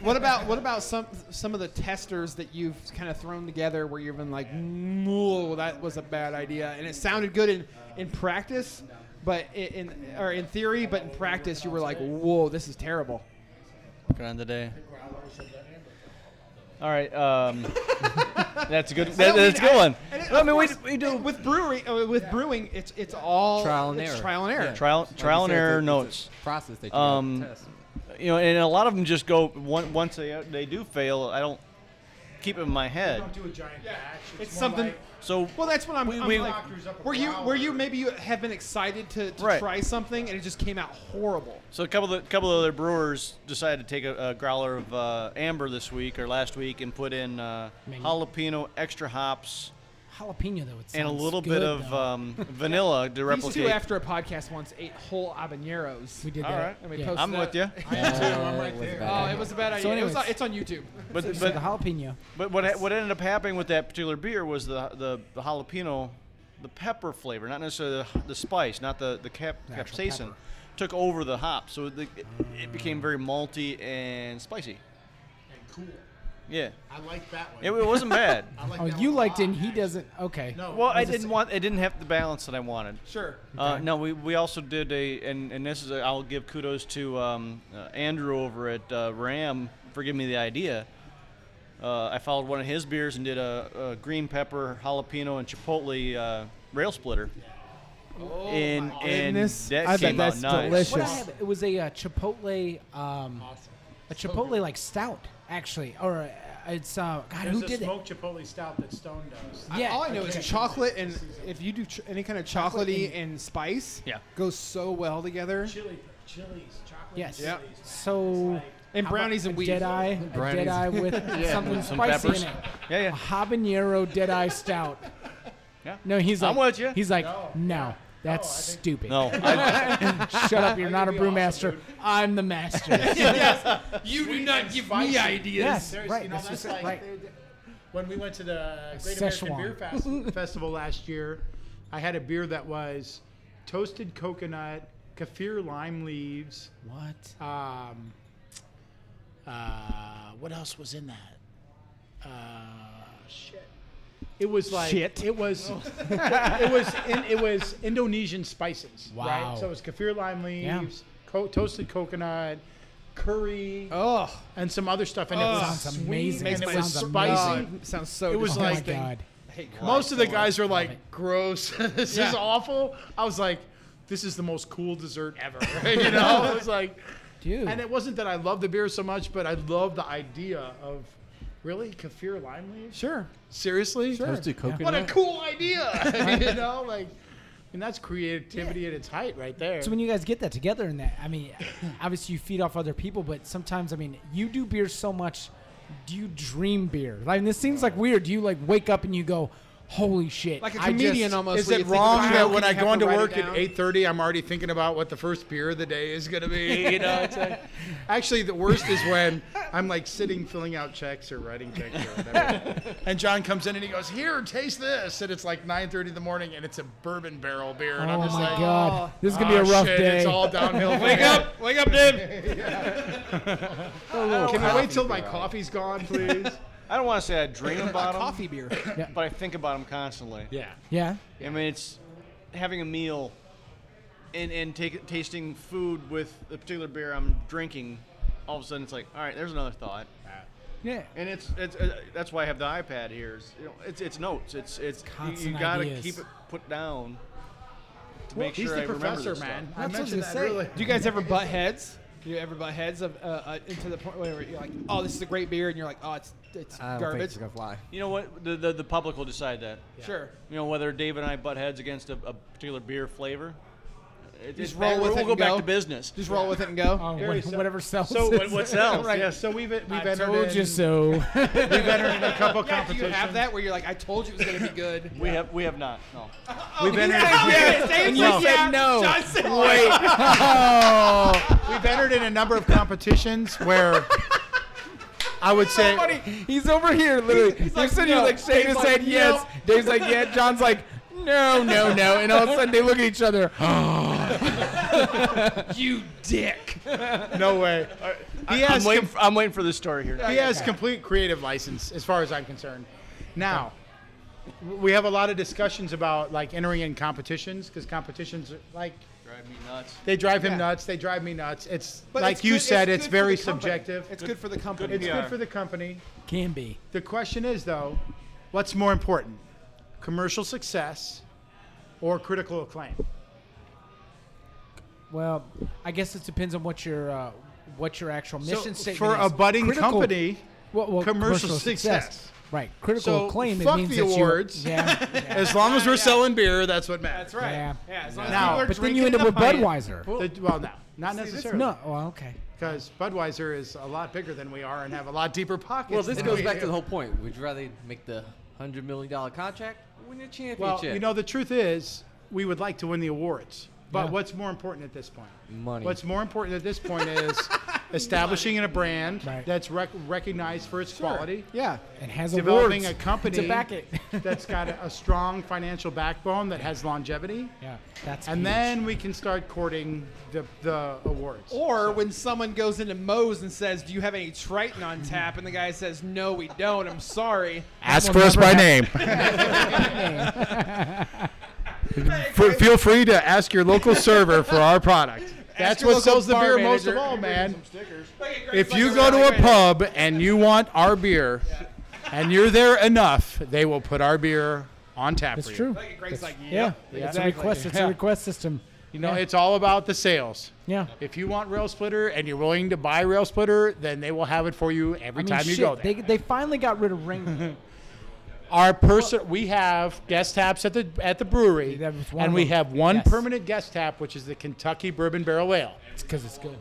S1: What about what about some some of the testers that you've kind of thrown together where you've been like, "Whoa, that was a bad idea," and it sounded good in in practice, but i- in or in theory, but in practice, you were like, "Whoa, this is terrible."
S5: Grande day. All right, um, that's a good. That, that's a good one.
S1: And it-
S5: I
S1: of
S5: mean, we,
S1: course,
S5: we do
S1: with brewery uh, with brewing. It's it's all
S3: Trial and
S1: it's
S3: error.
S1: Trial and error.
S3: Yeah.
S5: trial
S3: Like you
S5: trial and
S3: said, it's a-
S5: error
S3: it's a
S5: notes.
S3: process that you
S5: Um,
S3: gotta test.
S5: You know, and a lot of them just go one, once they they do fail. I don't keep it in my head.
S4: do a giant batch.
S1: It's, something.
S5: So
S1: well, that's what I'm.
S5: We-
S1: I'm
S5: we-
S1: like,
S4: Doctors up a
S1: where you where you
S4: flower.
S1: maybe you have been excited to, to
S5: Right.
S1: try something and it just came out horrible.
S5: so a couple of the, couple of other brewers decided to take a, a growler of uh, amber this week or last week and put in uh,
S2: Mango.
S5: jalapeno extra hops
S2: jalapeno though. It
S5: and a
S2: sounds
S5: little
S2: good,
S5: bit of
S2: though.
S5: um, vanilla to
S1: These two
S5: replicate.
S1: after a podcast once ate whole habaneros.
S2: we did
S5: all
S2: that.
S5: right.
S1: And we
S2: Yeah.
S1: posted
S5: I'm
S1: that.
S5: with you,
S3: Uh, with a bad
S1: Oh,
S3: idea.
S1: it was a bad idea.
S2: So
S1: It was
S2: anyways.
S1: on- it's on YouTube.
S5: but
S2: So
S5: but
S2: the jalapeno.
S5: But what what ended up happening with that particular beer was the the, the jalapeno, the pepper flavor, not necessarily the, the spice, not the the cap,
S2: actual
S5: capsaicin,
S2: pepper. Mm.
S5: took over the hop, so the, it, it became very malty and spicy.
S4: cool.
S5: Yeah,
S4: I like that one.
S5: it, it wasn't bad.
S4: I like
S2: Oh,
S4: that
S2: you
S4: one a
S2: liked it.
S4: lot.
S2: and He doesn't. Okay.
S4: No.
S5: Well, I
S2: Was it
S5: didn't want. It didn't have the balance that I wanted.
S1: Sure.
S5: Uh, no, we, we also did a and, and this is a, I'll give kudos to um, uh, Andrew over at uh, Ram for giving me the idea. Uh, I followed one of his beers and did a, a green pepper jalapeno and chipotle uh, rail splitter. Oh and, my and
S10: goodness.
S5: that
S10: I bet
S5: came out
S10: that's
S5: nice.
S10: delicious.
S2: What I had, it was a uh, chipotle, um, a chipotle like stout actually, or uh, it's uh, God,
S4: There's
S2: who
S4: a
S2: did it?
S4: smoked chipotle stout that Stone does.
S1: I-
S2: Yeah.
S1: all I know is chocolate and if you do ch- any kind of chocolatey and spice,
S5: Yeah.
S1: goes so well together.
S4: Chili, chilies, chocolate.
S2: Yes.
S1: Yeah.
S2: So.
S1: And
S2: how about
S1: brownies and
S2: a
S1: wheat.
S2: Deadeye, a
S3: Brownies.
S2: Deadeye with something
S5: Some
S2: spicy
S5: peppers.
S2: in it.
S5: Yeah,
S2: A
S5: yeah.
S2: habanero Deadeye Stout.
S5: Yeah.
S2: No, he's like,
S5: I'm with ya.
S2: He's like, no, that's stupid.
S5: No, I,
S2: Shut up, you're not a brewmaster. I'm the master.
S1: You do not give me ideas.
S2: yes,
S4: There's,
S2: right.
S4: you know,
S2: that's
S4: that's
S2: just it,
S4: like
S2: right.
S4: when we went to the Great
S2: Szechuan.
S4: American Beer Fest- Festival last year, I had a beer that was toasted coconut, kaffir lime leaves.
S2: What?
S4: Um, uh, what else was in that? Uh, shit. It was like
S1: Shit.
S4: it was
S2: Oh.
S4: it was in, it was Indonesian spices.
S2: Wow.
S4: Right? So it was kaffir lime
S2: Yeah.
S4: leaves, co- toasted coconut, curry,
S1: Oh,
S4: and some other stuff, and it
S1: Oh,
S4: was
S2: sounds
S4: sweet,
S2: amazing.
S4: and
S2: Makes
S4: it was
S2: my
S4: spicy.
S1: God, sounds so.
S4: It was
S2: Oh
S1: disgusting.
S2: my
S4: like-
S2: god.
S4: Most of the guys were like, "Gross! this
S1: Yeah.
S4: is awful." I was like, "This is the most cool dessert ever." you know, it was like,
S2: Dude.
S4: and it wasn't that I loved the beer so much, but I loved the idea of really kaffir lime leaves.
S1: sure.
S4: Seriously,
S3: Toasted coconut.
S4: what a cool idea! you know, like And that's creativity at its height right there.
S2: So when you guys get that together and that, I mean, obviously you feed off other people, but sometimes, I mean, you do beer so much. Do you dream beer? Like this seems like weird. Do you like wake up and you go, "Holy shit!"
S1: Like a
S2: I
S1: comedian
S2: just-
S1: almost.
S4: is
S1: where
S4: it
S1: you think
S4: wrong
S1: about how
S4: that
S1: can
S4: when
S1: you
S4: I
S1: have
S4: go into
S1: write it
S4: work at
S1: down?
S4: 8:30, I'm already thinking about what the first beer of the day is going to be? You know, it's like, actually, the worst is when I'm like sitting, filling out checks or writing checks or whatever, and John comes in and he goes, "Here, taste this," and it's like 9:30 in the morning, and it's a bourbon barrel beer, and I'm
S2: Oh
S4: just
S2: my
S4: like,
S2: god, this is gonna
S4: "Oh,
S2: be a rough
S4: shit,
S2: day.
S4: It's all downhill.
S1: Oh,
S4: from
S5: Wake
S4: here."
S5: up! Wake up, Dib!
S4: Can I wait till my Oh, coffee's gone, please?
S5: I don't want to say I dream about them,
S1: Coffee beer.
S5: but I think about them constantly.
S4: yeah.
S2: yeah.
S5: I mean, it's having a meal and and take, tasting food with the particular beer I'm drinking. All of a sudden, it's like, all right, there's another thought,
S2: Yeah.
S5: and it's it's uh, that's why I have the iPad here. It's, you know, it's, it's notes. It's it's you- you
S2: Constant
S5: gotta
S2: ideas.
S5: keep it put down to
S4: Well,
S5: make sure
S4: he's the
S5: I remember
S4: professor,
S5: this stuff.
S4: man. I
S2: That's what I was
S4: mentioned
S2: gonna
S4: that
S2: say.
S4: earlier.
S1: Do you guys ever butt heads? Do you ever butt heads of, uh, uh, into the point where you're like, oh, this is a great beer, and you're like, oh, it's it's
S3: I don't think
S1: garbage.
S3: it's gonna fly.
S5: You know what? The, the the public will decide that.
S1: Sure.
S5: You know whether David and I butt heads against a, a particular beer flavor. It,
S1: Just
S5: it-
S1: roll with
S5: we'll
S1: it
S5: We'll
S1: and
S5: go back
S1: go.
S5: to business.
S1: Just roll with it and go.
S2: Oh,
S4: Very
S2: what-
S4: so-
S2: whatever sells.
S4: So
S2: it.
S4: what-
S5: What's else?
S4: Right.
S5: Yes.
S4: So we've we've
S2: I
S4: entered
S2: told
S4: in,
S2: you so.
S4: we've entered in a couple
S1: Do
S4: competitions.
S1: you have that where you're like, I told you it was gonna be good?
S5: We have we have not. No.
S4: We've entered.
S1: Same
S2: you said no.
S4: We've entered in a number of competitions where I would say
S2: He's over here, literally. He's,
S1: like,
S2: sitting here
S1: no.
S2: like Shane
S1: Dave's
S2: has
S1: like,
S2: said yes. Dave's like yeah. John's like no, no, no. And all of a sudden they look at each other.
S1: you dick.
S4: no way. He
S5: I'm
S4: has
S5: waiting,
S4: com-
S5: for, I'm waiting for this story here.
S4: he has complete creative license as far as I'm concerned. Now, we have a lot of discussions about like entering in competitions because competitions are, like
S5: Drive me nuts.
S4: they drive him nuts, they drive me nuts. It's
S1: But
S4: like
S1: it's
S4: you
S1: good-
S4: said,
S1: it's
S4: it's,
S1: good for
S4: very
S1: the company.
S4: subjective.
S1: It's good for the company.
S4: It's
S5: PR.
S4: good for the company.
S2: Can be.
S4: The question is, though, what's more important, commercial success or critical acclaim?
S2: Well, I guess it depends on what your uh, what your actual
S4: So,
S2: mission statement
S4: for
S2: is.
S4: a budding
S2: Critical-
S4: company,
S2: well, well,
S4: commercial success.
S2: Right. Critical
S4: So,
S2: acclaim.
S4: fuck
S2: it means
S4: the
S2: that you-
S4: awards.
S2: Yeah. yeah,
S4: as long as we're selling beer, that's what matters.
S1: That's right.
S2: Yeah.
S1: Yeah. as long
S4: Now-
S1: as people are
S2: But then you
S1: drinking
S2: end up
S1: the
S2: with
S1: pint.
S2: Budweiser.
S4: The- well, no, not necessarily,
S2: No. Well, okay.
S4: because Budweiser is a lot bigger than we are and have a lot deeper pockets.
S3: Well, this
S4: than
S3: goes
S4: we
S3: back to
S4: do.
S3: the whole point. Would you rather make the hundred million dollar contract, or win the championship?
S4: Well, you know, the truth is, we would like to win the awards, but
S2: Yeah.
S4: what's more important at this point?
S3: money.
S4: What's more important at this point is establishing a brand
S2: Right.
S4: that's rec- recognized for its quality.
S1: Yeah.
S2: It has
S4: Developing
S2: awards
S4: a company
S2: to back it.
S4: that's got a, a strong financial backbone that has longevity.
S2: yeah. That's
S4: And
S2: huge.
S4: then we can start courting the, the awards.
S1: Or when someone goes into Moe's and says, "Do you have any Triton on tap?" and the guy says, "No, we don't. I'm sorry."
S4: Ask
S2: That will for us never by
S4: name. feel free to ask your local server for our product. That's
S1: your
S4: what
S1: local
S4: sells the
S1: bar
S4: beer most
S1: manager.
S4: of all, man.
S1: Like, it's
S4: If
S1: like
S4: you go to a
S1: really
S4: pub and you want our beer, and you're there enough, they will put our beer on tap
S2: That's
S4: for you.
S2: true.
S1: great. Like, Greg's like,
S2: Yeah.
S1: "Yep."
S2: It's
S4: exactly.
S2: a request. It's
S4: Yeah.
S2: a request system.
S4: You know,
S2: Yeah.
S4: it's all about the sales.
S2: Yeah.
S4: If you want Rail Splitter and you're willing to buy Rail Splitter, then they will have it for you every
S2: I mean,
S4: time
S2: shit,
S4: you go there.
S2: They, they finally got rid of Ring.
S4: Our person, we have guest taps at the at the brewery,
S2: That was one
S4: and
S2: of
S4: we
S2: them.
S4: have one
S2: Yes.
S4: permanent guest tap, which is the Kentucky Bourbon Barrel Ale.
S2: it's because it's good.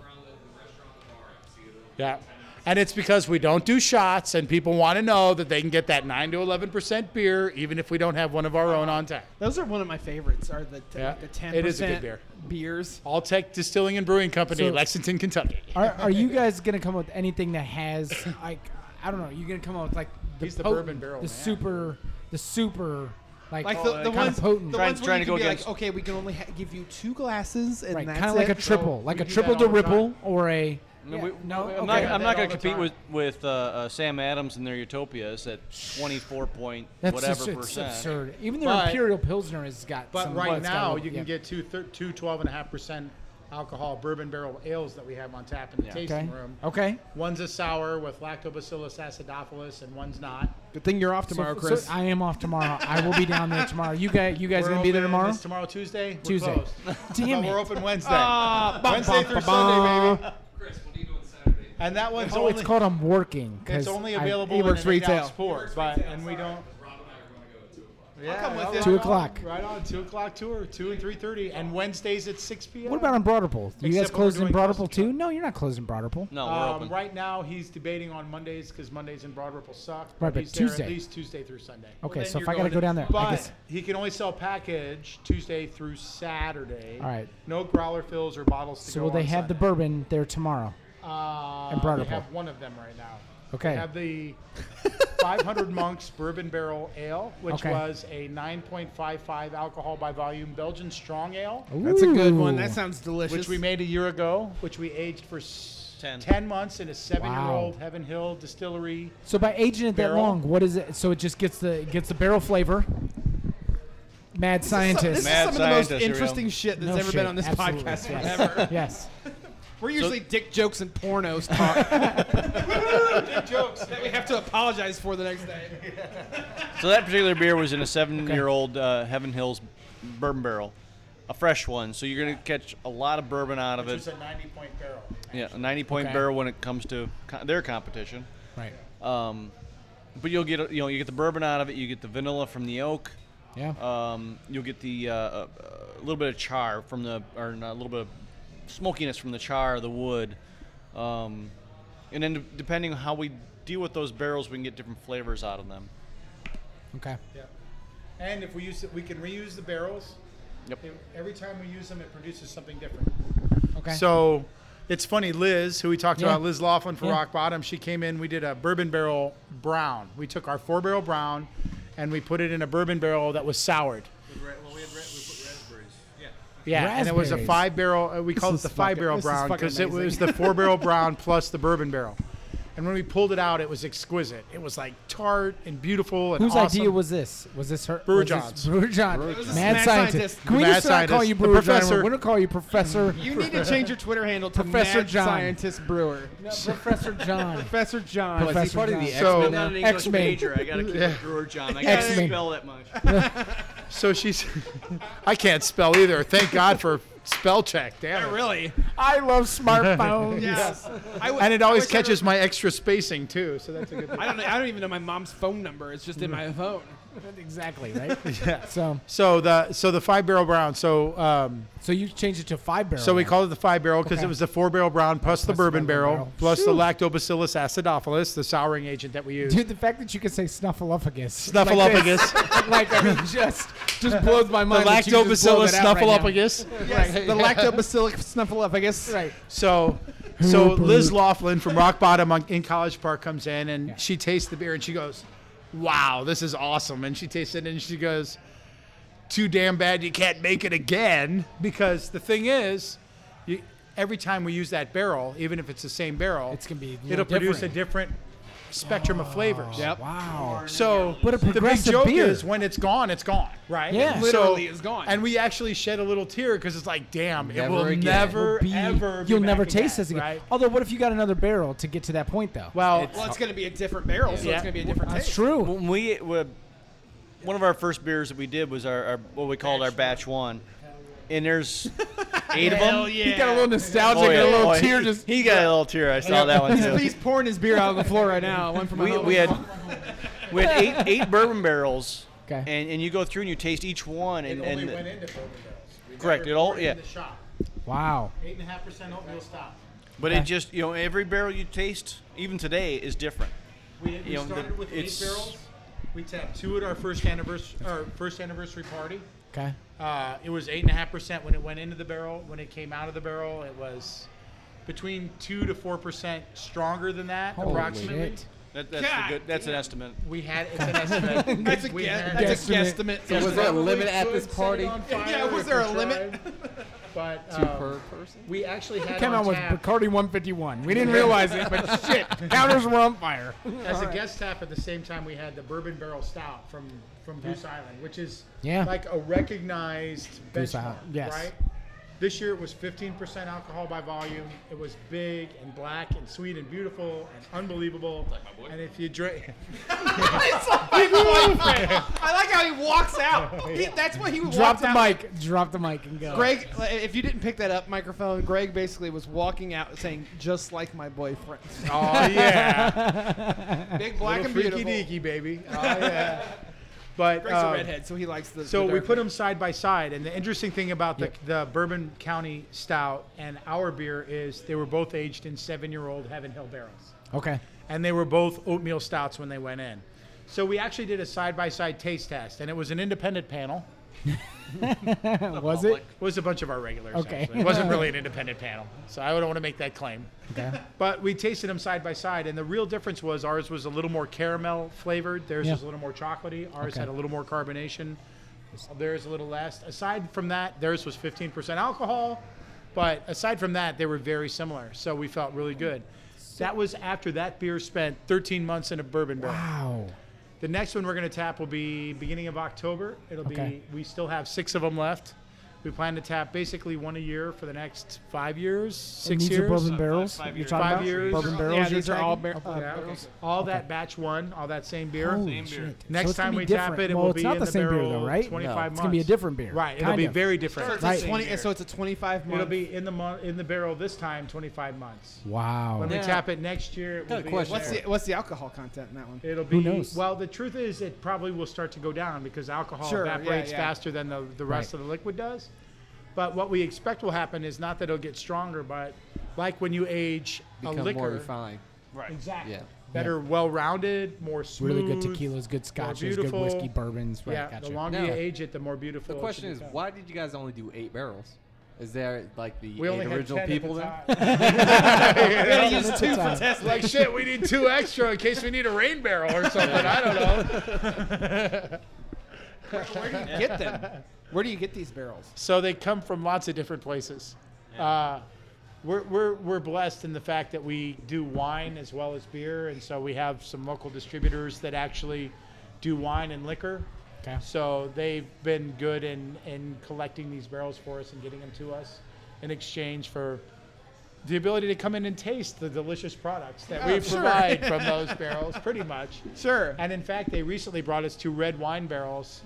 S4: Yeah, and it's because we don't do shots, and people want to know that they can get that nine to eleven percent beer, even if we don't have one of our own on tap.
S1: Those are one of my favorites. Are the
S4: Yeah.
S1: the ten
S4: It is a good
S1: percent
S4: beer.
S1: beers?
S4: Alltech Distilling and Brewing Company,
S2: So-
S4: Lexington, Kentucky.
S2: Are, are you guys gonna come up with anything that has like I don't know? You're gonna come up with like the,
S4: He's the
S2: potent,
S4: bourbon barrel
S2: the
S4: man.
S2: super, the super like,
S1: Like the, the
S2: kind
S1: ones,
S2: of potent,
S1: the
S5: Trying-
S1: ones where
S5: trying
S1: you
S5: to
S1: can
S5: go
S1: be
S5: against-
S1: like, okay, we can only ha- give you two glasses, and
S2: right?
S1: that's
S2: Kind of like a
S1: it."
S2: triple, like
S4: we
S2: a
S4: do
S2: triple
S4: that all
S2: to
S4: the time.
S2: ripple or a
S5: No, we-
S2: no.
S5: I'm not,
S2: okay.
S5: I'm not
S4: that
S5: going
S4: all
S5: to
S4: the
S5: compete
S4: time.
S5: with with uh, uh, Sam Adams and their Utopias at 24 point
S2: That's
S5: whatever
S2: just- it's
S5: percent.
S2: absurd. Even their
S4: But-
S2: imperial pilsner has got.
S4: But
S2: some,
S4: right
S2: it's got a
S4: now,
S2: little-
S4: you can
S2: yeah.
S4: get two thir- two twelve and a half percent alcohol bourbon barrel ales that we have on tap in the tasting
S2: okay.
S4: room.
S2: Okay.
S4: One's a sour with lactobacillus acidophilus, and one's not.
S1: Good thing you're off tomorrow,
S2: So- so
S1: Chris.
S2: I am off tomorrow. I will be down there tomorrow. You guys, you guys
S4: We're
S2: gonna be there
S4: open-
S2: tomorrow?
S4: It's tomorrow Tuesday. We're
S2: Tuesday.
S4: Closed.
S2: Damn
S4: but we're
S2: it!
S4: open Wednesday.
S1: Ah,
S4: Wednesday through Sunday, baby.
S7: Chris, what are you doing Saturday?
S4: And that one's
S2: Oh, it's
S4: only
S2: called I'm working. 'cause
S4: it's only
S2: I-
S4: available
S1: he
S4: in
S1: works
S4: an eight-ounce
S1: retail.
S4: pour, but and we don't.
S7: Rob and I are going to go at two o'clock.
S4: Yeah,
S1: come with
S4: well,
S1: you.
S4: right
S2: Two
S4: on,
S2: o'clock.
S4: Right on. Two o'clock tour. Two and three thirty, and Wednesdays at six p.m.
S2: What about on Broderpool? You guys
S4: Except when we're
S2: closed in
S4: doing
S2: Broderpool
S4: Cosmic
S2: too? No, you're not closed in Broderpool.
S5: No, we're
S4: Um,
S5: open.
S4: right now, he's debating on Mondays because Mondays in Broad Ripple suck.
S2: Right, but
S4: he's there
S2: Tuesday.
S4: at least Tuesday through Sunday.
S2: Okay,
S5: then
S2: so if
S5: you're
S2: I gotta
S5: going
S2: go
S5: to-
S2: down there, I
S4: But
S2: guess.
S4: he can only sell package Tuesday through Saturday.
S2: All right.
S4: No growler fills or bottles to
S2: So
S4: go
S2: will they
S4: on
S2: have the
S4: Sunday.
S2: bourbon there tomorrow?
S4: Uh,
S2: and Broad
S4: they
S2: Ripple?
S4: have one of them right now.
S2: Okay.
S4: They have the 500 Monks Bourbon Barrel Ale, which
S2: Okay.
S4: was a 9.55 alcohol by volume Belgian strong ale,
S1: That's a good one.
S2: Ooh.
S1: That sounds delicious.
S4: which we made a year ago, which we aged for s-
S5: Ten.
S4: 10 months in a seven-year-old Heaven Hill distillery.
S2: So by aging it that
S4: Barrel.
S2: long, what is it? So it just gets the it gets the barrel flavor. Mad scientist.
S1: This
S5: Mad
S1: is some of the most
S5: scientist, here we go.
S1: interesting shit that's
S2: No
S1: ever
S2: shit,
S1: been on this
S2: absolutely,
S1: podcast
S2: yes.
S1: ever.
S2: yes.
S1: We're usually dick jokes and pornos talk. dick jokes that we have to apologize for the next day.
S5: So that particular beer was in a seven-year-old uh, Heaven Hills bourbon barrel, a fresh one. So you're gonna catch a lot of bourbon out of
S4: It's
S5: it.
S4: a 90-point barrel.
S5: Yeah, a 90-point
S2: Okay.
S5: barrel when it comes to co- their competition.
S2: Right.
S5: Um, but you'll get a- you know you get the bourbon out of it. You get the vanilla from the oak.
S2: Yeah.
S5: Um, you'll get the uh, uh, a little bit of char from the or not, a little bit of smokiness from the char of the wood. Um, and then de- depending on how we deal with those barrels, we can get different flavors out of them.
S2: okay.
S4: Yeah. And if we use it, we can reuse the barrels.
S5: Yep.
S4: It- Every time we use them, it produces something different.
S2: Okay.
S9: So it's funny, Liz, who we talked
S2: Yeah.
S9: about, Liz Laughlin for
S2: Yeah.
S9: Rock Bottom, she came in, we did a bourbon barrel brown. We took our four barrel brown and we put it in a bourbon barrel that was soured. Yeah, and it was a
S2: Raspberries.
S9: five barrel. Uh, we called it
S1: is
S9: the five
S1: fucking-
S9: barrel
S1: this is
S9: brown
S1: fucking
S9: because it
S1: amazing.
S9: was the four barrel brown plus the bourbon barrel. And when we pulled it out, it was exquisite. It was like tart and beautiful and
S2: Whose
S9: awesome.
S2: idea was this? Was this her?
S9: Brewer
S2: was this
S9: John's.
S2: Brewer John.
S1: John's.
S2: Mad,
S1: Mad
S2: scientist.
S1: scientist.
S2: Can we
S9: Mad
S2: just not call
S9: scientist.
S2: you
S9: The
S2: Brewer John? We're
S9: professor.
S2: going to call you Professor
S1: You need to change your Twitter handle to
S2: Professor
S1: Mad
S2: John.
S1: Scientist Brewer.
S2: Professor John.
S1: Professor John.
S2: Professor John.
S9: So-
S5: I'm not an English
S2: uh, X-Men.
S5: major. I gotta keep
S9: Yeah.
S5: it Brewer John. I can't
S2: X-Men.
S5: spell that much.
S9: So she's, I can't spell either. Thank God for spell check. Damn. it.
S1: Really?
S2: I love smartphones.
S1: Yes. I w-
S9: And it always
S1: I wish I
S9: catches
S1: were-
S9: my extra spacing too, so that's a good.
S1: I don't. know- I don't even know my mom's phone number. It's just in my phone.
S2: Exactly, right? yeah. So,
S9: So the so the five barrel brown. So um,
S2: so you changed it to five barrel.
S9: so we
S2: now.
S9: called it the five barrel because
S2: Okay.
S9: it was the four barrel brown plus, the
S2: plus the
S9: bourbon
S2: bourbon
S9: barrel,
S2: barrel.
S9: plus the lactobacillus acidophilus, the souring agent that we use.
S2: Dude, the fact that you could say snuffleupagus.
S9: Snuffleupagus.
S2: Like, I mean, just, just blows my mind. that you just blow
S9: lactobacillus
S2: that out right now.
S9: snuffleupagus.
S1: The lactobacillus snuffleupagus.
S2: Right.
S9: So, so Liz Laughlin from Rock Bottom on, in College Park comes in and she tastes the beer and she goes, "Wow, this is awesome!" And she tastes it and she goes, "Too damn bad you can't make it again." Because the thing is, you, every time we use that barrel, even if it's the same barrel,
S2: It's gonna be a little
S9: it'll produce a
S2: different.
S9: different spectrum of flavors.
S2: Wow.
S9: So,
S2: What a
S9: the big
S2: progressive
S9: joke
S2: beer.
S9: is when it's gone, it's gone, right?
S2: Yeah. It
S1: literally
S9: so,
S1: is gone.
S9: And we actually shed a little tear because it's like, damn, it
S3: Never
S9: will
S3: again.
S9: never,
S2: Be-
S9: ever. be
S2: you'll
S9: back
S2: never taste
S9: again,
S2: this again.
S9: Right?
S2: Although, what if you got another barrel to get to that point, though?
S9: Well,
S1: Well, it's going to be a different barrel, so
S9: Yeah.
S1: it's going to be a different
S2: that's
S1: taste.
S2: true.
S5: When we were, one of our first beers that we did was our, our what we called our batch one, and there's eight of them.
S1: yeah.
S2: He got a little nostalgic
S5: Oh, yeah.
S2: and a little
S5: Oh, he-
S2: tear just.
S5: He got a little tear. I saw that one too.
S1: He's pouring his beer out on the floor right now. One for my
S5: We,
S1: home.
S5: we had we had eight eight bourbon barrels,
S2: Okay.
S5: and and you go through and you taste each one, and,
S4: Only
S5: and
S4: went into bourbon barrels. We
S5: Correct,
S4: never
S5: it all-
S4: poured in
S5: yeah.
S4: the shop.
S2: Wow.
S4: 8.5% oatmeal stop.
S5: but it just you know every barrel you taste, even today, is different.
S4: We, we
S5: You know, the-
S4: started with eight
S5: it's-
S4: barrels. We tapped two at our first anniversary, our first anniversary party.
S2: Okay.
S4: Uh, it was eight and a half percent when it went into the barrel. When it came out of the barrel, it was between two to four percent stronger than that,
S2: Holy
S4: approximately.
S2: shit.
S5: That, that's a good. That's an estimate.
S4: We had it's an estimate.
S1: that's a,
S4: we
S1: guess,
S4: had-
S1: that's a guesstimate.
S3: So was there a
S4: Probably
S3: limit at
S4: could
S3: this
S4: set it
S3: party?
S4: on fire
S1: Yeah, was
S4: if
S1: there
S4: we
S1: a limit?
S4: tried, But
S3: Two
S4: um,
S3: per person?
S4: we actually had
S2: Came
S4: on
S2: out with
S4: tap
S2: Bacardi 151. We didn't realize it, but shit, counters were on fire.
S4: as a guest tap at the same time we had the bourbon barrel stout from from Goose Island, which is
S2: Yeah.
S4: like a recognized
S2: Goose
S4: benchmark,
S2: Island, yes.
S4: right? This year it was 15% alcohol by volume. It was big and black and sweet and beautiful and unbelievable. And if you drink,
S1: I like how he walks out. He, that's what he
S2: Drop
S1: walked
S2: the
S1: out.
S2: mic. Drop the mic and go.
S1: Greg, uh, if you didn't pick that up, microphone. Greg basically was walking out saying, "Just like my boyfriend."
S9: Oh yeah,
S1: Big black and
S9: freaky
S1: beautiful.
S9: deaky baby. Oh yeah.
S4: But
S1: Greg's a
S4: um,
S1: redhead, so he likes the.
S4: so
S1: the
S4: we
S1: dark
S4: put
S1: one.
S4: them side by side, and the interesting thing about the, the Bourbon County Stout and our beer is they were both aged in seven-year-old Heaven Hill barrels,
S2: Okay.
S4: and they were both oatmeal stouts when they went in. So we actually did a side-by-side taste test, and it was an independent panel.
S2: was it?
S4: It was a bunch of our regulars.
S2: Okay.
S4: actually. It wasn't really an independent panel, so I don't want to make that claim.
S2: Okay.
S4: But we tasted them side by side, and the real difference was ours was a little more caramel flavored. Theirs
S2: Yeah.
S4: was a little more chocolatey. Ours
S2: Okay.
S4: had a little more carbonation. Theirs a little less. Aside from that, theirs was 15% alcohol, but aside from that, they were very similar. So we felt really good. that was after that beer spent 13 months in a bourbon barrel.
S2: Wow.
S4: The next one we're going to tap will be beginning of October. It'll
S2: Okay.
S4: be we still have six of them left. We plan to tap basically one a year for the next five years, six
S2: These are
S4: years.
S2: bourbon barrels.
S5: five
S2: you're
S5: years.
S2: talking
S4: Five
S2: about
S4: years.
S2: bourbon
S4: Yeah,
S2: barrels.
S1: Yeah,
S2: you're
S1: these are all
S2: talking-
S1: bar-
S4: Yeah,
S1: uh,
S4: okay. All that batch one, all that same beer.
S2: Holy
S5: Same beer.
S2: shit.
S4: Next
S2: So it's gonna
S4: time
S2: be
S4: we
S2: different.
S4: tap it,
S2: well,
S4: it'll
S2: it's
S4: be
S2: not
S4: in
S2: the,
S4: the,
S2: same beer
S4: barrel
S2: though, right?
S4: 25
S3: No.
S4: months.
S2: It's gonna be a different beer.
S4: Right, it'll
S2: kind
S4: be
S2: of.
S4: very
S1: So
S4: different.
S1: it's,
S2: Right.
S1: a 20, so it's a 25 month.
S4: It'll be in the month, in the barrel this time, 25 months.
S2: Wow.
S4: When
S3: Now-
S4: we tap it next year, it will
S3: Got a
S4: be
S3: question
S1: What's
S3: for
S1: the, what's the alcohol content in that one?
S4: It'll be
S2: Who knows?
S4: well. The truth is, it probably will start to go down because alcohol
S1: Sure, yeah,
S4: evaporates
S1: yeah.
S4: faster than the, the rest
S2: Right.
S4: of the liquid does. But what we expect will happen is not that it'll get stronger, but like when you age a
S3: Become
S4: liquor,
S3: more refined.
S5: Right.
S4: exactly,
S3: Yeah.
S4: better, well-rounded, more smooth.
S2: Really good tequilas, good scotches, good
S4: beautiful.
S2: whiskey, bourbons. Right,
S4: Yeah,
S2: gotcha.
S4: the longer
S3: Now-
S4: you age it, the more beautiful.
S3: The
S4: it
S3: question
S4: should
S3: is,
S4: become.
S3: why did you guys only do eight barrels? Is there like the
S4: we
S3: eight
S4: only had
S3: original
S4: 10 at the
S3: people then?
S4: time.
S1: Gotta use
S2: That's
S1: two for
S2: a-
S1: test.
S4: like shit, we need two extra in case we need a rain barrel or something. I don't know.
S1: Where do you get them? Where do you get these barrels?
S4: So they come from lots of different places. Uh, we're, we're, we're blessed in the fact that we do wine as well as beer, and so we have some local distributors that actually do wine and liquor.
S2: Okay.
S4: So they've been good in, in collecting these barrels for us and getting them to us in exchange for the ability to come in and taste the delicious products that we provide from those barrels, pretty much.
S1: Sure.
S4: And in fact, they recently brought us two red wine barrels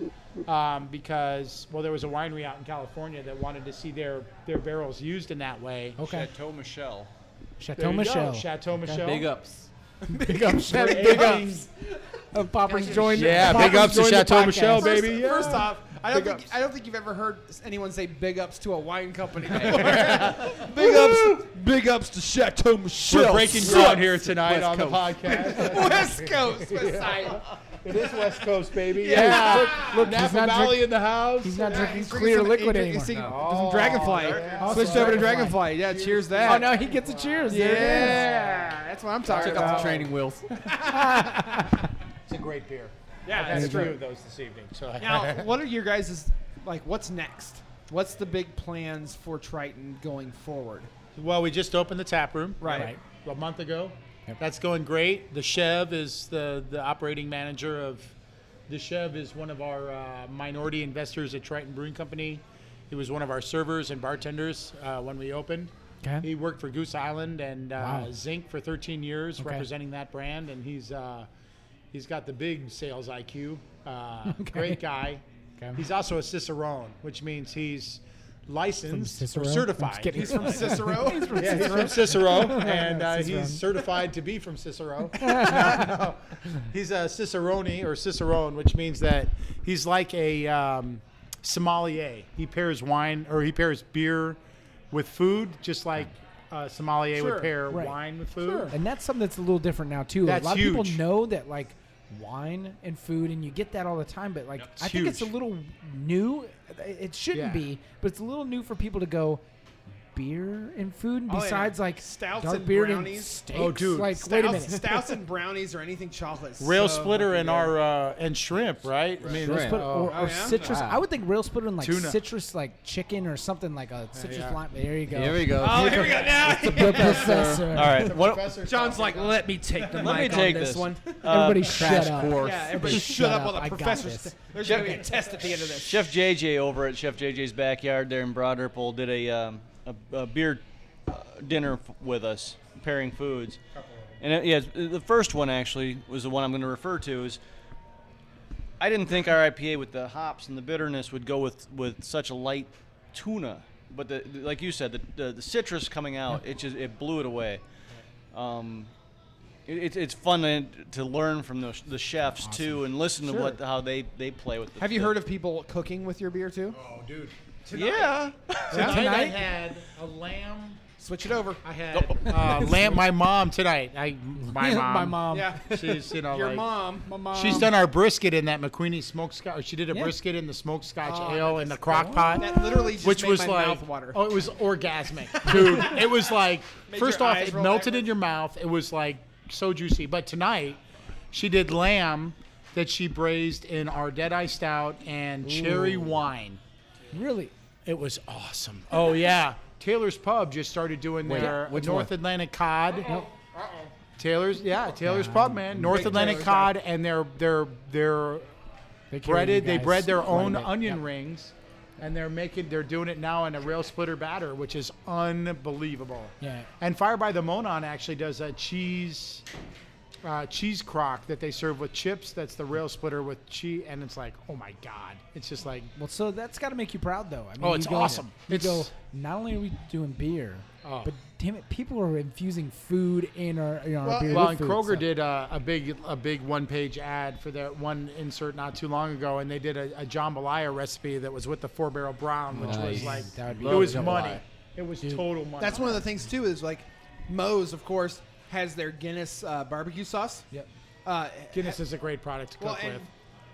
S4: um, because, well, there was a winery out in California that wanted to see their, their barrels used in that way.
S2: Okay.
S5: Chateau Michelle.
S2: Oh,
S4: There
S2: Chateau
S4: you go,
S2: Michel.
S4: Chateau Michel.
S3: Big ups.
S2: Big ups.
S4: Big ups.
S2: Uh, Poppers joined.
S4: Yeah, big ups to
S2: joined the
S4: Chateau
S2: podcast.
S4: Michel, baby.
S1: First,
S4: yeah.
S1: first off, I don't
S4: Big
S1: think I don't think you've ever heard anyone say big ups to a wine company. before. big ups, big ups to Chateau Michelle.
S4: We're breaking ground here tonight on the podcast.
S1: West Coast, West Side.
S4: it is West Coast, baby.
S2: Hey,
S4: Yeah.
S2: Look, look, he's
S4: Napa
S2: not,
S4: Valley
S2: drink,
S4: in the house.
S2: he's not drinking
S1: He's drinking
S2: clear
S1: some- he
S2: liquid
S1: drink-
S2: anymore.
S1: he's drinking some Dragonfly.
S2: Awesome.
S1: Switched over to Dragonfly. Yeah, cheers, that.
S2: Oh no, he gets a cheers. There it is.
S1: Yeah, that's what I'm talking
S3: Check out
S4: Oh.
S1: about.
S3: the training wheels.
S4: It's a great beer. I've
S1: Yeah,
S4: had a
S1: that's
S4: few
S1: true.
S4: of those this evening. So I-
S1: Now, what are your guys' like? What's next? What's the big plans for Triton going forward?
S4: Well, we just opened the tap room.
S1: Right.
S4: a month ago. That's going great. The Chev is the, the operating manager of. The Chev is one of our uh, minority investors at Triton Brewing Company. He was one of our servers and bartenders uh, when we opened.
S2: Okay.
S4: He worked for Goose Island and uh,
S2: Wow.
S4: Zinc for 13 years,
S2: Okay.
S4: representing that brand, and he's uh, he's got the big sales IQ. Uh, Great guy.
S2: Okay.
S4: He's also a cicerone, which means he's licensed, or
S2: Cicero. I'm just
S4: certified.
S2: kidding.
S4: He's from
S1: Cicero.
S4: yeah, he's from Cicero, and uh,
S2: Cicerone.
S4: he's certified to be from Cicero. No, he's a Cicerone or Cicerone, which means that he's like a um, sommelier. He pairs wine or he pairs beer with food, just like a sommelier
S1: Sure,
S4: would pair
S2: right.
S4: wine with food.
S2: And that's something that's a little different now too.
S4: That's
S2: a lot of
S4: huge.
S2: people know that like wine and food, and you get that all the time. But like, I think it's a
S4: huge.
S2: little new. It shouldn't
S4: Yeah.
S2: be, but it's a little new for people to go beer and food.
S1: yeah.
S2: besides like
S1: Stouts
S2: dark
S1: and
S2: beer and
S1: brownies.
S2: steaks.
S4: Oh, dude.
S2: Like,
S1: Stouts,
S2: wait a minute.
S1: stouts and brownies or anything chocolate.
S4: Rail
S1: so
S4: splitter
S1: fucking
S4: and
S1: good.
S4: our uh, and shrimp, right? I mean,
S2: Rail
S3: Shrimp.
S2: split- or, or
S1: Oh, yeah?
S2: citrus. I would think rail split in like
S4: Tuna.
S2: citrus, like chicken or something like a citrus
S4: yeah.
S2: lime. There you go.
S3: Here we go.
S1: Oh, here we go now.
S2: The professor.
S5: All right. What,
S1: John's like, let me take the
S5: let me
S1: mic
S5: take
S1: on this,
S5: this
S1: one.
S2: Everybody
S5: Uh,
S2: shut
S5: crash
S2: up.
S5: course.
S1: Yeah, everybody
S2: Shut
S1: shut up
S2: up,
S1: on
S2: I
S1: the
S2: got
S1: professor's.
S2: this.
S1: There's gonna be a test at the end of this.
S5: Chef JJ over at Chef JJ's backyard there in Broad Ripple did a, um, a, a beer uh, dinner f- with us, pairing foods. And it, yeah, it's- the first one actually was the one I'm going to refer to. Is I didn't think our IPA with the hops and the bitterness would go with with such a light tuna, but the, the- like you said, the, the the citrus coming out, it just it blew it away. Um, It, it's it's fun to, to learn from the, the chefs too, and listen to what how they, they play with. The,
S11: Have you heard of people cooking with your beer too?
S4: Oh, dude.
S5: Yeah.
S4: Tonight, I
S11: Tonight?
S4: had a lamb.
S11: Switch it over.
S4: I had uh, lamb. My mom tonight. I my mom.
S2: my mom.
S11: Yeah.
S4: She's you know
S11: Your
S4: like-
S11: mom. My mom.
S4: She's done our brisket in that McQueenie smoked scotch. Or she did a
S2: Yeah.
S4: brisket in the smoked scotch
S11: Oh,
S4: ale in the crock pot.
S11: That literally just
S4: which
S11: made my
S4: was like,
S11: mouth water.
S4: oh, it was orgasmic, dude. it was like, first
S11: your
S4: off,
S11: eyes
S4: it
S11: roll
S4: melted in
S11: backwards.
S4: your mouth. It was like so juicy. But tonight, she did lamb that she braised in our Deadeye Stout and cherry wine.
S2: Really?
S4: It was awesome. Oh yeah, Taylor's Pub just started doing
S2: Wait,
S4: their
S2: which
S4: North
S2: one?
S4: Atlantic cod. Taylor's, yeah, Taylor's Pub, man. North Atlantic cod, and their their their
S2: They carry
S4: breaded.
S2: you
S4: They
S2: guys
S4: bread their
S2: quite a
S4: own
S2: bit.
S4: onion
S2: Yep.
S4: rings, and they're making they're doing it now in a rail splitter batter, which is unbelievable.
S2: Yeah.
S4: And Fire by the Monon actually does a cheese uh, cheese crock that they serve with chips. That's the rail splitter with cheese, and it's like, oh my god, it's just like
S2: Well, so that's got to make you proud, though. I mean,
S4: Oh,
S2: you
S4: it's
S2: go-
S4: awesome. Oh.
S2: You go.
S4: It's-
S2: Not only are we doing beer, but damn it, people are infusing food in our, you know, our beer.
S4: Well,
S2: with
S4: and
S2: food,
S4: Kroger
S2: so-
S4: did a, a big a big one page ad for their one insert not too long ago, and they did a, a jambalaya recipe that was with the four barrel brown, which was
S2: Nice.
S4: like
S2: That would be
S4: it was
S2: jambalaya.
S4: money. It was total money.
S11: That's one of the things too. Is like, Moe's of course has their Guinness uh, barbecue sauce.
S2: Yep.
S11: Uh,
S4: Guinness is a great product to
S1: Well,
S4: cook
S1: and,
S4: with.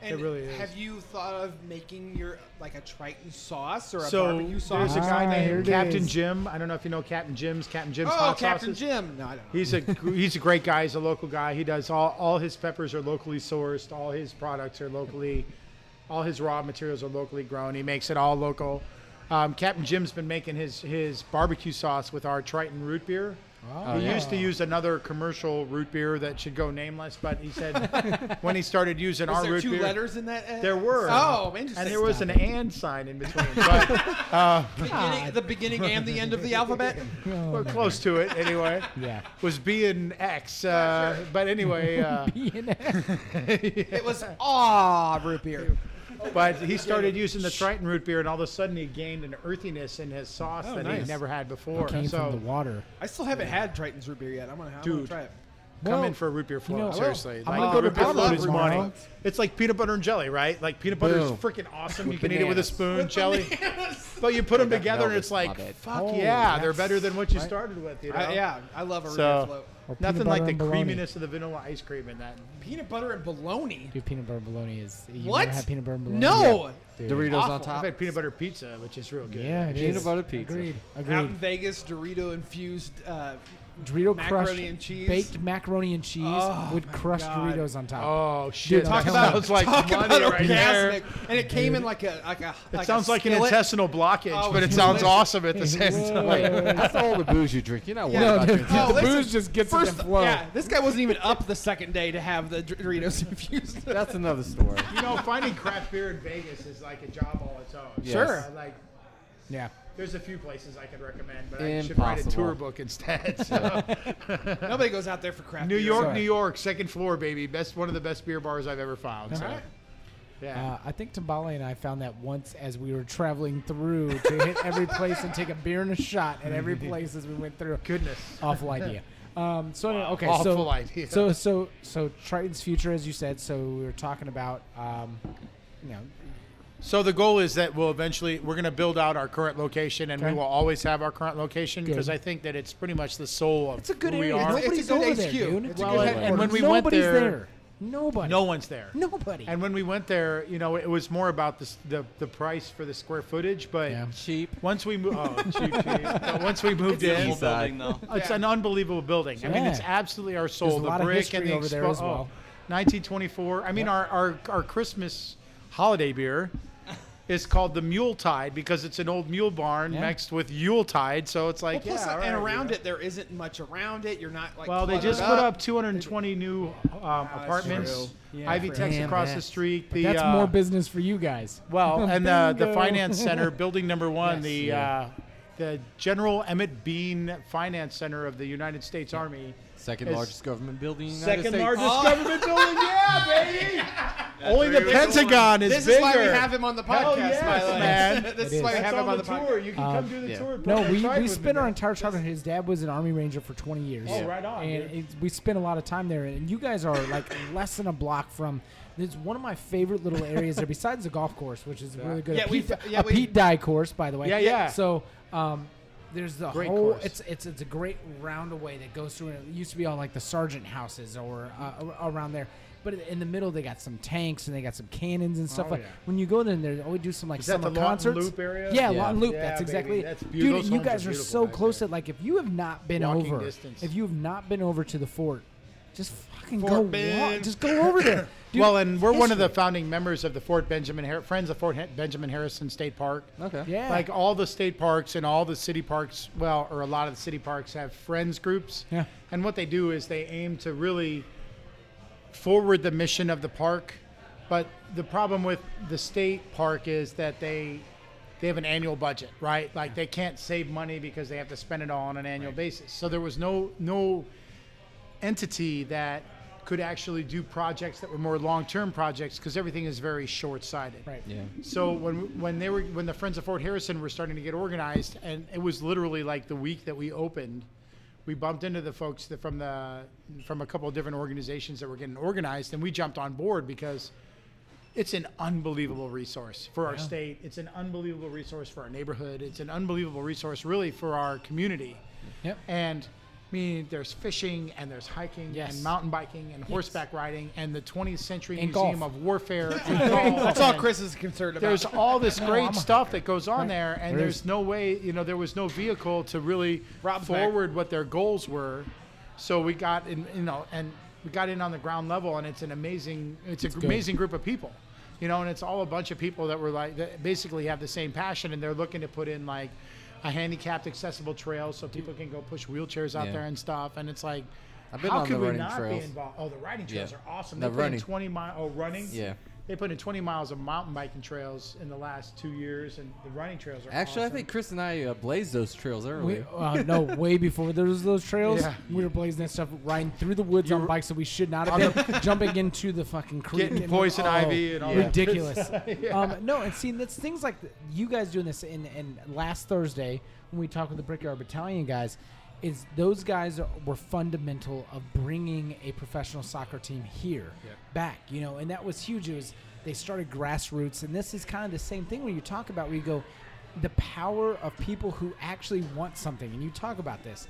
S1: and
S4: It really is.
S1: have you thought of making your like a Triton sauce or a
S4: So
S1: barbecue
S4: there's
S1: sauce?
S4: a guy
S2: Ah, here
S4: named
S2: it
S4: Captain
S2: is.
S4: Jim. I don't know if you know Captain Jim's Captain Jim's
S1: oh,
S4: hot
S1: Captain
S4: sauces.
S1: Jim. No, I don't know.
S4: He's a he's a great guy. He's a local guy. He does all all his peppers are locally sourced. All his products are locally, all his raw materials are locally grown. He makes it all local. Um, Captain Jim's been making his his barbecue sauce with our Triton root beer.
S1: Oh,
S4: he used to use another commercial root beer that should go nameless, but he said when he started using
S1: Is
S4: our
S1: there
S4: root
S1: two
S4: beer,
S1: letters in that? ad?
S4: there were
S1: Oh, interesting.
S4: and there was an and sign in between. But,
S1: Beginning- the beginning and the end of the alphabet.
S4: Well, close to it anyway.
S2: Yeah.
S4: Was B and X. Uh, But anyway, uh,
S1: It was ah root beer.
S4: but he started using the Triton root beer, and all of a sudden he gained an earthiness in his sauce that he never had before.
S2: Oh, Came
S4: so
S2: from the water.
S1: I still haven't had Triton's root beer yet. I'm gonna, I'm gonna
S4: Dude.
S1: try it.
S4: come
S2: Well,
S4: in for a root beer float.
S2: know, I will.
S4: seriously,
S2: I'm
S4: Like,
S2: gonna go to
S4: root beer
S2: Pablo's
S4: float is
S2: tomorrow.
S4: money. It's like peanut butter and jelly, right? Like peanut butter is
S2: Boom.
S4: freaking awesome. you can eat it with a spoon, jelly. But you put them
S3: that
S4: together, and
S3: velvet,
S4: it's like,
S3: my bad.
S4: fuck
S2: Oh,
S4: yeah, they're
S2: that's-
S4: better than what you
S2: right.
S4: started with. You know?
S1: I, yeah, I love a root
S4: So-
S1: beer float.
S2: Or peanut
S4: Nothing
S2: butter
S4: like the
S2: and bologna.
S4: creaminess of the vanilla ice cream in that.
S1: Peanut butter and bologna.
S2: Dude, peanut butter and bologna is. You
S1: What?
S2: Never had peanut butter and bologna?
S1: No.
S2: Yeah. Dude.
S3: Doritos on
S4: I've
S3: top.
S4: had peanut butter pizza, which is real good.
S2: Yeah, it
S3: Peanut
S2: is.
S3: butter pizza.
S2: Agreed.
S1: Out in
S2: Agreed.
S1: Vegas, Dorito infused. Uh,
S2: Dorito
S1: macaroni
S2: crushed,
S1: and cheese.
S2: baked macaroni and cheese
S1: Oh,
S2: with
S1: my
S2: crushed
S1: God.
S2: Doritos on top.
S4: Oh shit!
S2: Talk
S4: that
S2: about-
S4: sounds like
S1: talk
S4: money
S1: about
S4: right there.
S1: orgasmic. And it came in like a like a.
S4: It
S1: like a
S4: sounds like an
S1: skillet.
S4: intestinal blockage,
S1: Oh,
S4: but it
S1: it's
S4: sounds
S1: delicious.
S4: awesome at the same time.
S2: Whoa.
S3: That's all the booze you drink. You're not worried
S2: No,
S3: about
S2: no,
S3: drinking.
S1: Oh,
S2: the
S1: listen,
S2: booze just gets
S1: First,
S2: it to flow.
S1: yeah, this guy wasn't even up the second day to have the Doritos infused.
S3: That's another story.
S4: You know, finding craft beer in Vegas is like a job all its own.
S3: Sure.
S4: Uh, Like,
S2: Yeah.
S4: there's a few places I could recommend, but I should
S3: Impossible.
S4: write a tour book instead. So.
S1: Nobody goes out there for craft
S4: New
S1: beer.
S4: York,
S2: Sorry.
S4: New York, second floor, baby. Best one of the best beer bars I've ever found. So. Yeah.
S2: Uh, I think Tambale and I found that once as we were traveling through to hit every place and take a beer and a shot at every place as we went through.
S4: Goodness.
S2: Awful idea. Um, so anyway, okay,
S4: Awful
S2: so
S4: idea.
S2: so so so Triton's future, as you said. So we were talking about, um, you know,
S4: So the goal is that we'll eventually we're going to build out our current location, and
S2: Okay.
S4: we will always have our current location because
S2: Good.
S4: I think that it's pretty much the soul of
S2: it's a good
S4: who
S2: area.
S4: we are.
S2: Nobody's
S1: good
S2: over
S1: HQ.
S2: there, dude.
S1: It's
S4: a Well, good and- headquarters. and when we went
S2: nobody's
S4: there-
S2: nobody,
S4: no one's there.
S2: nobody.
S4: And when we went there, you know, it was more about the s- the, the price for the square footage, but
S2: Yeah.
S3: Cheap.
S4: once we moved, oh, cheap, cheap. But once we moved in,
S3: East side.
S5: though.
S4: it's an unbelievable building. I mean, it's
S2: Yeah.
S4: absolutely our
S2: There's
S4: soul.
S2: a
S4: the
S2: lot of
S4: brick and
S2: history
S4: the
S2: over there
S4: expo-
S2: as well.
S4: oh, 1924. I mean, our, our our Christmas holiday beer is called the Mule Tide because it's an old mule barn
S2: Yeah.
S4: mixed with Yule Tide, so it's like
S1: Well, plus,
S4: yeah, all
S1: and
S4: right,
S1: around
S4: you know.
S1: it, there isn't much around it. You're not like.
S4: Well, they
S1: cluttered
S4: just put up 220 new um, apartments. Ivy Tech's across the street. The
S2: That's
S4: uh,
S2: more business for you guys.
S4: Well, and the, the
S2: Bingo.
S4: finance center, building number one, the uh, the General Emmett Bean Finance Center of the United States Army.
S3: Second
S4: It's-
S3: largest government building in the
S1: "Oh."
S5: Second
S3: United States.
S5: largest
S4: government building, yeah, baby. Only the Pentagon is
S1: This
S4: bigger.
S1: is why we have him on the podcast,
S4: Hell yes,
S1: by the way.
S4: man.
S1: this
S2: It
S1: is why
S2: is.
S1: we
S4: That's
S1: have him
S4: on
S1: on
S4: the
S1: the podcast.
S4: tour. You can
S2: Um,
S4: come do the
S2: yeah.
S4: tour. and put
S2: No,
S4: that
S2: we,
S4: tribe
S2: we
S4: with
S2: spent
S4: me,
S2: our
S4: man.
S2: entire childhood. His dad was an Army Ranger for 20 years.
S4: Oh, right on,
S2: And
S4: dude.
S2: it, we spent a lot of time there. And you guys are like less than a block from. It's one of my favorite little areas there, besides the golf course, which is really good.
S1: Yeah,
S2: a
S1: we-
S2: Pete,
S1: yeah,
S2: a
S1: we-
S2: Pete Dye course, by the way.
S4: Yeah, yeah.
S2: So um, there's the
S4: Great
S2: whole.
S4: course.
S2: It's it's it's a great roundaway that goes through. And it used to be all like the sergeant houses or uh, ar- around there. But in the middle, they got some tanks and they got some cannons and stuff.
S4: Oh,
S2: like
S4: yeah.
S2: when you go in there, they always do some like
S4: Is that
S2: summer
S4: the Lawton
S2: concerts.
S4: Loop area?
S2: Yeah,
S3: Yeah.
S2: Lawton Loop.
S4: Yeah,
S2: that's
S4: baby,
S2: exactly it.
S4: that's beautiful.
S2: Dude,
S4: Those
S2: you
S4: homes
S2: guys
S4: are
S2: are
S4: beautiful
S2: so
S4: back
S2: close
S4: there.
S2: that like if you have not been
S4: Walking
S2: over,
S4: distance.
S2: if you have not been over to the fort, just fucking
S1: Fort
S2: go. Walk,
S1: Bend.
S2: just go over there. Dude,
S4: well, and we're one of the
S2: history.
S4: founding members of the Fort Benjamin Har- Friends of Fort Ha- Benjamin Harrison State Park.
S3: Oh, Okay.
S2: yeah,
S4: Like all the state parks and all the city parks, well, or a lot of the city parks have friends groups.
S2: Yeah.
S4: And what they do is they aim to really forward the mission of the park. But the problem with the state park is that they they have an annual budget, right? Like they can't save money because they have to spend it all on an annual basis. So there was no no entity that could actually do projects that were more long-term projects because everything is very short-sighted.
S2: Right.
S3: Yeah.
S4: So when when they were when the Friends of Fort Harrison were starting to get organized, and it was literally like the week that we opened, we bumped into the folks that from the from a couple of different organizations that were getting organized, and we jumped on board because it's an unbelievable resource for our state. It's an unbelievable resource for our neighborhood. It's an unbelievable resource, really, for our community.
S2: Yep.
S4: And I mean, there's fishing and there's hiking
S2: Yes.
S4: and mountain biking and horseback riding and the 20th Century
S2: And
S4: Museum
S2: golf.
S4: of Warfare. and golf
S1: That's all Chris is concerned about.
S4: there's all this great
S2: I'm a
S4: stuff that goes on there, and
S2: There
S4: there's
S2: is.
S4: no way, you know, there was no vehicle to really
S1: Rob's back.
S4: forward what their goals were. So we got in, you know, and we got in on the ground level, and it's an amazing, it's, an amazing group of people, you know, and it's all a bunch of people that were like, that basically have the same passion, and they're looking to put in like a handicapped accessible trail so people can go push wheelchairs out
S3: Yeah.
S4: there and stuff, and it's like.
S3: I've been
S4: How
S3: on
S4: could
S3: the
S4: we
S3: running
S4: not
S3: trails.
S4: be involved? Oh, the riding trails
S3: Yeah.
S4: are awesome.
S3: The
S4: they put in
S3: running.
S4: 20 mile, oh, running?
S3: Yeah.
S4: They put in 20 miles of mountain biking trails in the last two years, and the running trails are
S3: Actually, I
S4: awesome.
S3: think Chris and I uh, blazed those trails
S2: We,
S3: earlier.
S2: uh, no, way before there was those trails,
S4: Yeah.
S2: we were blazing that stuff, riding through the woods on bikes that we should not have been, jumping into the fucking creek,
S4: Getting
S2: and-
S4: poison
S2: oh,
S4: ivy and all that.
S2: ridiculous. um, no, and see, that's things like th- you guys doing this. And and last Thursday when we talked with the Brickyard Battalion guys, is those guys are, were fundamental of bringing a professional soccer team here back. You know, and that was huge. It was they started grassroots, and this is kind of the same thing when you talk about where you go. The power of people who actually want something, and you talk about this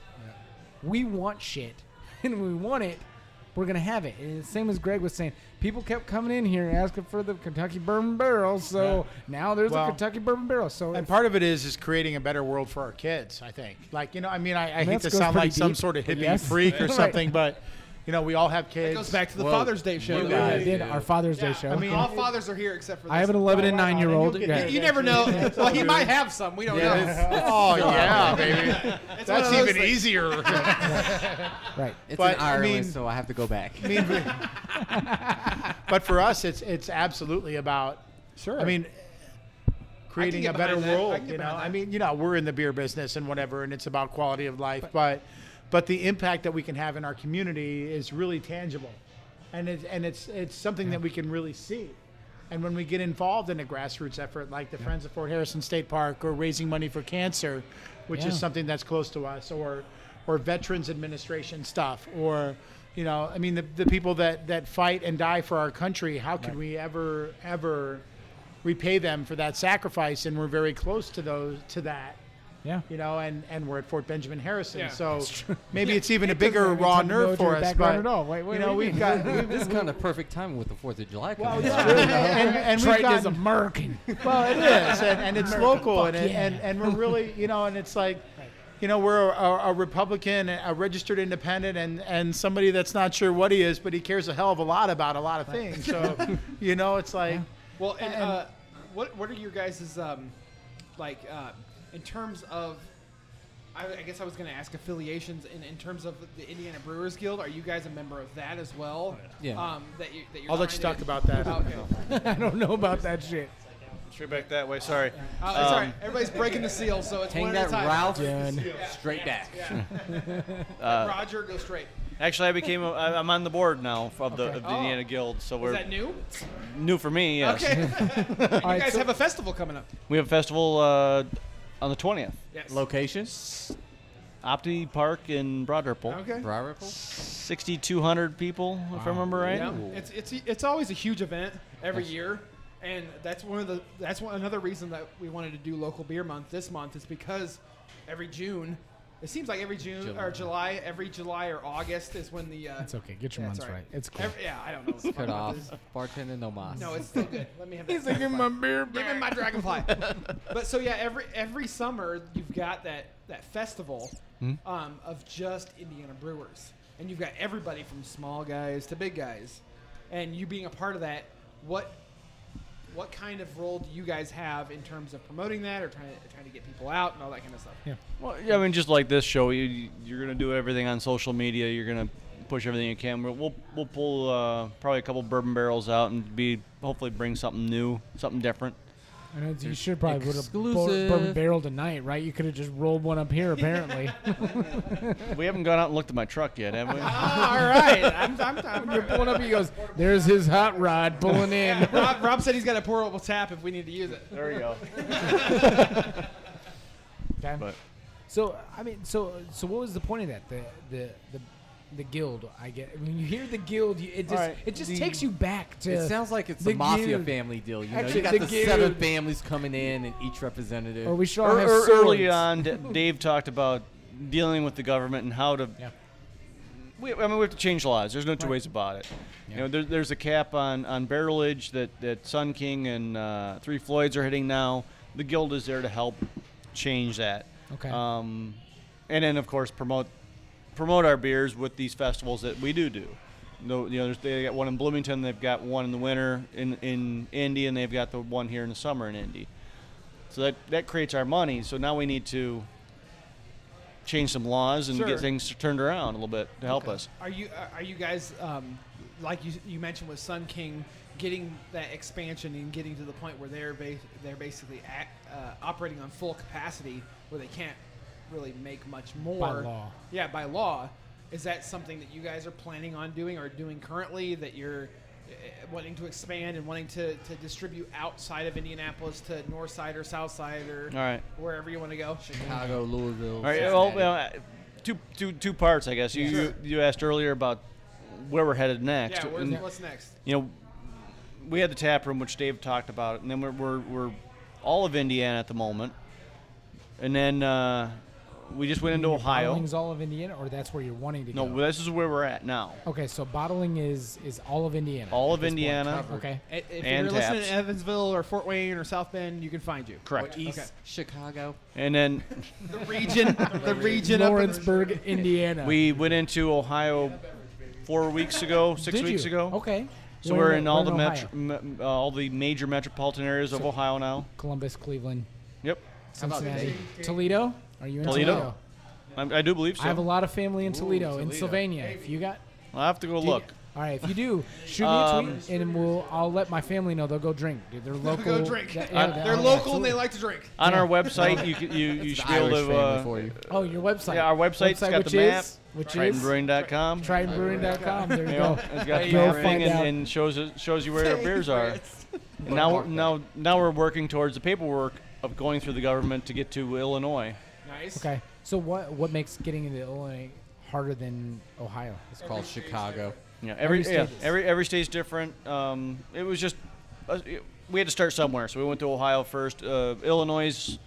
S2: we want shit and when we want it we're gonna have it and it's the same as greg was saying people kept coming in here asking for the kentucky bourbon barrel so now there's
S4: Well-
S2: a kentucky bourbon barrel so
S4: and part of it is is creating a better world for our kids. I think, like you know, I mean, I, I
S2: That
S4: hate to
S2: goes
S4: sound like
S2: pretty
S4: some
S2: deep,
S4: sort of
S2: but
S4: hippie
S2: yes.
S4: freak or
S2: Right.
S4: something, but you know, we all have kids.
S1: it goes back to the Father's Day show.
S3: You
S1: that we
S2: I
S3: guys.
S1: did.
S2: did our father's
S1: Yeah,
S2: day show
S4: I mean-
S1: all fathers are here except for. This
S2: I have an
S1: one.
S2: 11 and
S4: Oh, wow,
S2: 9 year
S4: then
S2: old
S4: you'll
S2: yeah.
S4: get-
S1: You never know. well, he might have some. We don't know.
S4: oh yeah, baby,
S1: It's one
S4: that's
S1: of those
S4: even
S1: things-
S4: easier.
S2: right
S3: It's
S4: But,
S3: in
S4: I
S3: Ireland,
S4: mean-
S3: so I have to go back.
S4: I mean, we- but for us, it's it's absolutely about. Sure. I mean, creating
S1: get
S4: a better
S1: behind that. I
S4: world.
S1: can get
S4: You know,
S1: behind that.
S4: I mean, you know, we're in the beer business and whatever, and it's about quality of life, but but the impact that we can have in our community is really tangible, and it's and it's it's something that we can really see. And when we get involved in a grassroots effort like the Friends of Fort Harrison State Park or raising money for cancer, which
S2: Yeah.
S4: is something that's close to us, or or Veterans Administration stuff, or you know, I mean, the, the people that, that fight and die for our country, how can we ever ever repay them for that sacrifice? And we're very close to those to that,
S2: yeah
S4: you know, and, and we're at Fort Benjamin Harrison,
S1: Yeah.
S4: so maybe it's even a
S2: doesn't
S4: bigger
S2: have
S4: raw
S2: anything to go
S4: nerve
S2: to
S4: for
S2: the
S4: us.
S2: background
S4: But
S2: at all. Wait, what
S4: you
S2: do
S4: know,
S2: you
S4: we've
S2: mean?
S4: got
S3: this is kind of perfect timing with the Fourth of July coming. up.
S4: and, and we've
S2: Trey is
S4: gotten
S2: American
S4: Well, it is, and, and it's local, and, it,
S2: yeah.
S4: and and we're really, you know, and it's like, you know, we're a, a, a Republican, a registered independent, and and somebody that's not sure what he is, but he cares a hell of a lot about a lot of things. So, you know, it's like,
S1: Well, and,
S4: And-
S1: uh, what what are your guys' um, like uh, in terms of? I, I guess I was going to ask affiliations in, in terms of the Indiana Brewers Guild. Are you guys a member of that as well?
S3: yeah. Yeah.
S1: Um, that you that you're
S4: I'll let
S1: trying
S4: you
S1: to-
S4: talk about that.
S1: Okay. Uh,
S2: i don't know about that shit
S5: Straight back that way. Sorry.
S1: Oh, it's all right. Everybody's breaking the seal, so it's
S3: Hang
S1: one
S3: that
S1: at a time.
S3: Ralph
S2: Done.
S3: straight back.
S1: Roger, go straight.
S5: Actually, I became a, I- I'm on the board now of the, of the Indiana Guild, so we're
S1: Is that new?
S5: new for me. Yes,
S1: Okay. you
S2: right,
S1: guys
S2: so-
S1: have a festival coming up.
S5: we have a festival uh, on the 20th.
S1: Yes.
S3: Location?
S5: Opti Park in Broad Ripple.
S1: Okay.
S3: Broad Ripple?
S5: 6,200 people, if I remember right.
S1: Yeah, it's it's it's always a huge event every year, and that's one of the that's one another reason that we wanted to do local beer month this month is because every June, it seems like every June or July, every July or August is when the. Uh,
S2: It's okay. Get your
S1: yeah,
S2: months
S1: it's all
S2: right.
S1: right.
S2: It's cool.
S1: every, yeah, I don't know. what the fuck
S3: Cut
S1: about
S3: off.
S1: this.
S3: Bartender no mas.
S1: No, it's still good. Let me have that.
S12: Give my beer
S1: Give me my dragonfly. but so yeah, every every summer you've got that that festival um, of just Indiana brewers, and you've got everybody from small guys to big guys, and you being a part of that. What what kind of role do you guys have in terms of promoting that or trying to, trying to get people out and all that kind of stuff?
S5: Well, yeah, I mean, just like this show, you, you're gonna do everything on social media. You're gonna push everything you can. We'll we'll, we'll pull uh, probably a couple bourbon barrels out and be hopefully bring something new, something different.
S2: I know you should probably would have bur- bourbon
S3: Exclusive.
S2: barrel tonight, right? You could have just rolled one up here, apparently.
S5: we haven't gone out and looked at my truck yet, have
S1: all
S5: we?
S1: right, I'm, I'm, I'm,
S2: You're pulling up, he goes, "There's his hot rod pulling in."
S1: Rob, Rob said he's got a portable tap if we need to use it.
S5: there we go.
S2: Okay.
S5: But-
S2: so I mean, so so what was the point of that? The the the, the guild. I get when you hear the guild, you, it just
S3: Alright,
S2: it just
S3: the-
S2: takes you back to.
S3: It sounds like it's
S2: the
S3: a mafia
S2: guild.
S3: family deal. You know,
S2: Actually,
S3: you got
S2: the
S3: the, seven
S2: guild.
S3: families coming in and each representative.
S2: or we should all
S5: Ear-
S2: have
S5: ear- er, early
S2: swords.
S5: on, D- Dave talked about dealing with the government and how to.
S2: Yeah.
S5: We, I mean, we have to change laws. There's no two ways about it. You know, there, there's a cap on, on barrelage that, that Sun King and uh, Three Floyds are hitting now. The guild is there to help change that.
S2: Okay.
S5: Um, and then of course promote promote our beers with these festivals that we do do. No, you know, there's- they got one in Bloomington. They've got one in the winter in in Indy, and they've got the one here in the summer in Indy. So that that creates our money. So now we need to change some laws and
S1: Sure.
S5: get things turned around a little bit to help us.
S1: Are you uh, are- are you guys um, like you you mentioned with Sun King getting that expansion and getting to the point where they're ba- they're basically at, uh, operating on full capacity where they can't really make much more
S2: law.
S1: Yeah, by law. Is that something that you guys are planning on doing or doing currently that you're uh, wanting to expand and wanting to, to distribute outside of Indianapolis to north side or south side or
S5: All right.
S1: wherever you want to go?
S3: Chicago, Louisville.
S5: All right. Well, well, uh, two, two, two parts, I guess. You, you you asked earlier about where we're headed next.
S1: Yeah, where's,
S5: and-
S1: what's next?
S5: you know, we had the tap room, which Dave talked about, and then we're, we're, we're all of Indiana at the moment, and then uh, we just went into
S2: You're
S5: Ohio.
S2: Bottling's all of Indiana, or that's where you're wanting to
S5: No,
S2: go.
S5: this is where we're at now.
S2: okay, so bottling is is all of Indiana.
S5: All
S2: at
S5: of
S2: this point.
S5: Indiana.
S2: Okay.
S1: If if
S5: And
S1: you're listening
S5: taps.
S1: to Evansville or Fort Wayne or South Bend, you can find you.
S5: Correct.
S3: East
S1: Okay.
S3: Chicago.
S5: And then
S1: region, the region up in the,
S2: Lawrenceburg, Indiana.
S5: we went into Ohio four weeks ago, six
S2: Did
S5: weeks
S2: you?
S5: ago.
S2: Okay.
S5: So
S2: Where-
S5: we're in all
S2: where
S5: the
S2: Ohio?
S5: metro, m- uh, all the major metropolitan areas of
S2: So-
S5: Ohio now.
S2: Columbus, Cleveland,
S5: Yep,
S3: about
S2: Cincinnati, Toledo. Are you in
S5: Toledo?
S2: Toledo?
S5: I, I do believe so.
S2: I have a lot of family in
S3: Ooh,
S2: Toledo, in
S3: Toledo.
S2: Pennsylvania. If you got,
S5: I'll have to go look.
S2: all right. If you do, shoot me a
S5: Um,
S2: tweet, and we'll I'll let my family know. They'll go drink. Dude, they're local.
S1: go drink.
S2: that-
S5: Uh,
S2: that-
S1: They're
S2: yeah,
S1: local and
S2: absolutely.
S1: they like to drink.
S5: On our website, you can- you you should be able
S3: Irish
S5: to.
S3: family
S5: Uh,
S3: for you.
S2: Oh, your website.
S5: Yeah, our website's got
S2: which
S5: the map.
S2: Is, which is
S5: TritonBrewing.com.
S2: TritonBrewing.com. There you
S5: Yeah,
S2: go.
S5: it's got the
S2: Go
S5: beer ring
S2: find
S5: and,
S2: out.
S5: and shows it- shows you where our beers are. And now we're- now now we're working towards the paperwork of going through the government to get to Illinois.
S1: Nice.
S2: Okay. So what what makes getting into Illinois harder than Ohio?
S3: It's called Chicago.
S5: Yeah, every
S2: Every
S5: yeah,
S2: state is.
S5: every every state's different. Um, it was just uh, it- we had to start somewhere, so we went to Ohio first. Uh, Illinois, is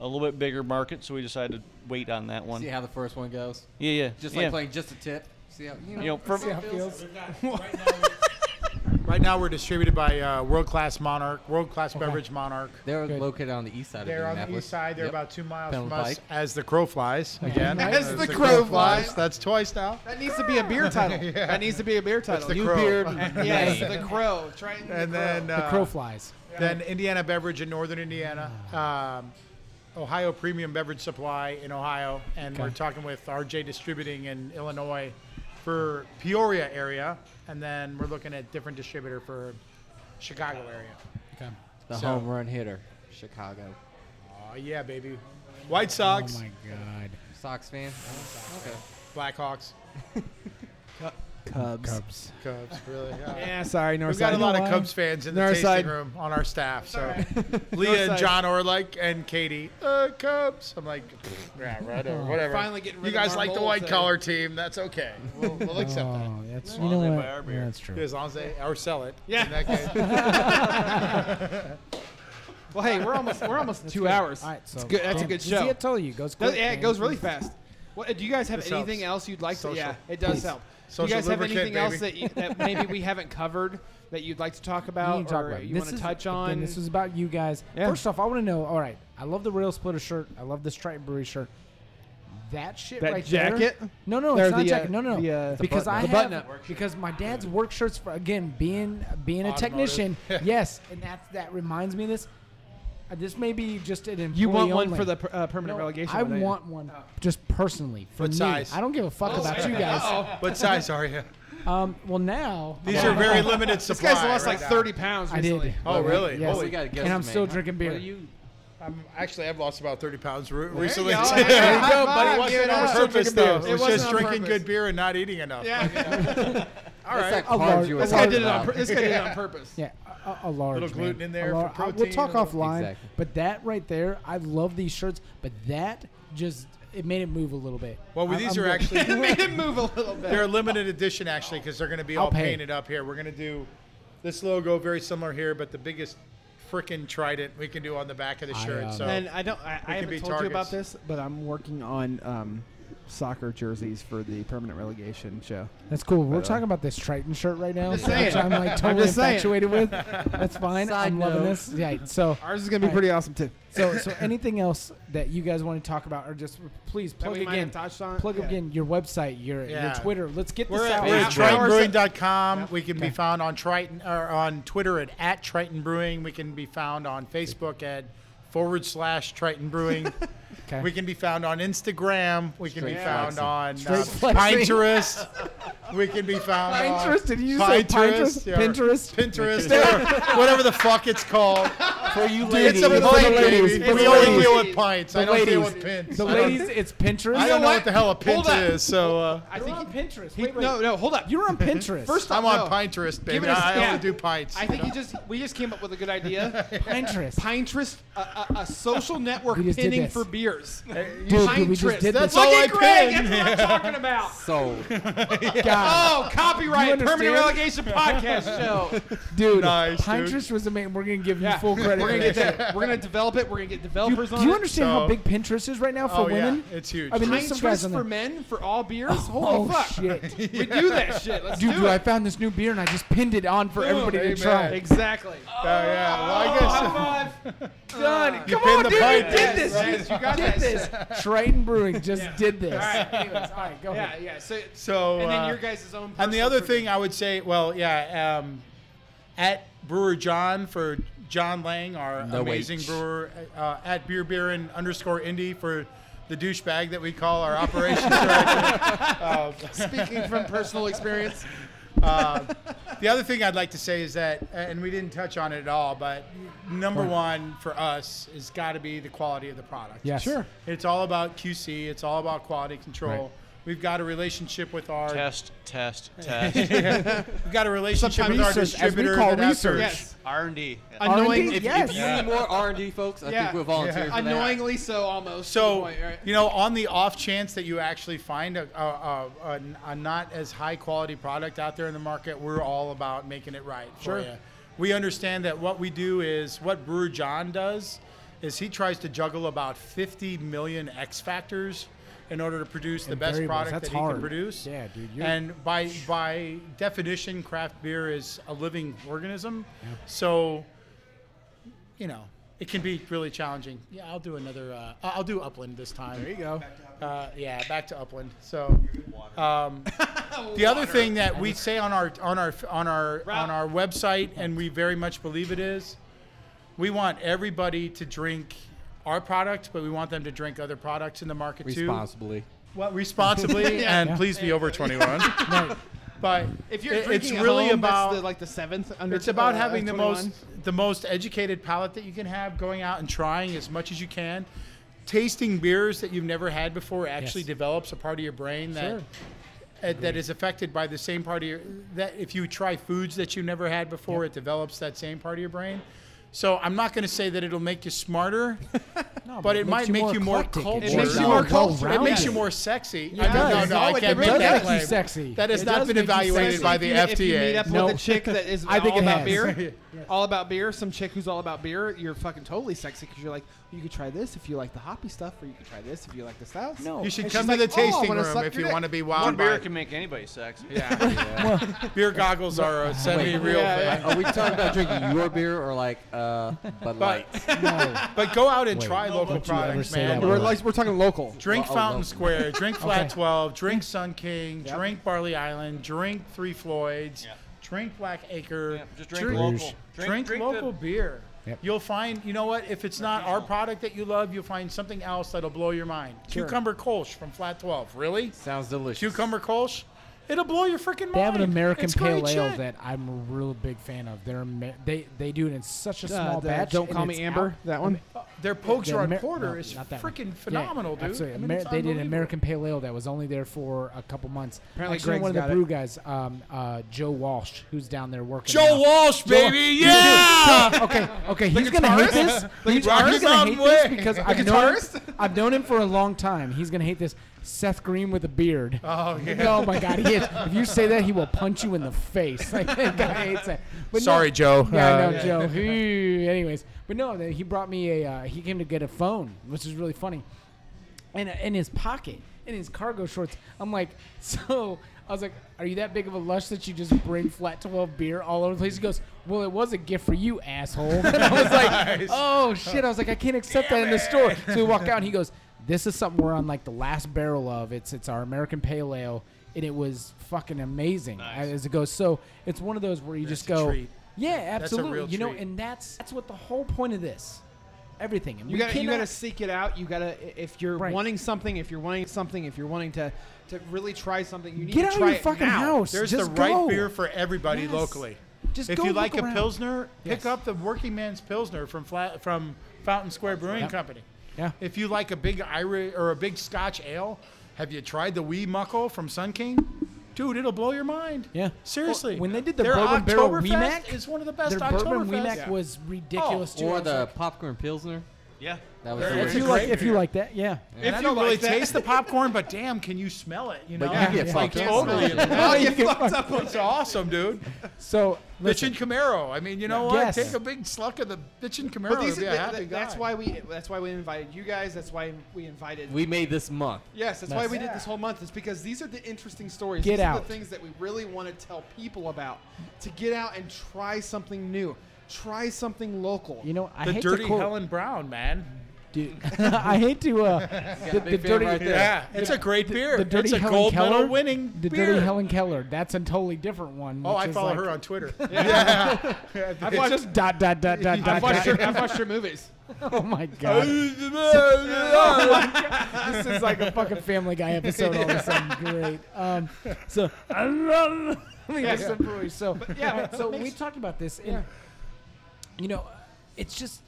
S5: a little bit bigger market, so we decided to wait on that one.
S3: See
S5: Yeah,
S3: how the first one goes.
S5: yeah,
S3: Just like
S5: yeah.
S3: playing just a tip. See how you know.
S5: You know, for,
S4: Right now, we're distributed by uh, World Class Monarch, World Class Beverage Monarch.
S3: They're
S2: Good.
S3: located on the east side
S4: They're
S3: of
S4: on the
S3: Indianapolis.
S4: east side. They're
S3: Yep.
S4: about two miles
S3: Penland
S4: from us.
S3: Pike.
S4: As the crow flies again.
S2: Right.
S4: As, the, crow, flies. That's twice now.
S1: That needs to be a beer title.
S4: Yeah.
S1: That needs to be a beer title.
S4: the
S1: You-
S4: crow.
S1: Yes, the crow. Triton. the
S4: And
S1: Crow.
S4: then
S2: The
S4: uh,
S2: crow flies.
S4: then Indiana Beverage in Northern Indiana, um, Ohio Premium Beverage Supply in Ohio, and we're
S2: Okay.
S4: talking with RJ Distributing in Illinois for Peoria area, and then we're looking at different distributor for Chicago area.
S2: Okay. Oh
S3: The
S4: So-
S3: home run hitter, Chicago.
S4: Oh yeah, baby, White Sox.
S2: Oh my God.
S3: Sox fan. Okay.
S4: Blackhawks,
S1: Cubs.
S2: Cubs.
S4: Cubs, really. Yeah.
S1: Yeah, sorry, Northside.
S4: We've got a
S1: You know
S4: lot of
S1: why?
S4: Cubs fans in the tasting
S1: Northside.
S4: room on our staff. So Leah
S1: Northside.
S4: and John Orlik and Katie, uh, Cubs. I'm like, yeah, right over, whatever.
S13: Finally getting rid
S4: you
S13: of
S4: guys
S13: our
S4: like the
S13: moles
S4: white
S13: there.
S4: collar team. That's okay. We'll, we'll accept that.
S2: Oh, that's
S5: Well,
S2: you know
S5: they
S2: what?
S5: buy our
S2: Yeah,
S5: beer.
S2: that's true.
S4: As long as they or sell it.
S13: Yeah.
S4: In that case.
S1: Well, hey, we're almost we're almost two hours.
S2: All right, so
S1: good- that's a
S2: damn,
S1: good
S2: you
S1: show.
S2: See, I told you, it goes
S1: That-
S2: quick.
S1: yeah,
S2: man.
S1: it goes really fast. What, do you guys have
S4: This
S1: anything
S4: helps.
S1: else you'd like
S4: Social.
S1: to? Yeah, it does
S2: Please.
S1: help.
S4: Social
S1: do you guys have
S4: lubricant,
S1: anything else that,
S4: baby.
S1: you, that maybe we haven't covered that you'd like to talk
S2: We
S1: about
S2: need to talk
S1: or
S2: about it.
S1: you
S2: This
S1: want to
S2: is-
S1: touch
S2: again,
S1: on?
S2: This was about you guys.
S1: Yeah.
S2: First off, I want to know. All right, I love the rail splitter shirt. I love the stripe brewery shirt. That shit
S1: That
S2: right
S1: jacket?
S2: there. No, no,
S1: Or
S2: it's not
S1: the, uh,
S2: jacket. No, no, no.
S1: the, uh, The
S2: because
S1: button-up.
S2: I
S1: The
S2: have
S1: button-up.
S2: because my dad's work shirts for, again being being a technician. yes, and that's that reminds me of this. Uh, This may be just an employee
S1: you want one
S2: only.
S1: for the per, uh, permanent
S2: No,
S1: relegation?
S2: I
S1: one, don't you?
S2: want one just personally for
S4: What
S2: me.
S4: size?
S2: I don't give a fuck about you guys.
S4: what size are you?
S2: Um, well now
S4: These are very limited supply.
S1: This guy's lost
S4: right
S1: like
S4: now.
S1: 30 pounds
S2: I
S1: recently.
S2: did.
S4: Oh, really?
S2: Yes.
S4: Holy
S3: we got a guest
S2: And I'm still
S3: man.
S2: drinking beer.
S3: What are you?
S4: I'm, actually, I've lost about 30 pounds re- recently.
S13: go.
S4: too.
S13: Hey, high
S4: go,
S13: five,
S4: but it
S13: give it
S4: wasn't on
S13: up.
S4: purpose,
S13: Still drinking
S4: though.
S13: beer.
S4: It,
S13: It
S4: was
S13: wasn't
S4: just
S13: on
S4: drinking
S13: purpose.
S4: good beer and not eating enough.
S3: All right.
S2: A large-
S1: This guy did it on. pur- This guy did it on purpose.
S2: Yeah, a, a- a large
S4: Little
S2: man.
S4: gluten in there
S2: A lar-
S4: for
S2: I-
S4: protein,
S2: we'll
S4: a
S2: talk
S4: little-
S2: offline,
S3: Exactly.
S2: but that right there, I love these shirts, but that just it made it move a little bit.
S4: Well,
S2: I'm-
S4: these
S2: I'm
S4: are
S2: good.
S4: actually
S13: Made it move a little bit.
S4: they're limited edition actually because they're going to be
S2: I'll
S4: all
S2: pay.
S4: painted up here. We're going to do this logo very similar here, but the biggest frickin' trident we can do on the back of the
S2: I,
S4: shirt.
S2: um,
S4: so
S1: And I don't. I, I
S4: can
S1: haven't
S4: be
S1: told you about
S4: targets.
S1: this, but I'm working on um, soccer jerseys for the permanent relegation show.
S2: that's cool. We're
S1: the
S2: talking about this Triton shirt right now,
S1: just
S2: which
S1: saying.
S2: I'm like totally
S1: just saying.
S2: infatuated with. That's fine. I'm loving this. Yeah. So,
S1: Ours is gonna be
S2: Right.
S1: pretty awesome too.
S2: so, so anything else that you guys want to talk about, or just please plug
S1: we might
S2: again,
S1: have touched on it?
S2: plug
S1: Yeah.
S2: again your website, your
S4: Yeah.
S2: your Twitter. Let's get
S4: we're
S2: this
S4: at,
S2: out.
S4: we're at
S1: Yeah.
S4: TritonBrewing.com. We can be found on Triton or on Twitter at, at Triton Brewing. We can be found on Facebook at forward slash Triton Brewing.
S2: Okay.
S4: We can be found on Instagram. We can be
S3: Straight
S4: found
S3: flexing.
S4: on uh,
S2: Straight flexing.
S4: Pinterest. we can be found on
S2: Pinterest? Did you say Pinterest?
S4: yeah, or
S2: Pinterest?
S4: Pinterest, or whatever the fuck it's called.
S3: For you
S4: It's a
S3: ladies.
S4: blank, baby.
S1: It's
S4: We
S1: the
S4: only
S1: ladies.
S4: deal with pints. I
S2: The
S4: don't deal
S2: ladies.
S4: with pins.
S2: The
S4: I don't-
S2: ladies, it's Pinterest.
S4: I don't know what the hell a pint
S1: up.
S4: is, so uh,
S1: I think he,
S2: Pinterest.
S1: he- no, no, hold up.
S2: You're on Pinterest.
S1: First off,
S4: I'm on
S1: no.
S4: Pinterest,
S1: Give
S4: baby.
S1: it a-
S4: I
S1: yeah.
S4: only do pints.
S1: I think you just we just came up with a good idea.
S2: Pinterest.
S1: Pinterest, a, a, a social network
S2: We just did
S1: pinning
S2: this.
S1: for beers.
S2: Dude, dude, we
S1: Pinterest.
S2: just did this.
S4: That's
S1: Look
S4: all
S1: at
S4: I
S1: Greg.
S4: pin.
S1: That's what I'm talking about.
S3: Sold.
S2: God,
S1: Oh, copyright
S2: You
S1: permanent relegation
S2: understand?
S1: podcast show.
S2: dude,
S4: Nice, dude.
S2: Pinterest was amazing. We're gonna give you
S1: Yeah.
S2: full credit.
S1: We're
S2: for
S1: gonna
S2: that
S1: get that. We're gonna develop it. We're gonna get
S2: shit.
S1: developers
S2: Do,
S1: on
S2: do you
S1: it.
S2: understand
S4: So-
S2: how big Pinterest is right now for
S4: oh
S2: women?
S4: yeah, it's huge.
S2: I mean, there's some guys
S1: Pinterest
S2: on
S1: for
S2: there.
S1: men for all beers.
S2: oh
S1: Holy fuck!
S2: shit,
S1: We do that shit. Let's
S2: dude,
S1: do
S2: dude, I
S1: it.
S2: found this new beer and I just pinned it on for everybody to
S4: amen.
S2: try.
S1: Exactly.
S4: oh yeah, well, I guess
S1: High five. Done.
S4: you pin the pint.
S2: did this.
S1: Yes, you got
S2: Did
S1: that
S2: this.
S1: shit.
S2: Triton Brewing just did this.
S1: right.
S2: Anyways, all right, go
S1: Yeah,
S2: ahead.
S1: yeah. So,
S4: So
S1: and then
S4: uh,
S1: your guys' own.
S4: And the
S1: personal
S4: other
S1: produ-
S4: thing I would say, well, yeah, um, at Brewer John for John Lang, our
S3: No
S4: amazing
S3: H.
S4: brewer, uh, at Beer Baron underscore Indy for the douchebag that we call our operations director.
S1: speaking from personal experience.
S4: The other thing I'd like to say is that, and we didn't touch on it at all, but number one for us has got to be the quality of the product.
S2: Yes. Sure.
S4: It's all about QC. It's all about quality control.
S2: Right.
S4: We've got a relationship with our
S5: Test, test, test.
S4: we've got a relationship
S2: Sometimes
S4: with our
S2: research, as we
S4: distributor.
S2: call
S4: that after-
S2: research.
S1: Yes.
S5: R&D.
S1: Annoying.
S2: R&D,
S1: if-
S2: yes.
S3: If you need more R&D, folks, I
S1: Yeah.
S3: think we'll volunteer for that.
S1: Annoyingly so, almost. to the
S4: So,
S1: point, right?
S4: you know, on the off chance that you actually find a, a, a, a, a not as high quality product out there in the market, we're all about making it right for you. We understand that what we do is what Brewer John does is he tries to juggle about 50 million X factors in order to produce the
S2: And
S4: best
S2: variables,
S4: product
S2: that's
S4: that he
S2: hard.
S4: can produce.
S2: Yeah, dude, you're-
S4: And by by definition, craft beer is a living organism. So you know, it can be really challenging. Yeah, I'll do another. Uh, I- I'll do Upland this time. There you go. Uh, yeah, back to Upland. So, um, the other thing that we say on our on our on our on our website, and we very much believe it is, we want everybody to drink our product, but we want them to drink other products in the market too.
S3: Responsibly.
S4: Well, responsibly, and
S2: Yeah.
S4: please be over 21. But
S1: if you're
S4: it-
S1: drinking
S4: it's
S1: at
S4: really
S1: home, that's
S4: about
S1: the, like the seventh under.
S4: it's about
S1: uh,
S4: having the
S1: 21.
S4: most the most educated palate that you can have, going out and trying as much as you can. tasting beers that you've never had before actually
S2: Yes.
S4: develops a part of your brain that uh, that is affected by the same part of your that if you try foods that you never had before it develops that same part of your brain so i'm not going to say that it'll make you smarter but, it, might make you more
S2: eclectic.
S4: cultured
S2: It
S14: makes you more
S4: it
S2: well-rounded.
S4: makes you more sexy
S2: it
S4: I
S2: does.
S4: don't, no, no,
S1: No,
S4: i
S1: it
S4: can't
S1: really
S4: make that
S1: does.
S2: Make you
S4: claim.
S2: sexy.
S4: that has
S1: It
S4: not
S1: does
S4: been
S1: make you
S4: evaluated
S1: sexy.
S4: by
S1: If
S4: the
S1: you-
S4: fda
S1: If you meet up
S2: No.
S1: with a chick that is
S2: I think
S1: all
S2: it
S1: about
S2: has.
S1: beer, all about beer, some chick who's all about beer, you're fucking totally sexy because you're like, you could try this if you like the hoppy stuff, or you could try this if you like the stouts.
S4: you should
S1: And
S4: come
S1: she's
S4: to the
S1: like, "Oh, I
S4: tasting
S1: wanna
S4: room
S1: suck
S4: if
S1: your
S4: you
S1: dick."
S4: want to be
S5: One
S4: wild by
S5: beer
S4: it.
S5: can make anybody sexy.
S4: beer goggles are a semi-real thing
S3: Are we talking about drinking your beer or like uh, Bud Light?
S4: But go out and try local
S2: Don't you ever
S4: products,
S2: say
S4: man.
S2: that word.
S1: We're like, we're talking local.
S4: Drink
S3: Well, oh,
S4: Fountain
S3: local.
S4: Square, drink Flat
S2: Okay.
S4: 12, drink Sun King, drink Barley Island, drink Three Floyds,
S5: Yeah.
S4: drink Black Acre,
S5: Yeah, just drink
S2: Drink-
S5: local.
S4: drink, local beer.
S2: Yep.
S4: You'll find, you know what, if it's not our product that you love, you'll find something else that'll blow your mind. Cucumber Kolsch from Flat 12. Really?
S3: Sounds delicious.
S4: Cucumber Kolsch? It'll blow your freaking mind.
S2: They have an American
S4: It's
S2: pale
S4: great
S2: ale
S4: shit.
S2: that I'm a real big fan of. They're Amer- they they do it in such a
S1: Uh,
S2: small
S1: the
S2: batch.
S1: Don't
S2: and
S1: call me
S2: it's
S1: Amber.
S2: out-
S1: That one.
S4: Their Pokes
S2: the
S4: are on
S2: Amer-
S4: Porter
S2: no,
S4: is
S2: not that one.
S4: freaking
S2: Yeah,
S4: phenomenal, dude.
S2: absolutely.
S4: I mean,
S2: Amer- they
S4: it's
S2: did an
S4: unbelievable.
S2: American Pale Ale that was only there for a couple months.
S1: Apparently
S2: Actually,
S1: Greg's
S2: one of the
S1: got it.
S2: brew guys, um, uh, Joe Walsh, who's down there working.
S4: Joe
S2: now.
S4: Walsh, baby,
S2: Joe-
S4: yeah!
S2: okay, okay, he's gonna hate
S4: guitarist?
S2: this. He's,
S4: guitarist?
S2: he's gonna hate
S4: Mountain
S2: this
S4: Way.
S2: because
S4: The
S2: I've known,
S4: guitarist?
S2: I've known him for a long time. He's gonna hate this. Seth Green with a beard.
S4: Oh, yeah.
S2: Oh my God, he is. If you say that, he will punch you in the face. Like that guy hates that. But no-
S4: Sorry, Joe.
S2: Yeah, I
S4: Uh,
S2: know, Joe. Ooh, Anyways, but no, th- he brought me a. Uh, he came to get a phone, which is really funny. And uh, in his pocket, in his cargo shorts, I'm like, so. I was like, "Are you that big of a lush that you just bring flat twelve beer all over the place?" He goes, "Well, it was a gift for you, asshole." And I was like, "Oh shit!" I was like, "I can't accept that in the store." So we walk out, and he goes, "This is something we're on like the last barrel of. It's it's our American Pale Ale, and it was fucking amazing." As it goes, so it's one of those where you just
S4: a
S2: go,
S4: treat.
S2: yeah,
S4: That's a
S2: absolutely.
S4: real
S2: you know,
S4: treat.
S2: and that's that's what the whole point of this, everything. And
S1: You
S2: we
S1: gotta, you
S2: cannot-
S1: gotta seek it out. You gotta, i- if you're
S2: Right.
S1: wanting something, if you're wanting something, if you're wanting to, to really try something, you need
S2: get
S1: to
S2: out of
S1: try
S2: your
S1: it
S2: fucking
S1: now.
S2: house.
S4: There's
S2: Oh, Just
S4: the right
S2: go.
S4: beer for everybody
S2: Yes.
S4: locally.
S2: Just
S4: if
S2: go
S4: you
S2: look
S4: like
S2: around.
S4: a pilsner,
S2: Yes.
S4: pick up the working man's pilsner from flat, from Fountain Square Brewing
S2: Yep.
S4: Company.
S2: Yeah.
S4: If you like a big Irish or a big Scotch ale, have you tried the Wee Muckle from Sun King? Dude, it'll blow your mind.
S2: Yeah.
S4: Seriously.
S2: Well, when they did the
S4: Their
S2: bourbon barrel
S4: Oktoberfest
S2: Wee Mac,
S4: is one of the best
S2: Their bourbon Weemack
S4: Oktoberfest.
S2: was ridiculous too. I
S3: or
S2: was
S3: the
S2: like,
S3: popcorn pilsner.
S5: Yeah.
S3: That was
S4: There
S2: if
S4: It's
S3: delicious.
S4: a
S2: you like
S4: great
S2: if you
S4: beer.
S2: like that, yeah.
S4: And I don't really taste the popcorn, but damn, can you smell it? You know,
S3: But you get
S4: it's like
S3: fucked up.
S4: totally.
S3: Yeah.
S2: You get fucked-
S4: it's awesome, dude.
S2: So listen,
S4: Bitchin' Camaro. I mean, you know
S2: Yes.
S4: what? Take a big sluck of the bitchin' Camaro.
S1: But these,
S4: and be a
S1: th-
S4: happy
S1: th- that's
S4: guy.
S1: why we, that's why we invited you guys. That's why we invited
S3: We made this month.
S1: Yes, that's why
S2: That's-
S1: we did this whole month. It's because these are the interesting stories.
S2: Get
S1: these are
S2: out.
S1: the things that we really want to tell people about. To get out and try something new. Try something local.
S2: you know I
S4: the
S2: hate
S4: dirty
S2: to quote,
S4: Helen Brown, man.
S2: dude. I hate to uh, the, the dirty
S4: Yeah, it's a great beer.
S2: the dirty
S4: it's a
S2: Helen
S4: gold
S2: Keller
S4: medal winning
S2: the
S4: beer.
S2: dirty Helen Keller. That's a totally different one.
S4: Oh,
S2: which
S4: I
S2: is
S4: follow
S2: like-
S4: her on Twitter. yeah.
S2: It's just dot dot dot dot dot.
S1: I've watched,
S2: dot.
S1: your, I've watched your movies.
S2: Oh my god! Oh this is like a fucking Family Guy episode. All of a sudden, great. Um, so I love yeah. So yeah, so we talked about this. And, You know, it's just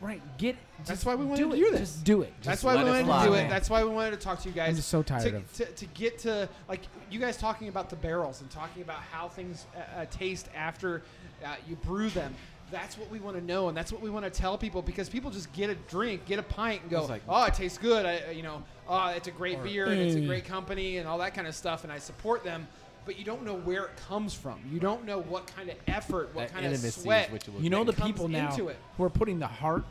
S2: right. Get. just
S1: why we wanted
S2: do
S1: to
S2: it.
S1: do this.
S2: Just do it.
S1: That's
S2: Just
S1: why we
S3: let it
S1: wanted
S3: fly,
S1: to do
S3: man.
S1: it. That's why we wanted to talk to you guys.
S2: I'm just so tired
S1: to,
S2: of-
S1: to, to get to like you guys talking about the barrels and talking about how things uh, uh, taste after uh, you brew them. That's what we want to know, and that's what we want to tell people because people just get a drink, get a pint, and go,
S3: like-
S1: "Oh, it tastes good." I, uh, you know, "Oh, it's a great beer and it's a great company and all that kind of stuff," and I support them. But you don't know where it comes from. You don't know what kind of effort, what
S3: That
S1: kind of
S3: intimacy is
S1: sweat.
S3: what you look
S2: you know
S1: that
S2: the
S1: comes
S2: people now
S1: into it.
S2: who are putting the heart.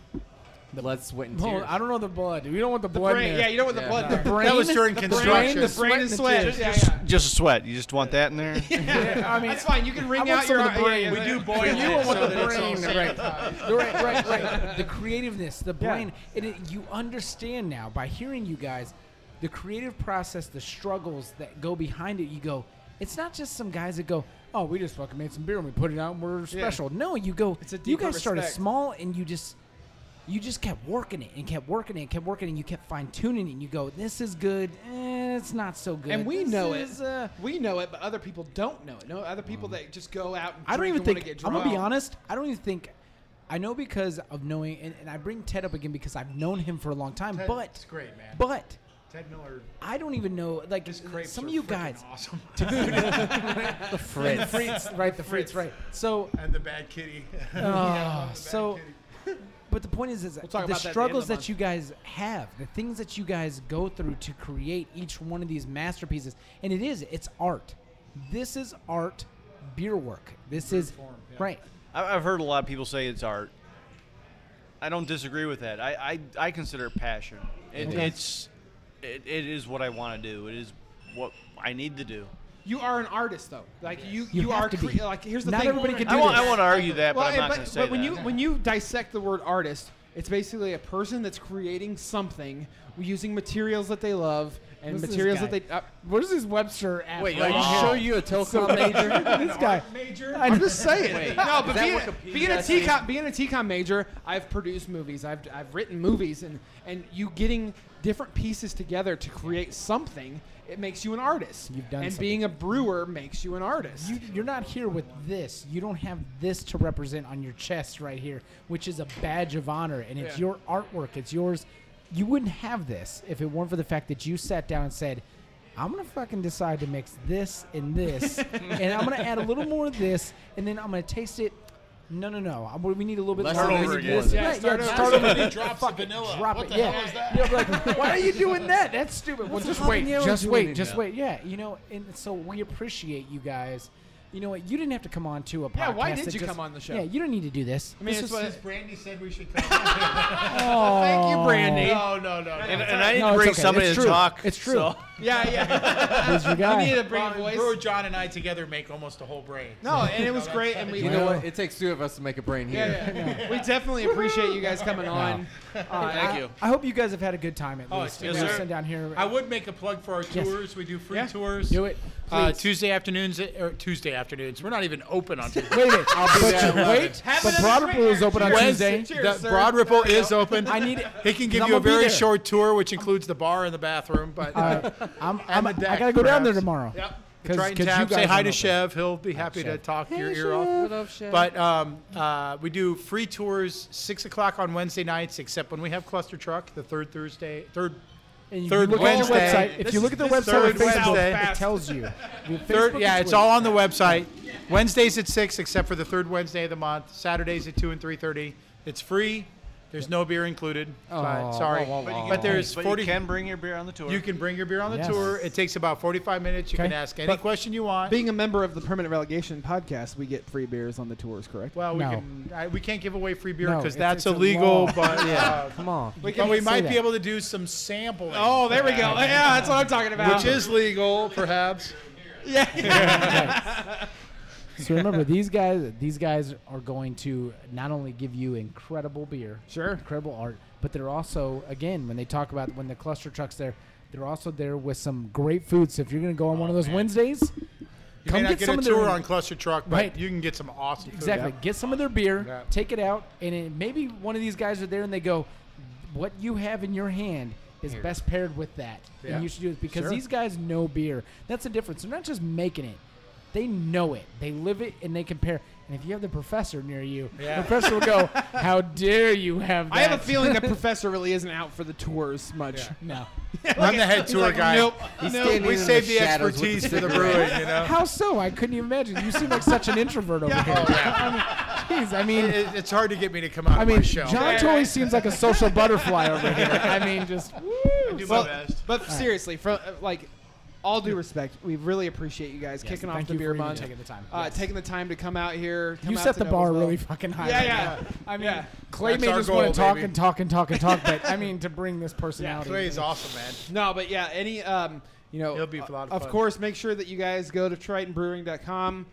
S3: The blood, sweat, and
S2: Well,
S3: tears.
S2: I don't know the blood. We don't want the,
S1: The
S2: blood.
S1: brain,
S2: in
S1: yeah,
S2: there.
S1: you don't want the
S3: Yeah.
S1: blood.
S3: No.
S1: The
S2: brain,
S4: That was during
S2: the brain,
S4: construction.
S2: the
S4: The
S2: sweat,
S1: brain and sweat.
S2: tears.
S1: Yeah, yeah.
S5: Just a sweat. You just want that in there.
S2: I mean,
S1: That's fine. You can
S2: want
S1: ring out
S2: some
S1: your
S2: of the brain.
S1: yeah,
S2: We
S1: yeah.
S5: do boil it
S2: you want
S5: so
S2: the
S5: that it's all
S2: brain, right? right, right, right. The creativeness, the brain. It, it- you understand now by hearing you guys, the creative process, the struggles that go behind it. You go, it's not just some guys that go, oh, we just fucking made some beer and we put it out and we're special. No, you go.
S1: It's a
S2: you
S1: deeper
S2: guys started
S1: respect.
S2: small and you just you just kept working it and kept working it and kept working it and you kept fine tuning it and you go this is good eh, it's not so good
S1: And we
S2: This
S1: know
S2: is,
S1: it.
S2: uh,
S1: we know it, but other
S5: Mm-hmm.
S1: people don't know it. No, other people that just go out. And
S2: I don't
S1: drink and
S2: even
S1: wanna
S2: think.
S1: Get
S2: I'm
S1: drunk.
S2: gonna be honest. I don't even think I know because of knowing, and, and I bring Ted up again because I've known him for a long time.
S4: Ted-
S2: but
S4: it's great, man.
S2: But
S4: Ted Miller.
S2: I don't even know. Like
S4: His crepes
S2: some
S4: are
S2: of you
S4: freaking
S2: guys,
S4: awesome.
S2: the Fritz, the Fritz, right? The Fritz, right? So,
S4: and the Bad Kitty.
S2: uh, so. But the point is, is
S15: talk
S2: the
S15: about that at the end of
S2: struggles
S15: the
S2: that you guys have, the things that you guys go through to create each one of these masterpieces, and it is, it's art. This is art, beer work. This is right.
S5: I- I've heard a lot of people say it's art. I don't disagree with that. I I, I consider it passion. It,
S2: Okay.
S5: It's it, it is what I want to do. It is what I need to do.
S1: You are an artist, though. Like you, you,
S2: You have
S1: are.
S2: to be.
S1: Cre- like here's the
S2: Not
S1: thing.
S2: everybody can
S5: I
S2: do
S5: won't,
S2: this.
S5: I won't argue that,
S1: Well,
S5: but
S1: and-
S5: I'm not
S1: but,
S5: going to say
S1: but when
S5: that.
S1: you when you dissect the word artist, it's basically a person that's creating something using materials that they love and
S2: Who's this
S1: materials that
S2: guy?
S1: they. Uh,
S2: Where's this Webster app?
S3: Wait, are you sure you a telecom major?
S2: this guy.
S1: I'm just saying. no, but
S3: that
S1: being,
S3: Wikipedia
S1: being a
S3: that says-
S1: TCOM being a TCOM major, I've produced movies, I've, I've written movies, and and you getting different pieces together to create something, it makes you an artist.
S2: You've done
S1: and
S2: something.
S1: being a brewer makes you an artist.
S2: You, you're not here with this. You don't have this to represent on your chest right here, which is a badge of honor, and it's your artwork. It's yours. You wouldn't have this if it weren't for the fact that you sat down and said, "I'm gonna fucking decide to mix this and this, and I'm gonna add a little more of this, and then I'm gonna taste it." No, no, no. I'm, we need a little bit
S3: Less
S2: more.
S3: Start
S2: We
S3: over
S2: need
S3: again.
S2: this.
S3: Yeah,
S2: Right,
S4: start
S2: yeah,
S4: over.
S2: start over.
S4: Somebody drops
S2: Fuck
S4: the
S2: it.
S4: vanilla.
S2: Drop
S4: What
S2: it.
S4: the
S2: yeah.
S4: hell is that?
S2: Yeah, I'm like, why are you doing that? That's stupid. Well,
S3: What's
S2: just
S3: a
S2: wait.
S3: habanero
S2: Just
S3: doing
S2: wait.
S3: in
S2: Just
S3: there?
S2: wait. Yeah. You know, and so we appreciate you guys. You know what? You didn't have to come on to a podcast.
S1: Yeah, why did
S2: that
S1: you
S2: just-
S1: come on the show?
S2: Yeah, you don't need to do this.
S1: I mean,
S2: This
S1: it's
S2: was-
S1: what-
S4: Brandy said we should come.
S2: Oh.
S1: thank you, Brandy.
S4: no, no, no. Oh. no.
S5: and, and I need
S2: No,
S5: to
S2: it's
S5: bring
S2: okay.
S5: somebody
S2: It's
S5: to
S2: true.
S5: talk.
S2: It's true.
S5: so-
S1: Yeah, yeah.
S2: Who's your guy?
S1: I need to bring a
S4: Brian,
S1: voice.
S4: Brewer John and I together make almost a whole brain.
S1: No, and it was great, and we
S3: You know what? It takes two of us to make a brain here.
S1: Yeah, yeah. we definitely appreciate you guys coming on. Uh,
S5: Thank
S2: I,
S5: you.
S2: I hope you guys have had a good time at
S4: Oh,
S2: least.
S4: yes,
S2: You know,
S5: sir.
S2: sitting down here.
S4: I would make a plug for our
S2: Yes.
S4: tours. We do free
S1: Yeah.
S4: tours.
S2: do it.
S4: Uh,
S2: please.
S4: Tuesday afternoons or Tuesday afternoons. We're not even open on Tuesday.
S2: Wait a minute. I'll be but you wait.
S1: Have
S2: But
S1: another
S2: Broad
S1: drink.
S2: Ripple is open on
S4: Wednesday,
S2: Tuesday.
S1: Cheers,
S4: the
S1: sir.
S4: Broad Ripple is open.
S2: I need it.
S4: He can
S2: I'm
S4: give you
S2: gonna
S4: a
S2: be
S4: very
S2: there.
S4: short tour, which includes the bar and the bathroom. But
S2: Uh, I'm,
S4: And
S2: I'm,
S4: the
S2: I
S4: deck,
S2: gotta go down there
S4: perhaps.
S2: tomorrow.
S4: Yep.
S2: 'Cause-
S4: Try and
S2: 'cause you
S4: tap. Say
S2: guys
S4: hi
S2: aren't
S4: to
S2: open.
S4: Chev. He'll be happy to
S2: Chev.
S4: talk your ear off. But um, uh, we do free tours six o'clock on Wednesday nights, except when we have Cluster Truck, the third Thursday, third
S2: And if
S4: Third
S2: you look at their
S4: Wednesday.
S2: website, if
S4: This
S2: you
S4: is-
S2: look at their
S4: this is
S2: website or
S4: third
S2: Facebook,
S4: Wednesday.
S2: it tells you. Your
S4: Third,
S2: Facebook
S4: yeah,
S2: and
S4: it's
S2: Twitter.
S4: all on the website. Wednesdays at six, except for the third Wednesday of the month. Saturdays at two and three thirty. It's free. There's no beer included.
S2: Oh,
S4: but, sorry,
S5: But, you can,
S4: but there's
S5: but
S4: forty.
S5: You can bring your beer on the tour.
S4: you can bring your beer on the
S2: Yes.
S4: tour. It takes about forty-five minutes. You
S2: Okay.
S4: can ask any
S2: But-
S4: question you want.
S1: Being a member of the Permanent Relegation podcast, we get free beers on the tours, correct?
S4: well, we
S2: No.
S4: can. I, we can't give away free beer
S2: No,
S4: because
S2: it's-
S4: that's
S2: it's a
S4: illegal.
S2: law.
S4: But yeah.
S3: Come on.
S4: We,
S2: can't
S4: but we
S2: say
S4: might
S2: that.
S4: be able to do some sampling,
S1: Oh, there we go. Yeah, that's what I'm talking about.
S4: which is legal, perhaps.
S2: So remember, these guys, these guys are going to not only give you incredible beer, sure, incredible art, but they're also, again, when they talk about when the cluster trucks there, they're also there with some great food. So if you're going to go on one of those Wednesdays,
S4: Oh, You
S2: come get
S4: may not get,
S2: some
S4: a
S2: of
S4: tour
S2: their
S4: on Cluster Truck, but
S2: Right.
S4: you can get some awesome. food.
S2: exactly get some of their beer,
S4: Yeah.
S2: take it out, and it, maybe one of these guys are there and they go, "What you have in your hand." Is best paired with that,
S4: Yeah.
S2: and you should do it because
S4: Sure.
S2: these guys know beer. That's the difference. They're not just making it; they know it. They live it, and they compare. And if you have the professor near you,
S4: Yeah.
S2: the professor will go, "How dare you have that?"
S1: I have a feeling that Professor really isn't out for the tours much.
S2: No.
S4: I'm the head tour guy.
S1: Nope.
S3: He's
S1: nope.
S3: standing
S4: We
S3: in
S4: saved
S3: the
S4: the
S3: shadows with
S4: expertise
S3: the
S4: for the
S3: cigarette.
S4: brewing, you know.
S2: How so? I couldn't even imagine. You seem like such an introvert over here.
S1: Oh,
S2: I mean, jeez, I mean,
S4: It- it- it's hard to get me to come out
S2: I
S4: of
S2: mean,
S4: my shell.
S2: John totally seems like a social butterfly over here. I mean, just
S4: I do
S1: Well,
S4: my best.
S1: but seriously, from uh, like all due respect, we really appreciate you guys kicking off
S2: thank
S1: the
S2: you
S1: beer
S2: for even
S1: month,
S2: taking the time.
S1: uh,
S2: Yes.
S1: taking the time to come out here. Come
S2: you
S1: out
S2: set
S1: to
S2: the bar
S1: Noblesville.
S2: really fucking high.
S1: Yeah,
S2: right now.
S1: yeah. I mean, yeah.
S2: Clay
S4: That's
S2: may
S4: our
S2: just want
S4: goal,
S2: to talk
S4: baby.
S2: and talk and talk and talk, but I mean, to bring this personality.
S4: Clay is awesome, man.
S1: No, but yeah, any um, you know,
S4: It'll be a lot of
S1: of
S4: fun.
S1: course, make sure that you guys go to tritonbrewing.com.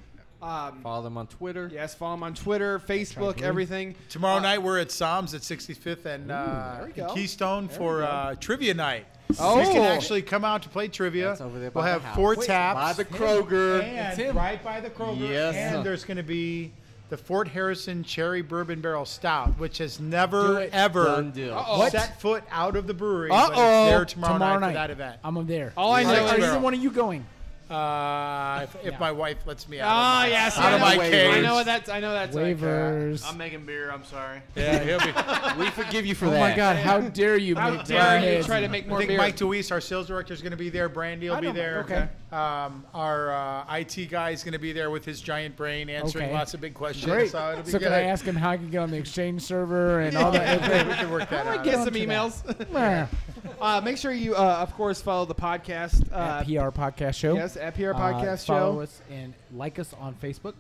S1: Um,
S3: Follow them on Twitter.
S1: yes, follow them on Twitter, Facebook, everything.
S4: Tomorrow night we're at Psalms at 65th and uh,
S1: we go.
S4: in Keystone for uh, trivia night.
S1: Oh.
S4: you can actually come out to play trivia.
S3: That's over there by
S4: we'll
S3: the
S4: have
S3: house.
S4: four
S3: Wait, By
S4: taps
S3: the Kroger.
S4: and
S3: It's him.
S4: right by the Kroger.
S3: Yes.
S4: And there's going to be the Fort Harrison Cherry Bourbon Barrel Stout, which has never ever
S3: Done deal.
S4: set foot out of the brewery. but it's
S1: Uh-oh.
S4: there tomorrow,
S2: Tomorrow
S4: night,
S2: night.
S4: for that event.
S2: I'm there.
S1: All I
S2: Are-
S1: know
S2: are
S4: is-
S2: either one of you going?
S4: Uh, Uh, if, if
S2: Yeah.
S4: my wife lets me out
S1: Ah,
S4: of my,
S1: yes,
S4: out
S1: I
S4: of
S1: know
S4: my
S1: waivers.
S4: cage.
S1: I know what that's. I know that's. like, uh,
S2: Waivers.
S5: I'm making beer. I'm sorry.
S4: Yeah, he'll be.
S3: We forgive you for
S2: oh
S3: that.
S2: my God! How dare you?
S1: How
S2: make
S1: dare you
S2: Brian-
S1: try to make
S4: I
S1: more
S4: think
S1: beer?
S4: Mike DeWeese, our sales director, is going to be there. Brandy will
S1: I
S4: be
S1: don't-
S4: there.
S1: okay.
S4: Um, our uh, IT guy is going to be there with his giant brain answering
S2: Okay.
S4: lots of big questions.
S2: Great.
S4: So it'll be
S2: So
S4: good.
S2: can I ask him how I can get on the exchange server and all that?
S4: yeah, we can work that out.
S1: Get
S2: Don't
S1: some
S2: do that.
S1: emails.
S2: Meh.
S1: uh, make sure you, uh, of course, follow the podcast.
S2: At
S1: Uh,
S2: PR Podcast Show.
S1: yes, at PR
S2: Uh,
S1: Podcast
S2: Follow
S1: Show.
S2: us and like us on Facebook.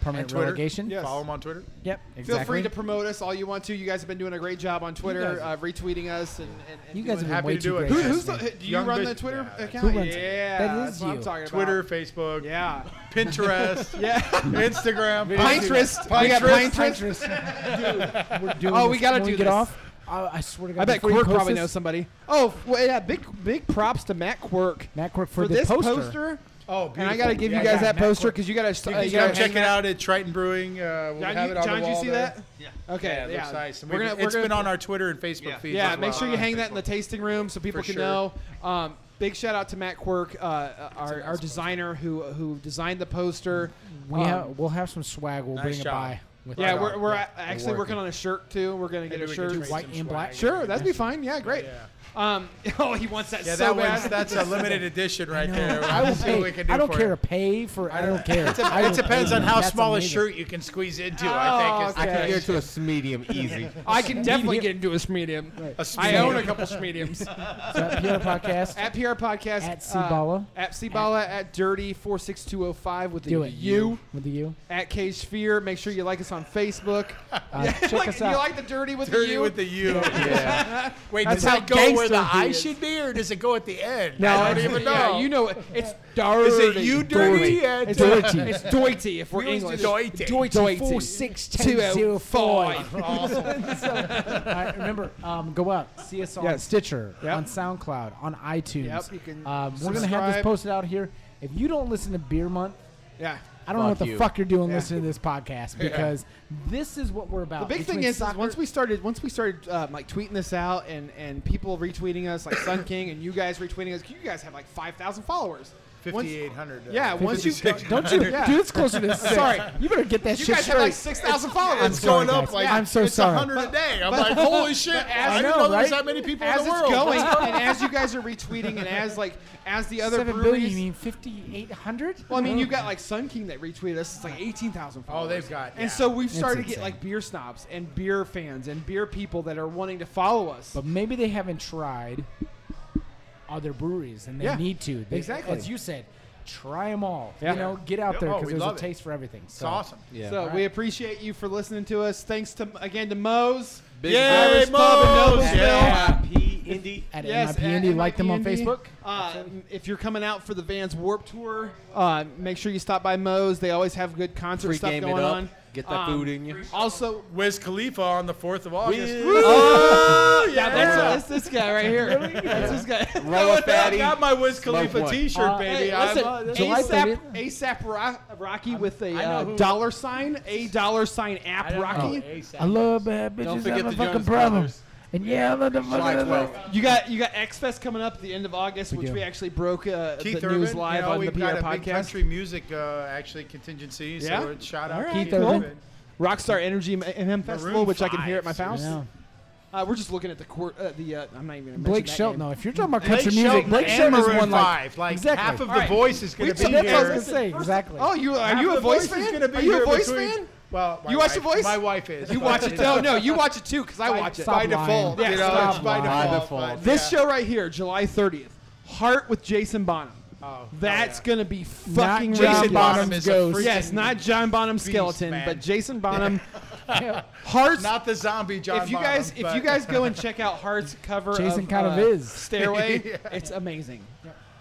S2: Permanent
S4: Twitter.
S2: relegation.
S1: Yes.
S4: Follow him on Twitter.
S2: Yep.
S1: Feel
S2: Exactly.
S1: free to promote us all you want to. You guys have been doing a great job on Twitter,
S2: guys-
S1: uh, retweeting us, and, and, and
S2: You guys have
S1: doing-
S2: been
S4: Happy
S2: way
S4: to
S2: too
S4: do it.
S2: great.
S1: Who,
S2: at
S1: who's
S2: this,
S1: the,
S2: man.
S1: do you
S4: Young
S1: run
S4: Biz-
S1: the Twitter
S4: yeah, that's-
S1: account?
S2: Who runs it?
S1: yeah,
S2: That is
S1: that's what I'm
S2: you.
S1: talking about.
S4: Twitter, Facebook,
S1: Yeah.
S4: Pinterest,
S1: Yeah.
S4: Instagram,
S1: Pinterest. We got Pinterest.
S2: Pinterest. We're doing
S1: Oh,
S2: this.
S1: we gotta
S2: When
S1: do
S2: get
S1: this.
S2: off. I, I swear to God.
S1: I bet
S2: before you
S1: Quirk
S2: post
S1: probably
S2: this-
S1: knows somebody. Oh, well, yeah. Big, big props to Matt Quirk
S2: Matt Quirk for,
S1: for,
S2: the
S1: this poster.
S4: Oh,
S1: And I
S4: beautiful.
S1: gotta give
S4: Yeah,
S1: you guys
S4: yeah.
S1: that
S2: Matt
S1: poster
S2: Quirk.
S1: because you gotta.
S4: You
S1: uh,
S4: can go
S1: gotta
S4: check it
S1: hang
S4: out at Triton Brewing. Uh, we'll
S1: John,
S4: have
S1: you-
S4: it on
S1: John,
S4: the
S1: did you
S4: wall
S1: see
S4: there.
S1: that?
S5: Yeah.
S1: Okay,
S4: Yeah, it
S1: yeah.
S4: looks nice. And
S1: We're
S4: we've
S1: gonna,
S4: been-
S1: we're
S4: it's
S1: gonna-
S4: been on our Twitter and Facebook
S5: Yeah.
S4: feed.
S1: Yeah,
S4: as
S1: make
S4: well.
S1: sure you hang that in the tasting room so people
S4: For
S1: can
S4: sure.
S1: know. Um, big shout out to Matt Quirk, uh, uh, our, our designer who uh, who designed the poster.
S2: We
S1: Um,
S2: have, we'll have some swag. We'll
S4: nice
S2: bring it
S4: job.
S2: by. With
S1: yeah,
S2: that.
S1: we're, we're a- actually
S2: working.
S1: working on a shirt too. We're gonna get a
S4: we can
S1: shirt.
S4: trade
S2: white and black.
S1: Sure, that'd be fine. Yeah, great. Um, oh, he wants that
S4: Yeah,
S1: so
S4: that one's
S1: bad.
S4: that's a limited edition right there.
S2: I
S4: We'll
S2: will
S4: see what we
S2: pay.
S4: can do
S2: I don't
S4: for
S2: care to
S4: you.
S2: pay for. I don't care.
S4: It dep-
S2: I will
S4: it demails
S2: pay.
S4: on how
S2: That's
S4: small
S2: amazing.
S4: a shirt you can squeeze into. I think
S1: Oh,
S4: is
S3: I
S1: okay.
S3: can get to a medium easy.
S1: I can definitely get into a medium.
S4: a
S1: I
S4: small-
S1: own a couple mediums.
S2: So at PR podcast.
S1: At PR Podcast. uh,
S2: At Cibala.
S1: at Cibala. At, Dirty46205 with the
S2: do it.
S1: U.
S2: with the U.
S1: At K Sphere. Make sure you like us on Facebook.
S2: Uh,
S1: Yeah,
S2: check
S1: like-
S2: us
S1: You
S2: out.
S1: like the dirty with the
S4: Dirty
S1: U?
S4: with the U. Wait,
S1: That's
S4: does
S1: how
S4: that go
S1: gangster
S4: where the
S1: he
S4: I
S1: is.
S4: should be, or does it go at the end?
S1: no,
S4: I don't
S1: it's-
S4: even know.
S1: Yeah, you know it. It's dirty.
S4: Is it you dirty? and
S1: It's
S4: dirty?
S1: dirty. It's doity if we're
S4: We always do
S1: English.
S4: doity.
S1: Doity.
S2: Four six ten zero
S1: 205.
S2: five. All right, remember, um, go out, see us on
S1: Yes.
S2: Stitcher,
S1: Yep.
S2: on SoundCloud, on iTunes.
S1: Yep, you can
S2: um, we're gonna have this
S1: subscribe.
S2: posted out here. If you don't listen to Beer Month,
S1: Yeah.
S2: I don't know what
S3: Fuck
S2: the
S3: you.
S2: fuck you're doing listening to this podcast because this is what we're
S1: The
S2: about.
S1: big
S2: Between
S1: thing is, is
S2: soccer-
S1: once we started, once we started um, like tweeting this out, and and people retweeting us, like Sun King, and you guys retweeting us. You guys have like five thousand followers. Once-
S4: 5,800. uh,
S1: Yeah, once you
S2: don't you,
S1: Yeah.
S2: dude, it's closer to six.
S1: Sorry.
S2: you better get that
S1: you
S2: shit
S1: guys
S2: straight.
S1: have like six thousand followers.
S4: It's
S2: sorry,
S4: going up
S2: guys.
S4: like
S2: I'm so
S4: it's
S2: sorry.
S4: 100 a day. I'm
S1: But-
S4: like, holy shit!
S1: as-
S4: I
S2: I
S4: didn't
S2: know,
S4: know there was
S2: right?
S4: that many people
S1: as
S4: in the
S1: it's
S4: world.
S1: going, and as you guys are retweeting, and as like as the other
S2: Seven billion,
S1: breweries.
S2: you mean fifty eight hundred?
S1: Well, I mean, you've got like Sun King that retweeted us. It's like eighteen thousand followers.
S4: Oh, they've got- yeah.
S1: And so we've started to get
S2: insane.
S1: like beer snobs and beer fans and beer people that are wanting to follow us.
S2: But maybe they haven't tried other breweries and they
S1: Yeah,
S2: need to. They,
S1: exactly.
S2: As you said, try them all.
S1: Yeah.
S2: You know, get out
S4: Yep.
S2: there
S4: Oh,
S2: because
S4: we
S2: there's a
S4: love it.
S2: taste for everything.
S4: It's awesome.
S3: Yeah.
S1: so we appreciate you for listening to us. Thanks to again to Moe's.
S3: Big
S4: Yay,
S1: Irish Pub in
S4: Moe's!
S1: Noblesville.
S4: Yeah.
S5: P Indy.
S2: At
S1: Yes,
S2: yes,
S1: at
S2: MIPND, like them on
S1: MIPND.
S2: Facebook.
S1: Uh, if you're coming out for the Vans Warp Tour, uh, make sure you stop by Moe's. They always have good concert
S3: Free
S1: stuff
S3: game it
S1: going
S3: up.
S1: on. Um,
S3: Get that food
S2: Um,
S3: in you.
S1: Also,
S4: Wiz Khalifa on the 4th of August.
S1: oh, yeah, that's, that's this guy right here. That's this guy.
S3: Roll a fatty.
S4: got my Wiz Khalifa
S3: one.
S4: T-shirt,
S2: Uh,
S4: baby.
S1: Hey,
S4: I'm-
S1: listen,
S2: July
S1: ASAP, ASAP Ro- Rocky with a uh, dollar sign, a dollar sign app Rocky.
S2: I love bad bitches.
S3: Don't forget
S2: I'm a
S3: the
S2: fucking
S3: Jonas
S2: problem.
S3: Brothers.
S2: And yeah, I love the
S3: July
S2: fucking.
S3: 12th.
S1: You got you got X Fest coming up at the end of August, which
S2: do.
S1: we actually broke uh,
S4: Keith
S1: the
S4: Urban,
S1: news live
S4: you know,
S1: on the
S4: we've
S1: PR
S4: got a big
S1: podcast.
S4: country music uh, actually contingency, so
S1: Yeah?
S4: yeah? shout out
S1: All
S4: to
S1: right,
S4: Keith
S2: cool.
S4: Urban.
S1: Rockstar Energy M- MM Festival,
S4: Maroon
S1: which I can hear at my
S4: five.
S1: house.
S2: Yeah.
S1: Uh, we're just looking at the court. Uh, the uh, I'm not even. Gonna
S2: Blake
S1: mention that
S2: Shelton.
S1: name.
S2: No, if you're talking about
S4: Blake
S2: country music,
S4: Shelton
S2: Blake
S4: and
S2: Shelton is
S4: Maroon
S2: one like.
S4: five. Like
S2: Exactly.
S4: half of
S1: All
S4: the
S1: right.
S4: voice is going
S1: We
S4: to
S1: should-
S4: be
S2: That's what I was
S4: here.
S2: gonna say. Exactly.
S1: Oh, you are
S4: Half
S1: you
S4: of
S1: a
S4: the
S1: voice
S4: voice is
S1: fan?
S4: gonna be
S1: Are you a
S4: here
S1: voice
S4: between-
S1: fan?
S4: Well, my
S1: You watch The
S4: wife-
S1: Voice?
S4: My wife is.
S1: You
S4: but
S1: watch it?
S4: it's
S1: No, no, you watch it too because I watch it.
S2: stop
S4: By default,
S2: lying.
S4: you
S1: Yeah,
S4: know, it's
S2: stop
S4: by
S2: lying.
S3: By
S4: default.
S3: default.
S4: but
S1: This
S4: yeah.
S1: show right here, July 30th, Heart with Jason Bonham.
S4: Oh,
S1: That's
S4: yeah.
S1: gonna be fucking
S2: Not
S4: Jason
S1: ridiculous.
S4: Bonham is a
S2: ghost.
S4: freak.
S1: Yes, not John Bonham's skeleton,
S4: man.
S1: but Jason Bonham. Hearts.
S4: Not the zombie John.
S1: if you
S4: Bonham,
S1: guys, if
S4: but-
S1: you guys go and check out Heart's cover,
S2: Jason
S1: of,
S2: kind
S1: uh,
S2: of is.
S1: Stairway. It's amazing.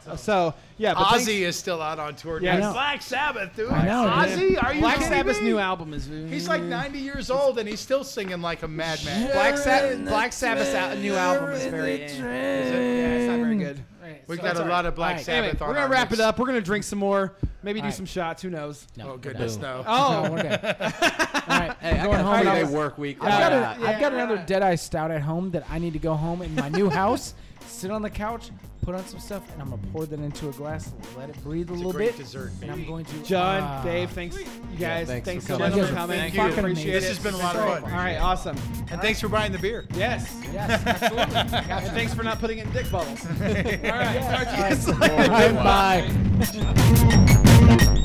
S1: So, so, yeah, but thanks-
S4: Ozzy is still out on tour.
S1: Yeah,
S4: dude.
S2: I know.
S4: Black Sabbath, dude.
S2: I know,
S4: Ozzy, are you
S1: Black
S4: kidding
S1: Sabbath's
S4: me?
S1: new album is.
S4: He's like 90 years old and he's still singing like a madman.
S1: Black, Sab- Black Sabbath's al- new album is very. eh. Is it? Yeah, it's not very good.
S4: We've got a lot of Black
S2: Alright,
S4: Sabbath
S1: Anyway,
S4: on
S1: we're
S4: our
S1: gonna wrap
S4: mix.
S1: it up. We're gonna drink some more. Maybe do
S2: All right.
S1: some shots. Who knows?
S2: No,
S9: Oh,
S2: we're
S9: goodness,
S2: done.
S9: no.
S1: Oh.
S2: No, we're done. All right,
S16: Hey, I
S2: going
S16: got a
S2: home. and
S16: three-day
S2: I'll-
S16: work week.
S2: I've got, a,
S1: Yeah.
S2: I've got another dead eye stout at home that I need to go home in my new house, sit on the couch, put on some stuff, and I'm gonna pour that into a glass, let it breathe
S9: It's
S2: a
S9: a
S2: little
S9: great
S2: bit,
S9: dessert,
S2: and
S9: baby.
S2: I'm going to.
S1: John,
S2: ah,
S1: Dave, thanks, you guys.
S16: thanks
S1: thanks,
S16: for
S1: so
S16: coming.
S1: much for
S2: Gentlemen,
S1: coming.
S2: thank you. Fucking
S1: Appreciate
S9: This
S1: it.
S9: has been a lot of
S1: Great.
S9: fun.
S1: All right, awesome.
S9: And thanks for buying the beer.
S1: Yes.
S2: Yes, absolutely.
S1: And
S2: Gotcha.
S1: thanks for not putting in dick bottles. All right. Talk to you
S2: All right, bye.